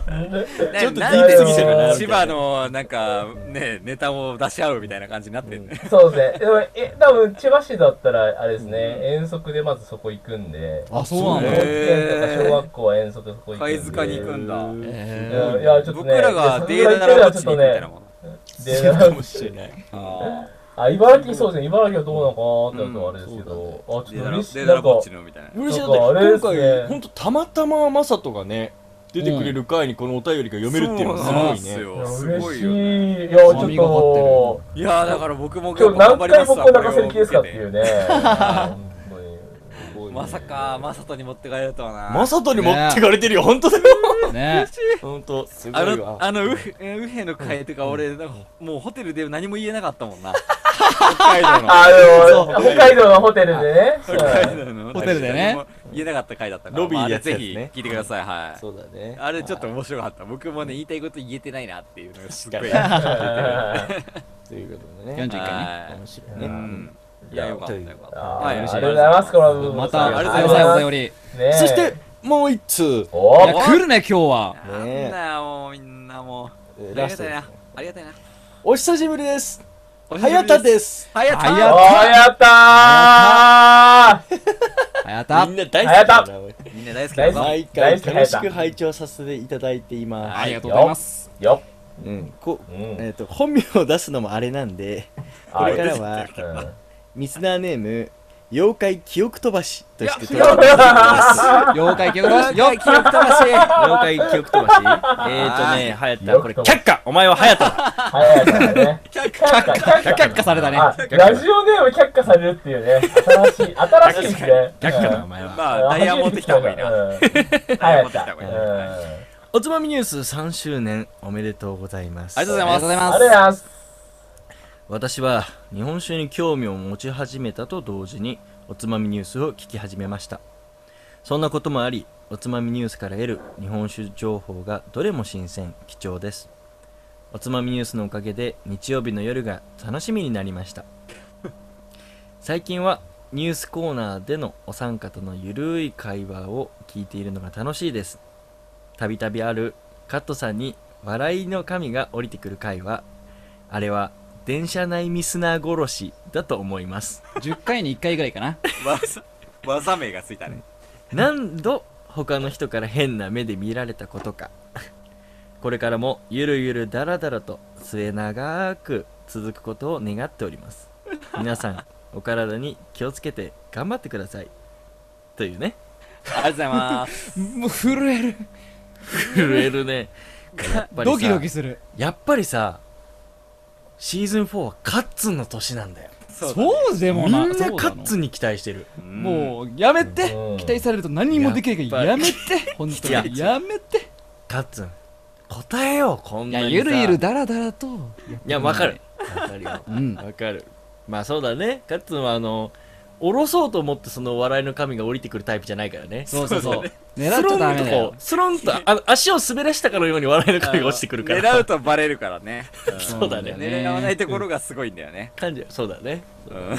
[SPEAKER 4] な
[SPEAKER 3] ちょっと
[SPEAKER 4] な
[SPEAKER 3] ディープすぎてるな
[SPEAKER 4] 千葉の、なんか、ね、ネタを出し合うみたいな感じになってるね。
[SPEAKER 2] そうですね。でも、え、多分、千葉市だったら、あれですね、遠足でまずそこ行くんで、
[SPEAKER 5] あそうなん
[SPEAKER 2] 保
[SPEAKER 5] だ
[SPEAKER 2] 育
[SPEAKER 4] へ
[SPEAKER 2] 園とか小学校は遠足でそこ行くんで。
[SPEAKER 4] 貝塚に行くんだ。
[SPEAKER 3] え
[SPEAKER 2] うん。いや、ちょっと
[SPEAKER 4] 僕
[SPEAKER 2] ね、
[SPEAKER 4] らが
[SPEAKER 2] で
[SPEAKER 4] データラボチに行くみたいなもん。
[SPEAKER 2] 桜行ったらちょっとね、
[SPEAKER 3] ー、知らない
[SPEAKER 4] あー
[SPEAKER 2] であ、茨城、そうですね、茨城はどうなのかなってのはあれですけど、あ、ち
[SPEAKER 4] デ
[SPEAKER 2] ょ
[SPEAKER 4] ー
[SPEAKER 2] っと
[SPEAKER 4] タラ
[SPEAKER 2] 嬉し
[SPEAKER 4] デ
[SPEAKER 2] い。
[SPEAKER 4] ータ
[SPEAKER 2] な
[SPEAKER 4] ラ
[SPEAKER 2] ん
[SPEAKER 4] ボ
[SPEAKER 2] か、
[SPEAKER 4] チのみたいな。
[SPEAKER 3] 嬉しいだ
[SPEAKER 2] そう
[SPEAKER 3] っ
[SPEAKER 2] かあ
[SPEAKER 3] て今
[SPEAKER 2] れですね
[SPEAKER 3] 回本当たまたまマサトがね出てくれる回にこのお便りが読めるっていうのがす
[SPEAKER 4] そうな
[SPEAKER 3] ご
[SPEAKER 4] ん
[SPEAKER 3] い
[SPEAKER 4] で
[SPEAKER 3] ね
[SPEAKER 2] いや
[SPEAKER 4] よ。すご
[SPEAKER 2] 嬉
[SPEAKER 4] い
[SPEAKER 2] し
[SPEAKER 4] よね。
[SPEAKER 2] い。いや、ちょっ
[SPEAKER 5] 神が張
[SPEAKER 2] と、
[SPEAKER 4] いやーだから僕も
[SPEAKER 2] 今日何回僕お腹
[SPEAKER 4] こ
[SPEAKER 2] す
[SPEAKER 4] れ
[SPEAKER 2] り
[SPEAKER 4] を
[SPEAKER 2] 切れ
[SPEAKER 4] 受
[SPEAKER 2] すか
[SPEAKER 4] け
[SPEAKER 2] ってい
[SPEAKER 4] て
[SPEAKER 2] うね。本当に
[SPEAKER 4] まさかマサトに持って帰るとはな
[SPEAKER 3] マサトに持ってかれてるよ本当だよ
[SPEAKER 5] ね
[SPEAKER 3] 本当すご
[SPEAKER 4] あ
[SPEAKER 3] い
[SPEAKER 4] の
[SPEAKER 3] わ
[SPEAKER 4] あのウヘウヘの会とか俺なんかもうホテルで何も言えなかったもんな北海道の
[SPEAKER 2] あの、北海道のホテルでね。
[SPEAKER 4] 北海道の
[SPEAKER 5] ホテルでね
[SPEAKER 4] 何も言えなかった会だったから
[SPEAKER 3] ロビー
[SPEAKER 4] まああ
[SPEAKER 3] で
[SPEAKER 4] れ
[SPEAKER 3] やったや
[SPEAKER 4] ぜ
[SPEAKER 3] つね
[SPEAKER 4] ひ聞いてくださいはい
[SPEAKER 3] そうだね
[SPEAKER 4] あれちょっと面白かった僕もね言いたいこと言えてないなっていうのがすっごい
[SPEAKER 3] 確
[SPEAKER 2] うん
[SPEAKER 3] ということでね
[SPEAKER 5] 41回ね
[SPEAKER 4] はい
[SPEAKER 3] 面白いね、
[SPEAKER 4] うんいやよかったよかった
[SPEAKER 2] あ
[SPEAKER 4] は
[SPEAKER 2] ーありが
[SPEAKER 5] 嬉しい
[SPEAKER 2] とうございます、この部分
[SPEAKER 5] また
[SPEAKER 4] あ
[SPEAKER 5] あ
[SPEAKER 4] り
[SPEAKER 5] り
[SPEAKER 4] が
[SPEAKER 5] が
[SPEAKER 4] とう
[SPEAKER 5] とう
[SPEAKER 4] ござ
[SPEAKER 5] ござ
[SPEAKER 4] い
[SPEAKER 5] い
[SPEAKER 4] ま
[SPEAKER 5] ますすお便り
[SPEAKER 2] ねえ
[SPEAKER 3] そしてもう一通
[SPEAKER 2] お
[SPEAKER 5] いや来るね今日は
[SPEAKER 4] なん
[SPEAKER 3] ね
[SPEAKER 4] だよもうみんなもう
[SPEAKER 3] え
[SPEAKER 4] あ
[SPEAKER 3] ー
[SPEAKER 4] りが
[SPEAKER 3] ラスト
[SPEAKER 4] たい
[SPEAKER 3] ですね
[SPEAKER 4] なありがたいな
[SPEAKER 3] お久しぶりです早田
[SPEAKER 4] す
[SPEAKER 3] です
[SPEAKER 4] 早田
[SPEAKER 5] 早
[SPEAKER 2] お
[SPEAKER 5] 田
[SPEAKER 2] ーやったー
[SPEAKER 5] あや
[SPEAKER 3] み
[SPEAKER 5] た
[SPEAKER 3] んな大好きだな俺
[SPEAKER 4] みんな大好きだ
[SPEAKER 2] 大好き
[SPEAKER 4] ぞ
[SPEAKER 3] 毎回楽しく拝聴させていただいています、
[SPEAKER 5] ありがとうございます
[SPEAKER 2] よ
[SPEAKER 3] うんこ
[SPEAKER 2] っ。う
[SPEAKER 3] え
[SPEAKER 2] ん。
[SPEAKER 3] ー、と本名を出すのもあれなんで こ
[SPEAKER 2] あ
[SPEAKER 3] れ
[SPEAKER 2] い
[SPEAKER 3] からは
[SPEAKER 2] うん
[SPEAKER 3] ミスナーネーム妖怪記憶飛ばしとして
[SPEAKER 4] いや違う
[SPEAKER 5] 妖怪記憶だしよ
[SPEAKER 4] 妖怪記憶魂
[SPEAKER 3] 妖怪記憶飛ばしえっとねはやたこれ
[SPEAKER 2] 記憶飛ばし
[SPEAKER 3] 却下お前ははやた
[SPEAKER 2] 早いからね。
[SPEAKER 4] 却
[SPEAKER 2] 却下、
[SPEAKER 5] 却下されたね
[SPEAKER 2] あラジオネーム却下されるっていうね。新しい、新しいですね。
[SPEAKER 3] 却下だ
[SPEAKER 2] う
[SPEAKER 3] お
[SPEAKER 2] ん
[SPEAKER 3] 前は
[SPEAKER 4] まあ、ダイヤ持ってきた方がいいな。
[SPEAKER 2] うん。
[SPEAKER 4] ダイヤ
[SPEAKER 2] 早
[SPEAKER 4] 持
[SPEAKER 2] か
[SPEAKER 4] っ
[SPEAKER 2] って
[SPEAKER 4] き
[SPEAKER 2] た
[SPEAKER 4] た方がいいなはいあり
[SPEAKER 2] うん
[SPEAKER 3] おつまみニュース3周年おめでとうございます
[SPEAKER 4] がとうございます。
[SPEAKER 2] あれやす。
[SPEAKER 3] 私は日本酒に興味を持ち始めたと同時におつまみニュースを聞き始めましたそんなこともありおつまみニュースから得る日本酒情報がどれも新鮮貴重ですおつまみニュースのおかげで日曜日の夜が楽しみになりました最近はニュースコーナーでのお三方のゆるい会話を聞いているのが楽しいですたびたびあるカットさんに笑いの神が降りてくる回はあれは電車内ミスナー殺しだと思います
[SPEAKER 5] 10回に1回ぐらいかな
[SPEAKER 4] わざ、わざ名がついたね。
[SPEAKER 3] 何度他の人から変な目で見られたことかこれからもゆるゆるだらだらと末長く続くことを願っております皆さんお体に気をつけて頑張ってくださいというね
[SPEAKER 4] ありがとうございます。
[SPEAKER 5] もう震える
[SPEAKER 3] 震えるねやっぱりさ
[SPEAKER 5] ドキドキする
[SPEAKER 3] やっぱりさシーズン4はカッツンの年なんだよ
[SPEAKER 4] そ
[SPEAKER 5] そうでも
[SPEAKER 3] みん
[SPEAKER 5] な
[SPEAKER 3] な
[SPEAKER 5] そうなの
[SPEAKER 3] カッツンに期待してる
[SPEAKER 4] う
[SPEAKER 5] もうやめて
[SPEAKER 2] うん
[SPEAKER 5] 期待されると何にもできないから
[SPEAKER 3] や
[SPEAKER 5] や
[SPEAKER 3] っぱ
[SPEAKER 5] めて本
[SPEAKER 3] い
[SPEAKER 5] 当
[SPEAKER 3] や
[SPEAKER 5] にやめて
[SPEAKER 3] カッツン答えようこん
[SPEAKER 5] い
[SPEAKER 3] な
[SPEAKER 5] や
[SPEAKER 3] にさ
[SPEAKER 5] ゆるゆるだらだらと
[SPEAKER 3] いや、わかる。わかるよ。
[SPEAKER 5] うん
[SPEAKER 3] わかる。まあそうだね。カッツンは、あの、下ろそうと思ってその笑いの神が降りてくるタイプじゃないからね。
[SPEAKER 5] そうそうそう狙っち
[SPEAKER 3] スロ
[SPEAKER 5] ゃ
[SPEAKER 3] ンと
[SPEAKER 5] ダメだ
[SPEAKER 3] こ
[SPEAKER 5] よ
[SPEAKER 3] う、スロンと、あの、足を滑らしたかのように笑いの神が落ちてくるから。
[SPEAKER 4] 狙うとバレるからね。
[SPEAKER 3] そうだね
[SPEAKER 5] ん
[SPEAKER 4] 狙わないところがすごいんだよね。
[SPEAKER 3] 感じそうだね。
[SPEAKER 4] うん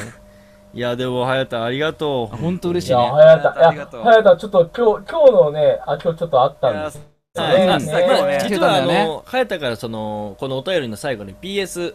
[SPEAKER 3] いや、でも、はやたありがとう。
[SPEAKER 5] 本当嬉し
[SPEAKER 2] い
[SPEAKER 5] いね
[SPEAKER 2] や、早田、
[SPEAKER 4] あ
[SPEAKER 2] い
[SPEAKER 4] りが
[SPEAKER 2] や、
[SPEAKER 4] とう
[SPEAKER 2] 早田、ちょっと今日、今日のね、あ、今日ちょっとあったんです
[SPEAKER 4] い
[SPEAKER 2] よ
[SPEAKER 4] や
[SPEAKER 2] ね。
[SPEAKER 4] あ
[SPEAKER 2] ね
[SPEAKER 4] そうだね
[SPEAKER 5] 来
[SPEAKER 3] 実
[SPEAKER 5] てた
[SPEAKER 3] は、あ
[SPEAKER 5] んだよね
[SPEAKER 3] の、はやたから、その、このお便りの最後に PS、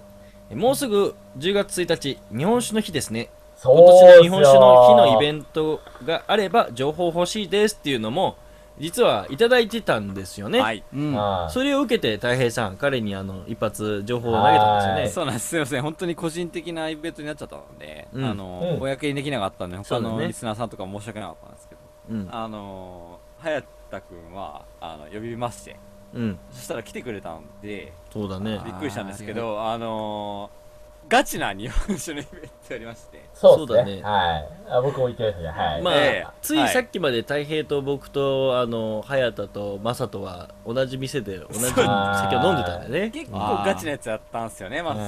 [SPEAKER 3] もうすぐ10月1日、日本酒の日ですね。
[SPEAKER 2] そう
[SPEAKER 3] 今年の日本酒の日のイベ
[SPEAKER 2] ン
[SPEAKER 3] ントがあれば情報欲しいですっていうのも実はいただいてたんですよね、
[SPEAKER 4] はい。
[SPEAKER 5] うん
[SPEAKER 2] はい
[SPEAKER 3] それを受けてたい平さん彼にあの一発情報を投げたんですよね
[SPEAKER 4] そうなんです。すいません。本当に個人的なイベントになっちゃったので、あ
[SPEAKER 3] うん
[SPEAKER 2] う
[SPEAKER 4] の、
[SPEAKER 2] ん
[SPEAKER 4] 公にできなかったんで、他
[SPEAKER 3] そう
[SPEAKER 4] の
[SPEAKER 3] だね
[SPEAKER 4] リスナーさんとか申し訳なかったんですけど、
[SPEAKER 3] うん
[SPEAKER 4] あの、早田くんは、あの、呼びまして、
[SPEAKER 3] うん
[SPEAKER 4] そしたら来てくれたので、
[SPEAKER 3] そうだね
[SPEAKER 4] びっくりしたんですけど、あのー、ガチな日本酒のイベントやりまして。
[SPEAKER 2] そうです
[SPEAKER 3] そう
[SPEAKER 2] ね。
[SPEAKER 3] だね
[SPEAKER 2] はい。あ僕も言ってましたね。はい。
[SPEAKER 3] まあ、
[SPEAKER 4] ええ
[SPEAKER 3] ついさっきまで太平と僕とあの早田と正人は同じ店で同じ酒を飲んでたんだよね
[SPEAKER 4] 結構ガチなやつやったんすよね、マス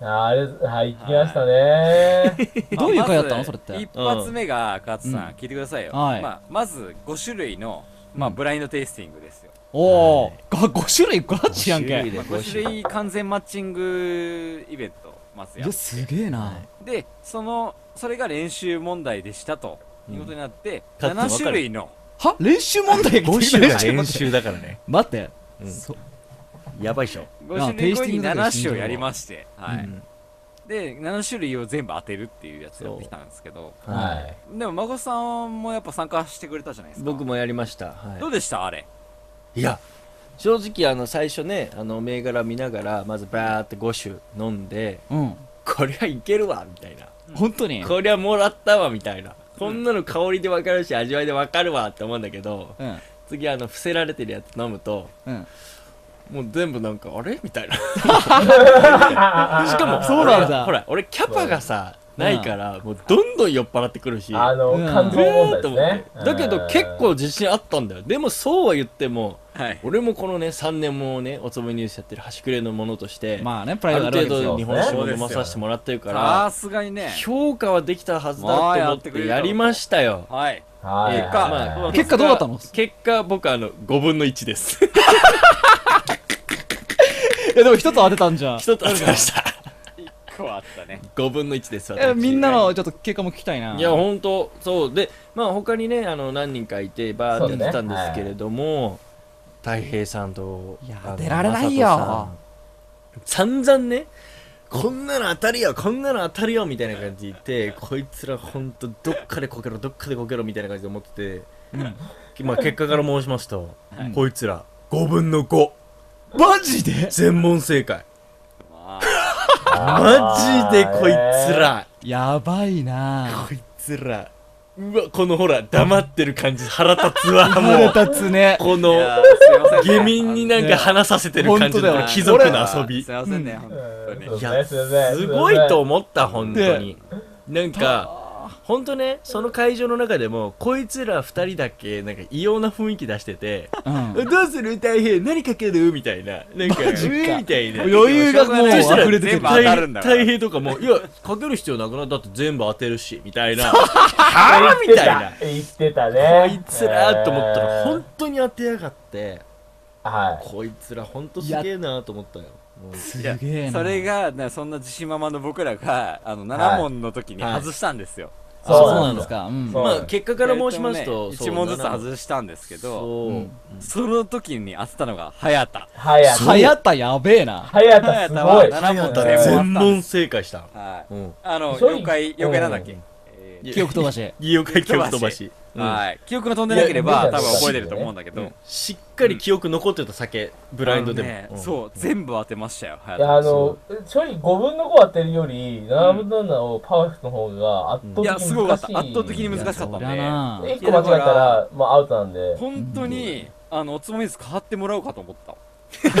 [SPEAKER 4] さん。
[SPEAKER 2] ああれ、はい、行きましたね。
[SPEAKER 5] どういう会やった
[SPEAKER 4] ま
[SPEAKER 5] の
[SPEAKER 4] ず
[SPEAKER 5] それって
[SPEAKER 4] 一発目が、勝さん、聞いてくださいよ。
[SPEAKER 5] うんはい
[SPEAKER 4] まあ、まず5種類の、まあ、ブラインドテイスティングですよ。
[SPEAKER 5] おお、が5種類ガチやん
[SPEAKER 3] 5種類
[SPEAKER 5] け
[SPEAKER 3] で
[SPEAKER 4] まあ、5種類完全マッチングイベント、まずや
[SPEAKER 5] えすげえな
[SPEAKER 4] で、その、それが練習問題でしたと。いうことになって、
[SPEAKER 3] 勝つの分
[SPEAKER 4] 7
[SPEAKER 3] かる
[SPEAKER 4] 種類の、
[SPEAKER 5] は練習問題
[SPEAKER 3] 5
[SPEAKER 5] 種
[SPEAKER 3] 種
[SPEAKER 5] 類
[SPEAKER 3] が練習だからね
[SPEAKER 5] 待って
[SPEAKER 3] うん
[SPEAKER 5] そ
[SPEAKER 3] やばいっしょ
[SPEAKER 4] 5種類後に7種をやりまして、は
[SPEAKER 3] う
[SPEAKER 4] い。
[SPEAKER 3] ん
[SPEAKER 4] で、7種類を全部当てるっていうやつやってきたんですけど、
[SPEAKER 2] は
[SPEAKER 4] でも、孫さんもやっぱ参加してくれたじゃないですか。
[SPEAKER 3] 僕もやりました、はい
[SPEAKER 4] どうでしたあれ。
[SPEAKER 3] いや正直あの最初ねあの銘柄見ながらまずバーって5種飲んで
[SPEAKER 5] うん
[SPEAKER 3] こりゃいけるわみたいな
[SPEAKER 5] 本当に
[SPEAKER 3] こりゃもらったわみたいなこんなの香りでわかるし味わいでわかるわって思うんだけど
[SPEAKER 5] うん
[SPEAKER 3] 次あの伏せられてるやつ飲むと
[SPEAKER 5] うん
[SPEAKER 3] もう全部なんかあれみたいなし
[SPEAKER 2] い。
[SPEAKER 3] かも
[SPEAKER 5] そうなんだ
[SPEAKER 3] ほら俺キャパがさないからもうどんどん酔っ払ってくるし
[SPEAKER 2] あの、
[SPEAKER 5] うん
[SPEAKER 2] 感情
[SPEAKER 3] ー
[SPEAKER 2] 問題で
[SPEAKER 3] と
[SPEAKER 2] す
[SPEAKER 3] 思
[SPEAKER 2] ね
[SPEAKER 3] って。だけ
[SPEAKER 2] う
[SPEAKER 3] ど
[SPEAKER 2] ん
[SPEAKER 3] 結構自信あったんだよでもそうは言っても
[SPEAKER 4] はい。
[SPEAKER 3] 俺もこのね3年もねおつぼニュースやってる端くれのものとして、
[SPEAKER 5] まあねプライド
[SPEAKER 3] ある
[SPEAKER 5] があるわ
[SPEAKER 3] 程
[SPEAKER 5] けですよ
[SPEAKER 3] 度日本酒
[SPEAKER 2] そう
[SPEAKER 3] も
[SPEAKER 4] ですよ
[SPEAKER 3] 飲まさせてもらってるか
[SPEAKER 4] さ
[SPEAKER 3] ら
[SPEAKER 4] すがにね。
[SPEAKER 3] 評価はできたはずだ
[SPEAKER 4] まあ
[SPEAKER 3] と
[SPEAKER 4] や
[SPEAKER 3] 思
[SPEAKER 4] っ
[SPEAKER 3] ってて
[SPEAKER 4] くれたと
[SPEAKER 3] やりましたよ
[SPEAKER 4] はい。
[SPEAKER 2] はい。
[SPEAKER 3] ええかまあ
[SPEAKER 2] はい
[SPEAKER 5] 結果どうだったの
[SPEAKER 3] 結果僕あの5分の1です
[SPEAKER 5] いやでも一つ当てたんじゃん
[SPEAKER 3] 一つ当てま した
[SPEAKER 4] 一個はあった ね。
[SPEAKER 3] 5分の1です
[SPEAKER 5] え
[SPEAKER 3] 私
[SPEAKER 5] みんなのちょっと結果も聞きたいない
[SPEAKER 3] や本当そうでまあ他にねあの何人かいてバーってやってたんですけれども、太平さんと
[SPEAKER 5] いや
[SPEAKER 3] あの
[SPEAKER 5] 出られないよ
[SPEAKER 3] 正人さん散々ねこんなの当たりよこんなの当たりよみたいな感じで言ってこいつら本当どっかでこけろどっかでこけろみたいな感じで思ってて、まあ、結果から申しますと、
[SPEAKER 5] い
[SPEAKER 3] こいつら5分の5
[SPEAKER 5] マジで
[SPEAKER 3] 全問正解
[SPEAKER 4] まあ、
[SPEAKER 3] マジでこいつ。ら
[SPEAKER 5] やばいな
[SPEAKER 3] こいつらうわこのほら黙ってる感じ腹立 つわもう
[SPEAKER 5] 腹立つね
[SPEAKER 3] こ
[SPEAKER 4] い
[SPEAKER 3] の
[SPEAKER 4] やーすいませんね。
[SPEAKER 3] 下民になんか話させてる感じ
[SPEAKER 5] あ
[SPEAKER 3] の
[SPEAKER 5] の
[SPEAKER 3] 貴族の遊び
[SPEAKER 4] すいませんね、本当に。
[SPEAKER 3] い
[SPEAKER 2] い
[SPEAKER 3] や
[SPEAKER 2] や、
[SPEAKER 3] す
[SPEAKER 2] す
[SPEAKER 3] ごいと
[SPEAKER 2] う。
[SPEAKER 3] 思った本当になんか本当ねその会場の中でもこいつら二人だけなんか異様な雰囲気出してて
[SPEAKER 5] うん
[SPEAKER 3] どうする大変何かけるみたいななんか
[SPEAKER 5] マジか
[SPEAKER 3] うえみたいな
[SPEAKER 5] 余裕がもう
[SPEAKER 3] そしたら
[SPEAKER 5] 溢れて
[SPEAKER 4] 全
[SPEAKER 5] くる
[SPEAKER 4] 部当たるんだから。
[SPEAKER 3] 大平とかもいやかける必要なくなったって全部当てるし みたいなはぁみたいな
[SPEAKER 2] 言ってた
[SPEAKER 3] こ
[SPEAKER 2] ね。
[SPEAKER 3] いつらと思ったら
[SPEAKER 2] えー
[SPEAKER 3] 本当に当てやがって
[SPEAKER 2] はい。
[SPEAKER 3] こいつら本当すげえなと思ったよもう
[SPEAKER 5] す
[SPEAKER 4] いや
[SPEAKER 5] げえな
[SPEAKER 4] それが、なそんな自信満々の僕らが、あの、7問の時に
[SPEAKER 3] はい
[SPEAKER 4] 外したんですよ。
[SPEAKER 5] あそうなんですかうん
[SPEAKER 2] そう
[SPEAKER 3] まあ結果から申しますと
[SPEAKER 4] 1問ずつ
[SPEAKER 3] す
[SPEAKER 4] 外したんですけど、
[SPEAKER 3] そううん
[SPEAKER 4] その時に当てたのが、早田。
[SPEAKER 2] 早田。
[SPEAKER 5] はやったやべえな
[SPEAKER 2] 早田
[SPEAKER 4] 早
[SPEAKER 2] す
[SPEAKER 4] 田は
[SPEAKER 2] ごい。
[SPEAKER 4] 7問
[SPEAKER 2] 早
[SPEAKER 4] 全部当たっ
[SPEAKER 3] 全
[SPEAKER 2] 田
[SPEAKER 4] たんで
[SPEAKER 3] 問
[SPEAKER 4] す。
[SPEAKER 3] 正解した
[SPEAKER 4] はい。
[SPEAKER 3] うん
[SPEAKER 4] あの、
[SPEAKER 2] そう
[SPEAKER 4] 妖怪、妖怪なんだっ
[SPEAKER 2] う
[SPEAKER 4] け
[SPEAKER 2] ん
[SPEAKER 4] え
[SPEAKER 5] 記憶飛ばし
[SPEAKER 3] 記憶記憶飛ばし
[SPEAKER 4] ーはい。記憶が飛んでなければ、
[SPEAKER 2] いや
[SPEAKER 4] 多分覚えてると思うんだけ
[SPEAKER 3] う
[SPEAKER 4] ど
[SPEAKER 3] ん。しっかり記憶残ってた酒ブラインドで
[SPEAKER 4] あのね
[SPEAKER 3] もうん
[SPEAKER 4] そう、全部当てましたよ、早
[SPEAKER 2] いや、あ
[SPEAKER 4] 田。
[SPEAKER 2] の、ちょい5分の5当てるより、7分の7をパーフェクトの方が圧倒
[SPEAKER 4] い
[SPEAKER 2] 的に難しい。
[SPEAKER 4] や、すごかった。圧倒的に難しかったん
[SPEAKER 5] い
[SPEAKER 4] で。
[SPEAKER 5] やな
[SPEAKER 2] 一個間違えたら、まあアウトなんで。
[SPEAKER 4] 本当に、あの、おつもりず変わってもらおうかと思った。
[SPEAKER 5] ちょっと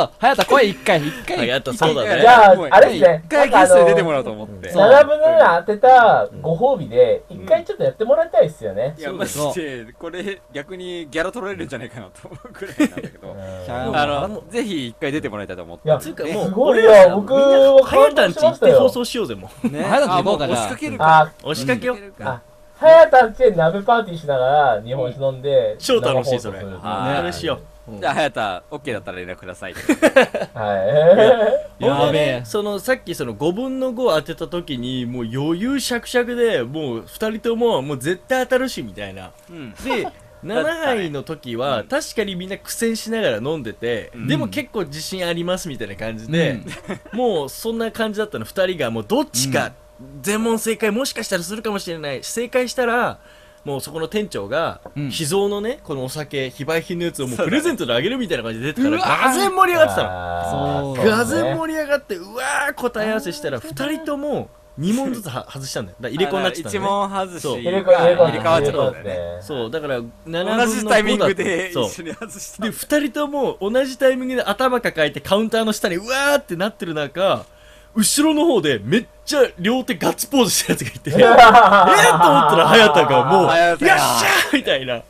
[SPEAKER 5] はやった声一回一
[SPEAKER 3] あ
[SPEAKER 5] 回
[SPEAKER 3] やったそうだ
[SPEAKER 4] いやい
[SPEAKER 3] ね
[SPEAKER 2] じ
[SPEAKER 4] や
[SPEAKER 2] ゃあ
[SPEAKER 4] もう、
[SPEAKER 2] あれですね。
[SPEAKER 4] 一回ゲストで出てもらおうと思って。
[SPEAKER 5] そう
[SPEAKER 2] 7分の7当てたご褒美で、一回ちょっとやってもらいたいですよね
[SPEAKER 4] い。や、マジで、これ、逆にギャラ取られるんじゃないかなと思うくらいなんだけ
[SPEAKER 2] う
[SPEAKER 4] ど。
[SPEAKER 2] ん
[SPEAKER 5] あ
[SPEAKER 4] あの、ぜひ一回出てもらいたいと思って。
[SPEAKER 2] いや
[SPEAKER 3] つうか
[SPEAKER 4] ね
[SPEAKER 3] も
[SPEAKER 2] す
[SPEAKER 3] う
[SPEAKER 2] ごい
[SPEAKER 3] 俺
[SPEAKER 2] よ
[SPEAKER 3] らも
[SPEAKER 2] 僕
[SPEAKER 3] みんな
[SPEAKER 2] は
[SPEAKER 3] 早田んち行って放送しようぜもう
[SPEAKER 4] ね
[SPEAKER 5] 早く行こうか
[SPEAKER 4] あも
[SPEAKER 5] じゃ
[SPEAKER 4] 押
[SPEAKER 5] あ
[SPEAKER 4] しかけるか。
[SPEAKER 2] あ、
[SPEAKER 3] 押しかけよう
[SPEAKER 2] あ、早田んちで鍋パーティーしながら日本酒飲んで、
[SPEAKER 3] 超楽しいそれ
[SPEAKER 2] 生放送する
[SPEAKER 4] はい
[SPEAKER 3] それしよううん
[SPEAKER 4] じゃあ、早田、OK だったら連絡ください。
[SPEAKER 2] はい。
[SPEAKER 5] やべえ
[SPEAKER 3] そのさっきその5分の5当てた時にもう余裕しゃくしゃくでもう2人とももう絶対当たるしみたいな
[SPEAKER 4] うん。
[SPEAKER 3] で7杯の時は確かにみんな苦戦しながら飲んでて、
[SPEAKER 4] うん
[SPEAKER 3] でも結構自信ありますみたいな感じで、 もうそんな感じだったの2人がもうどっちか全問正解もしかしたらするかもしれない正解したらもうそこの店長が
[SPEAKER 5] うん
[SPEAKER 3] 秘蔵のねこのお酒非売品のやつをもう
[SPEAKER 4] そうだね
[SPEAKER 3] プレゼントであげるみたいな感じで出てた
[SPEAKER 5] う
[SPEAKER 3] ら
[SPEAKER 5] わー
[SPEAKER 3] がぜん盛り上がってたの。
[SPEAKER 2] あー
[SPEAKER 5] そう
[SPEAKER 3] がぜん
[SPEAKER 2] ね
[SPEAKER 3] 盛り上がってうわー答え合わせしたら2人とも2問ずつは外したんだよだから入れ子になってたんだ
[SPEAKER 4] 1
[SPEAKER 3] よね
[SPEAKER 4] 問外し、
[SPEAKER 3] そう
[SPEAKER 2] 入れ替わ
[SPEAKER 4] 入れ替わっちゃったんだよね。
[SPEAKER 2] ね
[SPEAKER 3] そうだから7
[SPEAKER 4] 同じタイミングで
[SPEAKER 3] そう
[SPEAKER 4] 一緒に外した。
[SPEAKER 3] で2人とも同じタイミングで頭抱えてカウンターの下にうわーってなってる中後ろの方でめっちゃ両手ガッツポーズしたやつがい てえっと思ったら早田がもう「よっ
[SPEAKER 4] 早
[SPEAKER 3] し
[SPEAKER 4] 田
[SPEAKER 3] ゃ
[SPEAKER 4] や
[SPEAKER 3] ー!」みたいな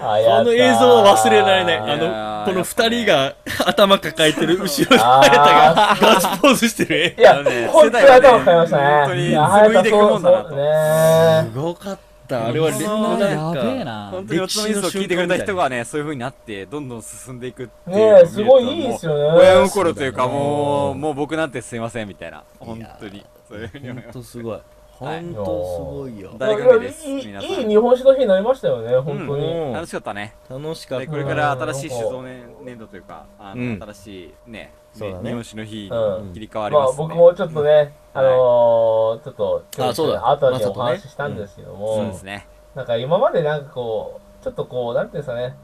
[SPEAKER 2] あ
[SPEAKER 3] この映像は忘れられない
[SPEAKER 4] いやー
[SPEAKER 3] あのこ
[SPEAKER 4] や
[SPEAKER 3] の
[SPEAKER 4] っぱ
[SPEAKER 3] 2
[SPEAKER 4] ね
[SPEAKER 3] 人が頭抱え てる後ろに
[SPEAKER 2] あ
[SPEAKER 3] 早
[SPEAKER 2] ー
[SPEAKER 3] 田がガッツポーズしてる絵
[SPEAKER 2] いや、
[SPEAKER 4] ね
[SPEAKER 2] 本当に頭使いまし
[SPEAKER 4] 本
[SPEAKER 2] た
[SPEAKER 4] 当
[SPEAKER 2] ね。
[SPEAKER 4] に
[SPEAKER 2] いや早
[SPEAKER 4] 紡い
[SPEAKER 2] 田
[SPEAKER 4] でいくもんだなと
[SPEAKER 2] そうそうね
[SPEAKER 3] すごかったあれは
[SPEAKER 5] そ
[SPEAKER 3] れ
[SPEAKER 5] れ
[SPEAKER 3] もう
[SPEAKER 5] は
[SPEAKER 3] な
[SPEAKER 5] や
[SPEAKER 3] んか
[SPEAKER 5] べえな
[SPEAKER 4] 本当におつまみニュースを聞いてくれた人がね、そういう風になって、どんどん進んでいくっていうのを見
[SPEAKER 2] ね
[SPEAKER 4] る
[SPEAKER 2] え、
[SPEAKER 4] と。
[SPEAKER 2] すごいいいですよ
[SPEAKER 4] もう親
[SPEAKER 2] ね。
[SPEAKER 4] 心というか、もう、もう僕なんてすいませんみたいな。本当に。そういう風に思い
[SPEAKER 3] 本
[SPEAKER 4] ます。
[SPEAKER 3] 当すごい
[SPEAKER 4] はい
[SPEAKER 3] 本当すごいよ
[SPEAKER 4] 大歓迎です。
[SPEAKER 2] いいい
[SPEAKER 4] 皆さん。
[SPEAKER 2] い日本酒の日になりましたよね、本当に。
[SPEAKER 3] うん
[SPEAKER 4] 楽しかったね。
[SPEAKER 3] 楽しかっ
[SPEAKER 4] で、
[SPEAKER 3] た
[SPEAKER 4] これから新しい酒造年年度というか、あ
[SPEAKER 3] うん
[SPEAKER 4] の、新しいね、
[SPEAKER 3] そうだね
[SPEAKER 4] 日本酒の日
[SPEAKER 2] う
[SPEAKER 4] に
[SPEAKER 2] ん
[SPEAKER 4] 切り替わり
[SPEAKER 2] ま
[SPEAKER 4] ま
[SPEAKER 2] あ
[SPEAKER 4] す
[SPEAKER 2] 僕
[SPEAKER 4] ね。
[SPEAKER 2] もちょっとね、あのー、ちょっと、
[SPEAKER 3] あそうだ
[SPEAKER 2] 後にお
[SPEAKER 3] まあそうだ
[SPEAKER 2] 話
[SPEAKER 3] ね
[SPEAKER 2] ししたんですけど
[SPEAKER 4] そう
[SPEAKER 2] も
[SPEAKER 4] で、すね。
[SPEAKER 2] なんか今までなんかこう、ちょっとこう、なんていうんですかね、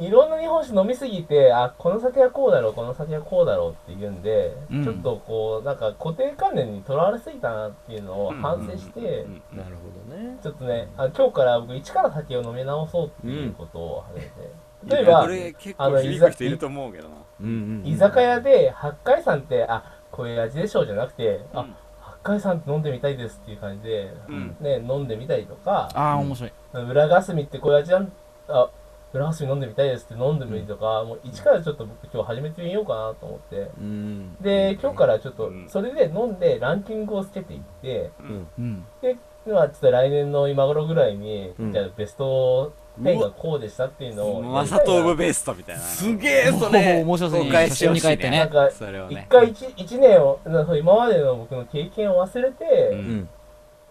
[SPEAKER 2] いろんな日本酒飲みすぎて、あ、この酒はこうだろう、この酒はこうだろうって言うんで、
[SPEAKER 5] うん
[SPEAKER 2] ちょっとこう、なんか固定観念にとらわれすぎたなっていうのを反省して、
[SPEAKER 4] うん
[SPEAKER 3] なるほどね
[SPEAKER 2] ちょっとね、あ今日から僕、一から酒を飲み直そうっていうことを始めて、例え
[SPEAKER 4] いや
[SPEAKER 2] ば
[SPEAKER 4] こ、れ結構響く人いると思うけどな。
[SPEAKER 3] うんうんうん
[SPEAKER 2] 居酒屋で八海山って、あこういう味でしょうじゃなくて、
[SPEAKER 4] う
[SPEAKER 2] あ
[SPEAKER 4] ん
[SPEAKER 2] 八海山って飲んでみたいですっていう感じで、
[SPEAKER 4] うん
[SPEAKER 2] ね、飲んでみたりとか、
[SPEAKER 5] ああ面白い
[SPEAKER 2] 裏霞ってこういう味なんあ裏霞飲んでみたいですって飲んでみるとか、もう一からちょっと僕今日始めてみようかなと思って
[SPEAKER 3] うん
[SPEAKER 2] で今日からちょっと
[SPEAKER 4] うん
[SPEAKER 2] それで飲んでランキングをつけていって
[SPEAKER 5] うん
[SPEAKER 2] まあちょっと来年の今頃ぐらいに、
[SPEAKER 3] うん
[SPEAKER 2] じゃあベスト10がこうでしたっていうのを
[SPEAKER 4] マサトオブベストみたいな。
[SPEAKER 3] すげえそ
[SPEAKER 5] おー
[SPEAKER 3] れ
[SPEAKER 5] 面白そう
[SPEAKER 4] 公
[SPEAKER 5] に
[SPEAKER 4] 開
[SPEAKER 5] 写
[SPEAKER 4] して
[SPEAKER 5] 真
[SPEAKER 4] ほ
[SPEAKER 5] に
[SPEAKER 4] しい
[SPEAKER 5] 帰
[SPEAKER 4] ね
[SPEAKER 5] って
[SPEAKER 2] なん
[SPEAKER 5] ね
[SPEAKER 2] か
[SPEAKER 4] それを
[SPEAKER 2] 一
[SPEAKER 4] ね。
[SPEAKER 2] 回一一年をなんか今までの僕の経験を忘れて、
[SPEAKER 4] うん
[SPEAKER 3] うん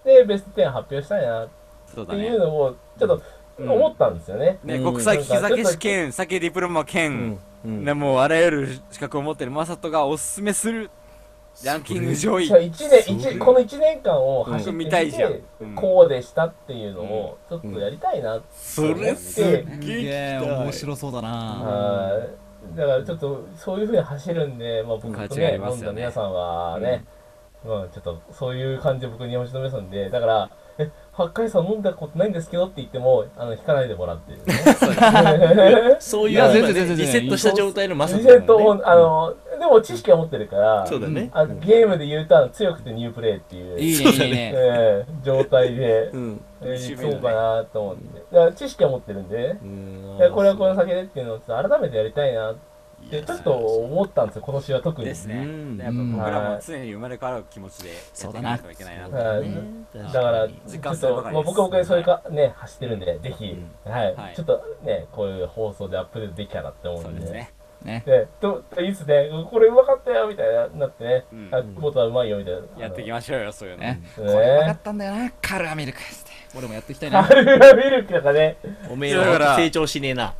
[SPEAKER 2] でベスト10発表したいなっ
[SPEAKER 4] そう
[SPEAKER 2] て
[SPEAKER 4] だ
[SPEAKER 2] い
[SPEAKER 4] ね
[SPEAKER 2] う。のをちょっと
[SPEAKER 4] うん
[SPEAKER 2] 思ったんですよね、
[SPEAKER 4] ね、
[SPEAKER 3] うん
[SPEAKER 4] 国際利き酒師兼、酒ディプロマ兼、
[SPEAKER 3] うん
[SPEAKER 4] ね、もうあらゆる資格を持ってるマサトがおすすめするランキング上位
[SPEAKER 2] じゃ。あ一年
[SPEAKER 3] そう
[SPEAKER 2] 一この1年間を走って
[SPEAKER 4] うん
[SPEAKER 2] み
[SPEAKER 4] 見たいじゃん
[SPEAKER 2] て、
[SPEAKER 4] うん
[SPEAKER 2] こうでしたっていうのをちょっとやりたいなって、
[SPEAKER 3] それすっ
[SPEAKER 2] で
[SPEAKER 5] す
[SPEAKER 3] げ
[SPEAKER 5] げえ
[SPEAKER 3] え
[SPEAKER 5] 面白そうだ
[SPEAKER 3] うん
[SPEAKER 5] な
[SPEAKER 2] はいだからちょっとそういうふうに走るんで、まあ、僕と
[SPEAKER 4] 価値あ
[SPEAKER 2] ね
[SPEAKER 4] りま
[SPEAKER 2] 飲ん
[SPEAKER 4] すよ
[SPEAKER 2] だ
[SPEAKER 4] ね
[SPEAKER 2] 皆さんはね、まあ、ちょっとそういう感じで僕日本酒飲めそうなんでだから「え八海さん飲んだことないんですけど」って言ってもあの引かないでもらって
[SPEAKER 3] そうい
[SPEAKER 5] いや
[SPEAKER 3] う
[SPEAKER 5] 全
[SPEAKER 3] 今
[SPEAKER 5] 然全
[SPEAKER 3] ね
[SPEAKER 5] 然
[SPEAKER 3] リセットした状態のまさ
[SPEAKER 2] 自然ともあのでも知識は持ってるから
[SPEAKER 3] そうだね
[SPEAKER 2] あゲームで言うとあの強くてニュープレイっていう
[SPEAKER 5] いいねいいねいいね
[SPEAKER 2] えー状態で
[SPEAKER 3] う、ん
[SPEAKER 2] え
[SPEAKER 4] 一
[SPEAKER 2] ー、
[SPEAKER 4] 面だ
[SPEAKER 2] そ
[SPEAKER 4] ね
[SPEAKER 2] うかなと思って。だから知識は持ってるんでね、
[SPEAKER 3] うん
[SPEAKER 2] いやこれはこの先でっていうのをちょっと改めてやりたいなって、ちょっと思ったんですよ、今年は特に。
[SPEAKER 4] ですね。
[SPEAKER 3] うん
[SPEAKER 4] やっぱ僕らも常に生まれ変わる気持ちでやっていかなきゃいけないなと。
[SPEAKER 2] はいだから、ち
[SPEAKER 4] 実
[SPEAKER 2] ょ
[SPEAKER 4] 感
[SPEAKER 2] っ
[SPEAKER 4] する
[SPEAKER 2] と
[SPEAKER 4] ば、かり
[SPEAKER 2] まあ、
[SPEAKER 4] です
[SPEAKER 2] 僕は僕でそれか、ね、走ってるんで、ぜひ、はい、
[SPEAKER 4] はい
[SPEAKER 2] ちょっとね、こういう放送でアップデートできたらって思う
[SPEAKER 4] そうんで
[SPEAKER 2] で。
[SPEAKER 4] す
[SPEAKER 2] ね
[SPEAKER 4] ね。
[SPEAKER 5] ね
[SPEAKER 2] でといいっすね、これうまかったよみたいななってね、
[SPEAKER 4] うん
[SPEAKER 2] あボタンうまいよみたいな。
[SPEAKER 4] やっていき
[SPEAKER 2] ま
[SPEAKER 4] ましょうよ、そういうの。
[SPEAKER 5] ねこ
[SPEAKER 2] す。
[SPEAKER 5] れ分か
[SPEAKER 2] ね
[SPEAKER 5] っ、たんだよなカルアミルクって俺もやっていきたい
[SPEAKER 2] カ
[SPEAKER 5] な
[SPEAKER 2] ルラミルクとかね、
[SPEAKER 3] おめえは成長しねえな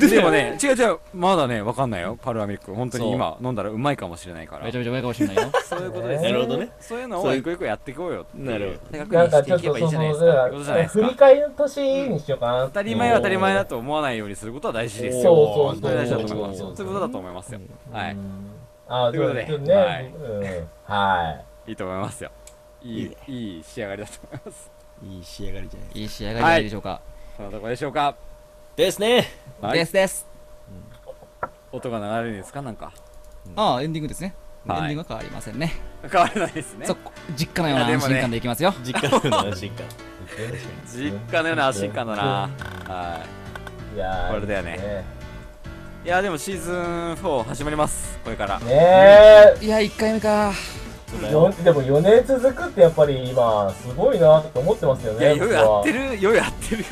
[SPEAKER 4] でもね、違う違う、まだね、わかんないよ、パルアミルク。本当に今飲んだらうまいかもしれないから
[SPEAKER 5] めち。ゃめちゃうまいかもしれないよ
[SPEAKER 4] そういうことです
[SPEAKER 3] な
[SPEAKER 4] よ。
[SPEAKER 3] るほどね
[SPEAKER 4] そういうのを一個一個やっていこうよっていう。
[SPEAKER 3] なるほ
[SPEAKER 4] 手確
[SPEAKER 2] な
[SPEAKER 4] 認
[SPEAKER 2] んか
[SPEAKER 4] して
[SPEAKER 2] ちょ
[SPEAKER 4] い
[SPEAKER 2] っ
[SPEAKER 4] け
[SPEAKER 2] と
[SPEAKER 4] ばいいじゃない
[SPEAKER 2] そ
[SPEAKER 4] で
[SPEAKER 2] う
[SPEAKER 4] す
[SPEAKER 2] そ
[SPEAKER 4] か。ってこ
[SPEAKER 2] う
[SPEAKER 4] とじゃない
[SPEAKER 2] だ
[SPEAKER 4] です
[SPEAKER 2] 振
[SPEAKER 4] か
[SPEAKER 2] り。返りの年にしようかな
[SPEAKER 4] 当たり前は当たり前だと思わないようにすることは大事ですよ。
[SPEAKER 2] そうそうそう
[SPEAKER 4] 本当に大事だと思いますよ。そういうことだと思いますよ。はい。
[SPEAKER 2] あー
[SPEAKER 4] ということで
[SPEAKER 2] ちょっね、
[SPEAKER 4] はい
[SPEAKER 2] うん、はい。
[SPEAKER 4] いいと思いますよ。い
[SPEAKER 3] い
[SPEAKER 4] い
[SPEAKER 3] い、
[SPEAKER 4] いい仕上がりだと思います。
[SPEAKER 3] いい仕上がりじゃない
[SPEAKER 5] いい仕上がりじゃないでしょうか
[SPEAKER 4] そのとこでしょうか。
[SPEAKER 3] ですね
[SPEAKER 4] はい
[SPEAKER 5] ですです
[SPEAKER 4] 音が流れるんですかなんか。
[SPEAKER 5] ああエンディングですねエンデ
[SPEAKER 4] はい
[SPEAKER 5] ィングは変わりませんね
[SPEAKER 4] 変わらないですね
[SPEAKER 5] そ。う実家のようない
[SPEAKER 4] やで
[SPEAKER 5] 安
[SPEAKER 4] もね
[SPEAKER 5] 心感でいきますよ
[SPEAKER 3] 実家の話か
[SPEAKER 4] 実家のような安心感だな。はい
[SPEAKER 2] やー
[SPEAKER 4] これだよねい。いや、でもシーズン4始まります。これから。
[SPEAKER 2] ねえ、
[SPEAKER 5] いや1回目か
[SPEAKER 2] よでも4年続くってやっぱり今すごいなと思ってますよ
[SPEAKER 4] いや、
[SPEAKER 2] ね。
[SPEAKER 4] よう
[SPEAKER 2] 僕
[SPEAKER 4] やっ
[SPEAKER 2] は
[SPEAKER 4] てる、ようやってるよ。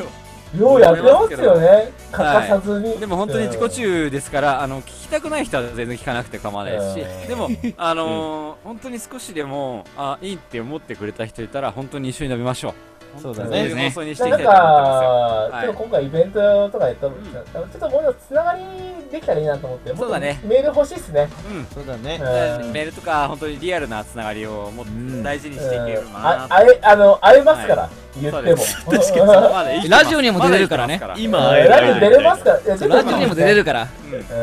[SPEAKER 2] ようやってますよね。欠かさずに。
[SPEAKER 4] でも本当に自己中ですから、あの聞きたくない人は全然聞かなくて構わないですし、
[SPEAKER 2] うん
[SPEAKER 4] で も、あのー本当に少しでもあいいって思ってくれた人いたら本当に一緒に飲みましょう。
[SPEAKER 3] そうだね
[SPEAKER 4] 本当にそういう放送にしていき
[SPEAKER 2] な
[SPEAKER 4] た
[SPEAKER 2] ん
[SPEAKER 4] いと思ってま
[SPEAKER 2] か、
[SPEAKER 4] はい
[SPEAKER 2] ちょっと今回イベントとかやったのちょっともうちょっとつながりできたらいいなと思って、もっと
[SPEAKER 4] そうだね
[SPEAKER 2] メール欲しいっすね。
[SPEAKER 4] すよ。うん
[SPEAKER 3] そうだね
[SPEAKER 4] だか
[SPEAKER 2] う
[SPEAKER 4] ら
[SPEAKER 2] ん
[SPEAKER 4] メールとか本当にリアルなつながりをもっと
[SPEAKER 3] ん
[SPEAKER 4] 大事にしていければな
[SPEAKER 2] ああれ、あの、会えますから、言っても。
[SPEAKER 4] まだ生きてます
[SPEAKER 5] ラジオにも出れるからね
[SPEAKER 4] まだ生きてます
[SPEAKER 3] 今
[SPEAKER 2] ラジオ出れますから。いや
[SPEAKER 5] ラジオにも出れるから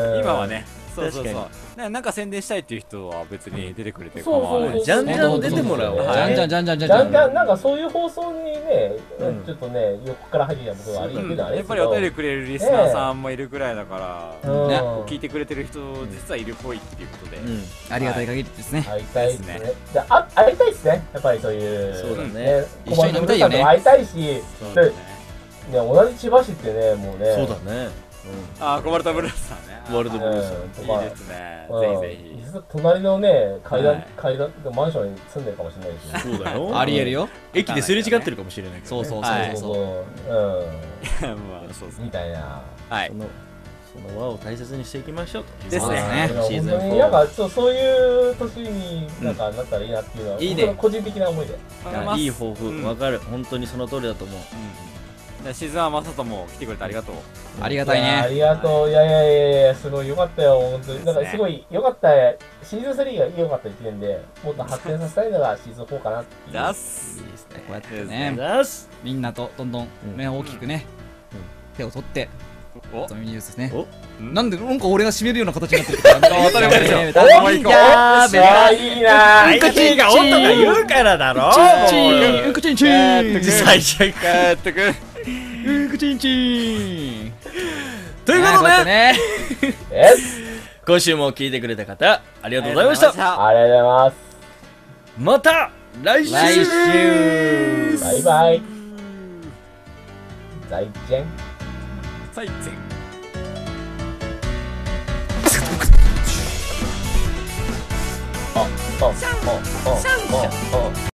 [SPEAKER 4] うん今はね、そうそう
[SPEAKER 3] 確
[SPEAKER 4] そ
[SPEAKER 3] か
[SPEAKER 4] うねなんか宣伝したいっていう人は別に出てくれて
[SPEAKER 2] そう
[SPEAKER 4] 構
[SPEAKER 2] そう
[SPEAKER 4] わ
[SPEAKER 2] そう
[SPEAKER 4] ない
[SPEAKER 2] そう
[SPEAKER 3] じゃんじゃん出てもらおう
[SPEAKER 5] じ
[SPEAKER 4] はい
[SPEAKER 5] ゃんじゃんじゃんじゃんじゃんじ
[SPEAKER 2] だ
[SPEAKER 5] ゃ
[SPEAKER 2] ん
[SPEAKER 5] ん
[SPEAKER 2] だんなんかそういう放送にね、
[SPEAKER 4] うん
[SPEAKER 2] ちょっとね横から入ってきたことがあり
[SPEAKER 4] う
[SPEAKER 2] ってい
[SPEAKER 4] ん
[SPEAKER 2] うのはあれ
[SPEAKER 4] や
[SPEAKER 2] で
[SPEAKER 4] っ
[SPEAKER 2] す
[SPEAKER 4] ぱ
[SPEAKER 2] け
[SPEAKER 4] り
[SPEAKER 2] ど
[SPEAKER 4] お便りくれるリスナーさんもいるくらいだか
[SPEAKER 2] う
[SPEAKER 4] ら、
[SPEAKER 2] ん
[SPEAKER 5] ね
[SPEAKER 4] 聞いてくれてる人実はいるっぽいっていうことで、
[SPEAKER 3] うん
[SPEAKER 5] ありがたい限りですね
[SPEAKER 2] 会いたいですね
[SPEAKER 4] で
[SPEAKER 2] であ会いたいですねやっぱりそういう
[SPEAKER 3] そうだね
[SPEAKER 5] 一緒に飲みたいよね
[SPEAKER 2] 小松さんとも会いたいし、ね、
[SPEAKER 4] そうだね
[SPEAKER 2] 同じ千葉市ってねもうね
[SPEAKER 3] そうだね
[SPEAKER 4] あーコバルトブルースさんね
[SPEAKER 3] ワールドブルース
[SPEAKER 2] うんとか
[SPEAKER 4] いいですね
[SPEAKER 2] うん
[SPEAKER 4] ぜひぜひ
[SPEAKER 2] 実は隣のね階段、
[SPEAKER 4] はい
[SPEAKER 2] 階段マンションに住んでるかもしれないし、ね、
[SPEAKER 3] そうだよ
[SPEAKER 5] ありえるよ
[SPEAKER 3] 駅ですれ違ってるかもしれないけ
[SPEAKER 5] そ
[SPEAKER 3] どね
[SPEAKER 5] うそう
[SPEAKER 4] は
[SPEAKER 5] そう
[SPEAKER 4] い
[SPEAKER 5] そう
[SPEAKER 2] そ
[SPEAKER 4] ま
[SPEAKER 2] う
[SPEAKER 4] あそうです
[SPEAKER 2] うんみ
[SPEAKER 4] ね
[SPEAKER 2] たいな
[SPEAKER 4] はい
[SPEAKER 3] そのその輪を大切にしていきましょうと
[SPEAKER 4] ですね
[SPEAKER 2] だから
[SPEAKER 3] シー
[SPEAKER 2] 本
[SPEAKER 3] ズン
[SPEAKER 2] 当になんか
[SPEAKER 3] 4
[SPEAKER 2] そうそういう年になんかなったらいいなっていうのは、
[SPEAKER 5] いいね
[SPEAKER 2] 本当の個人的な思いで
[SPEAKER 4] まあ
[SPEAKER 3] いい抱負
[SPEAKER 4] うん
[SPEAKER 3] わかる本当にその通りだと思
[SPEAKER 4] う
[SPEAKER 3] う
[SPEAKER 4] んシーズンはまさとも来てくれてありがとう
[SPEAKER 5] ありがたい
[SPEAKER 2] いやあ
[SPEAKER 5] ね
[SPEAKER 2] りがとう、いやいやいやいや、すごい良かったよ、本当に。なんかすごい良かった、シーズン3が良かった時点で、もっと発展させたいのがシーズン4かなっていう。
[SPEAKER 4] 出す
[SPEAKER 5] いいですねこうやって
[SPEAKER 4] です
[SPEAKER 5] ね
[SPEAKER 3] よし
[SPEAKER 5] みんなとどんどん
[SPEAKER 3] ん
[SPEAKER 5] 目を大きくね、
[SPEAKER 3] うん
[SPEAKER 5] 手を取って、
[SPEAKER 4] お
[SPEAKER 5] トミーニュースですね
[SPEAKER 3] お。
[SPEAKER 5] なんで、なんか俺が締めるような形になってるから。
[SPEAKER 4] 当たり前でしょ
[SPEAKER 5] ね
[SPEAKER 4] お
[SPEAKER 5] ね
[SPEAKER 4] 前行こ
[SPEAKER 2] あー、いいなー
[SPEAKER 3] カチンが「お」とか言うからだろ
[SPEAKER 5] チーン、うんこちんちーん。
[SPEAKER 3] 最悪
[SPEAKER 4] うやってく
[SPEAKER 5] うんこちんちーん。
[SPEAKER 3] と
[SPEAKER 5] と
[SPEAKER 3] いうことで
[SPEAKER 5] ね。
[SPEAKER 2] え
[SPEAKER 3] 今週も聞いてくれた方ありがとうございました
[SPEAKER 2] ありがとうございます。
[SPEAKER 3] また来週
[SPEAKER 5] 来週。
[SPEAKER 2] バイバイ。再见。
[SPEAKER 4] 最前
[SPEAKER 2] あ、あ、あ、あ、あ、あ。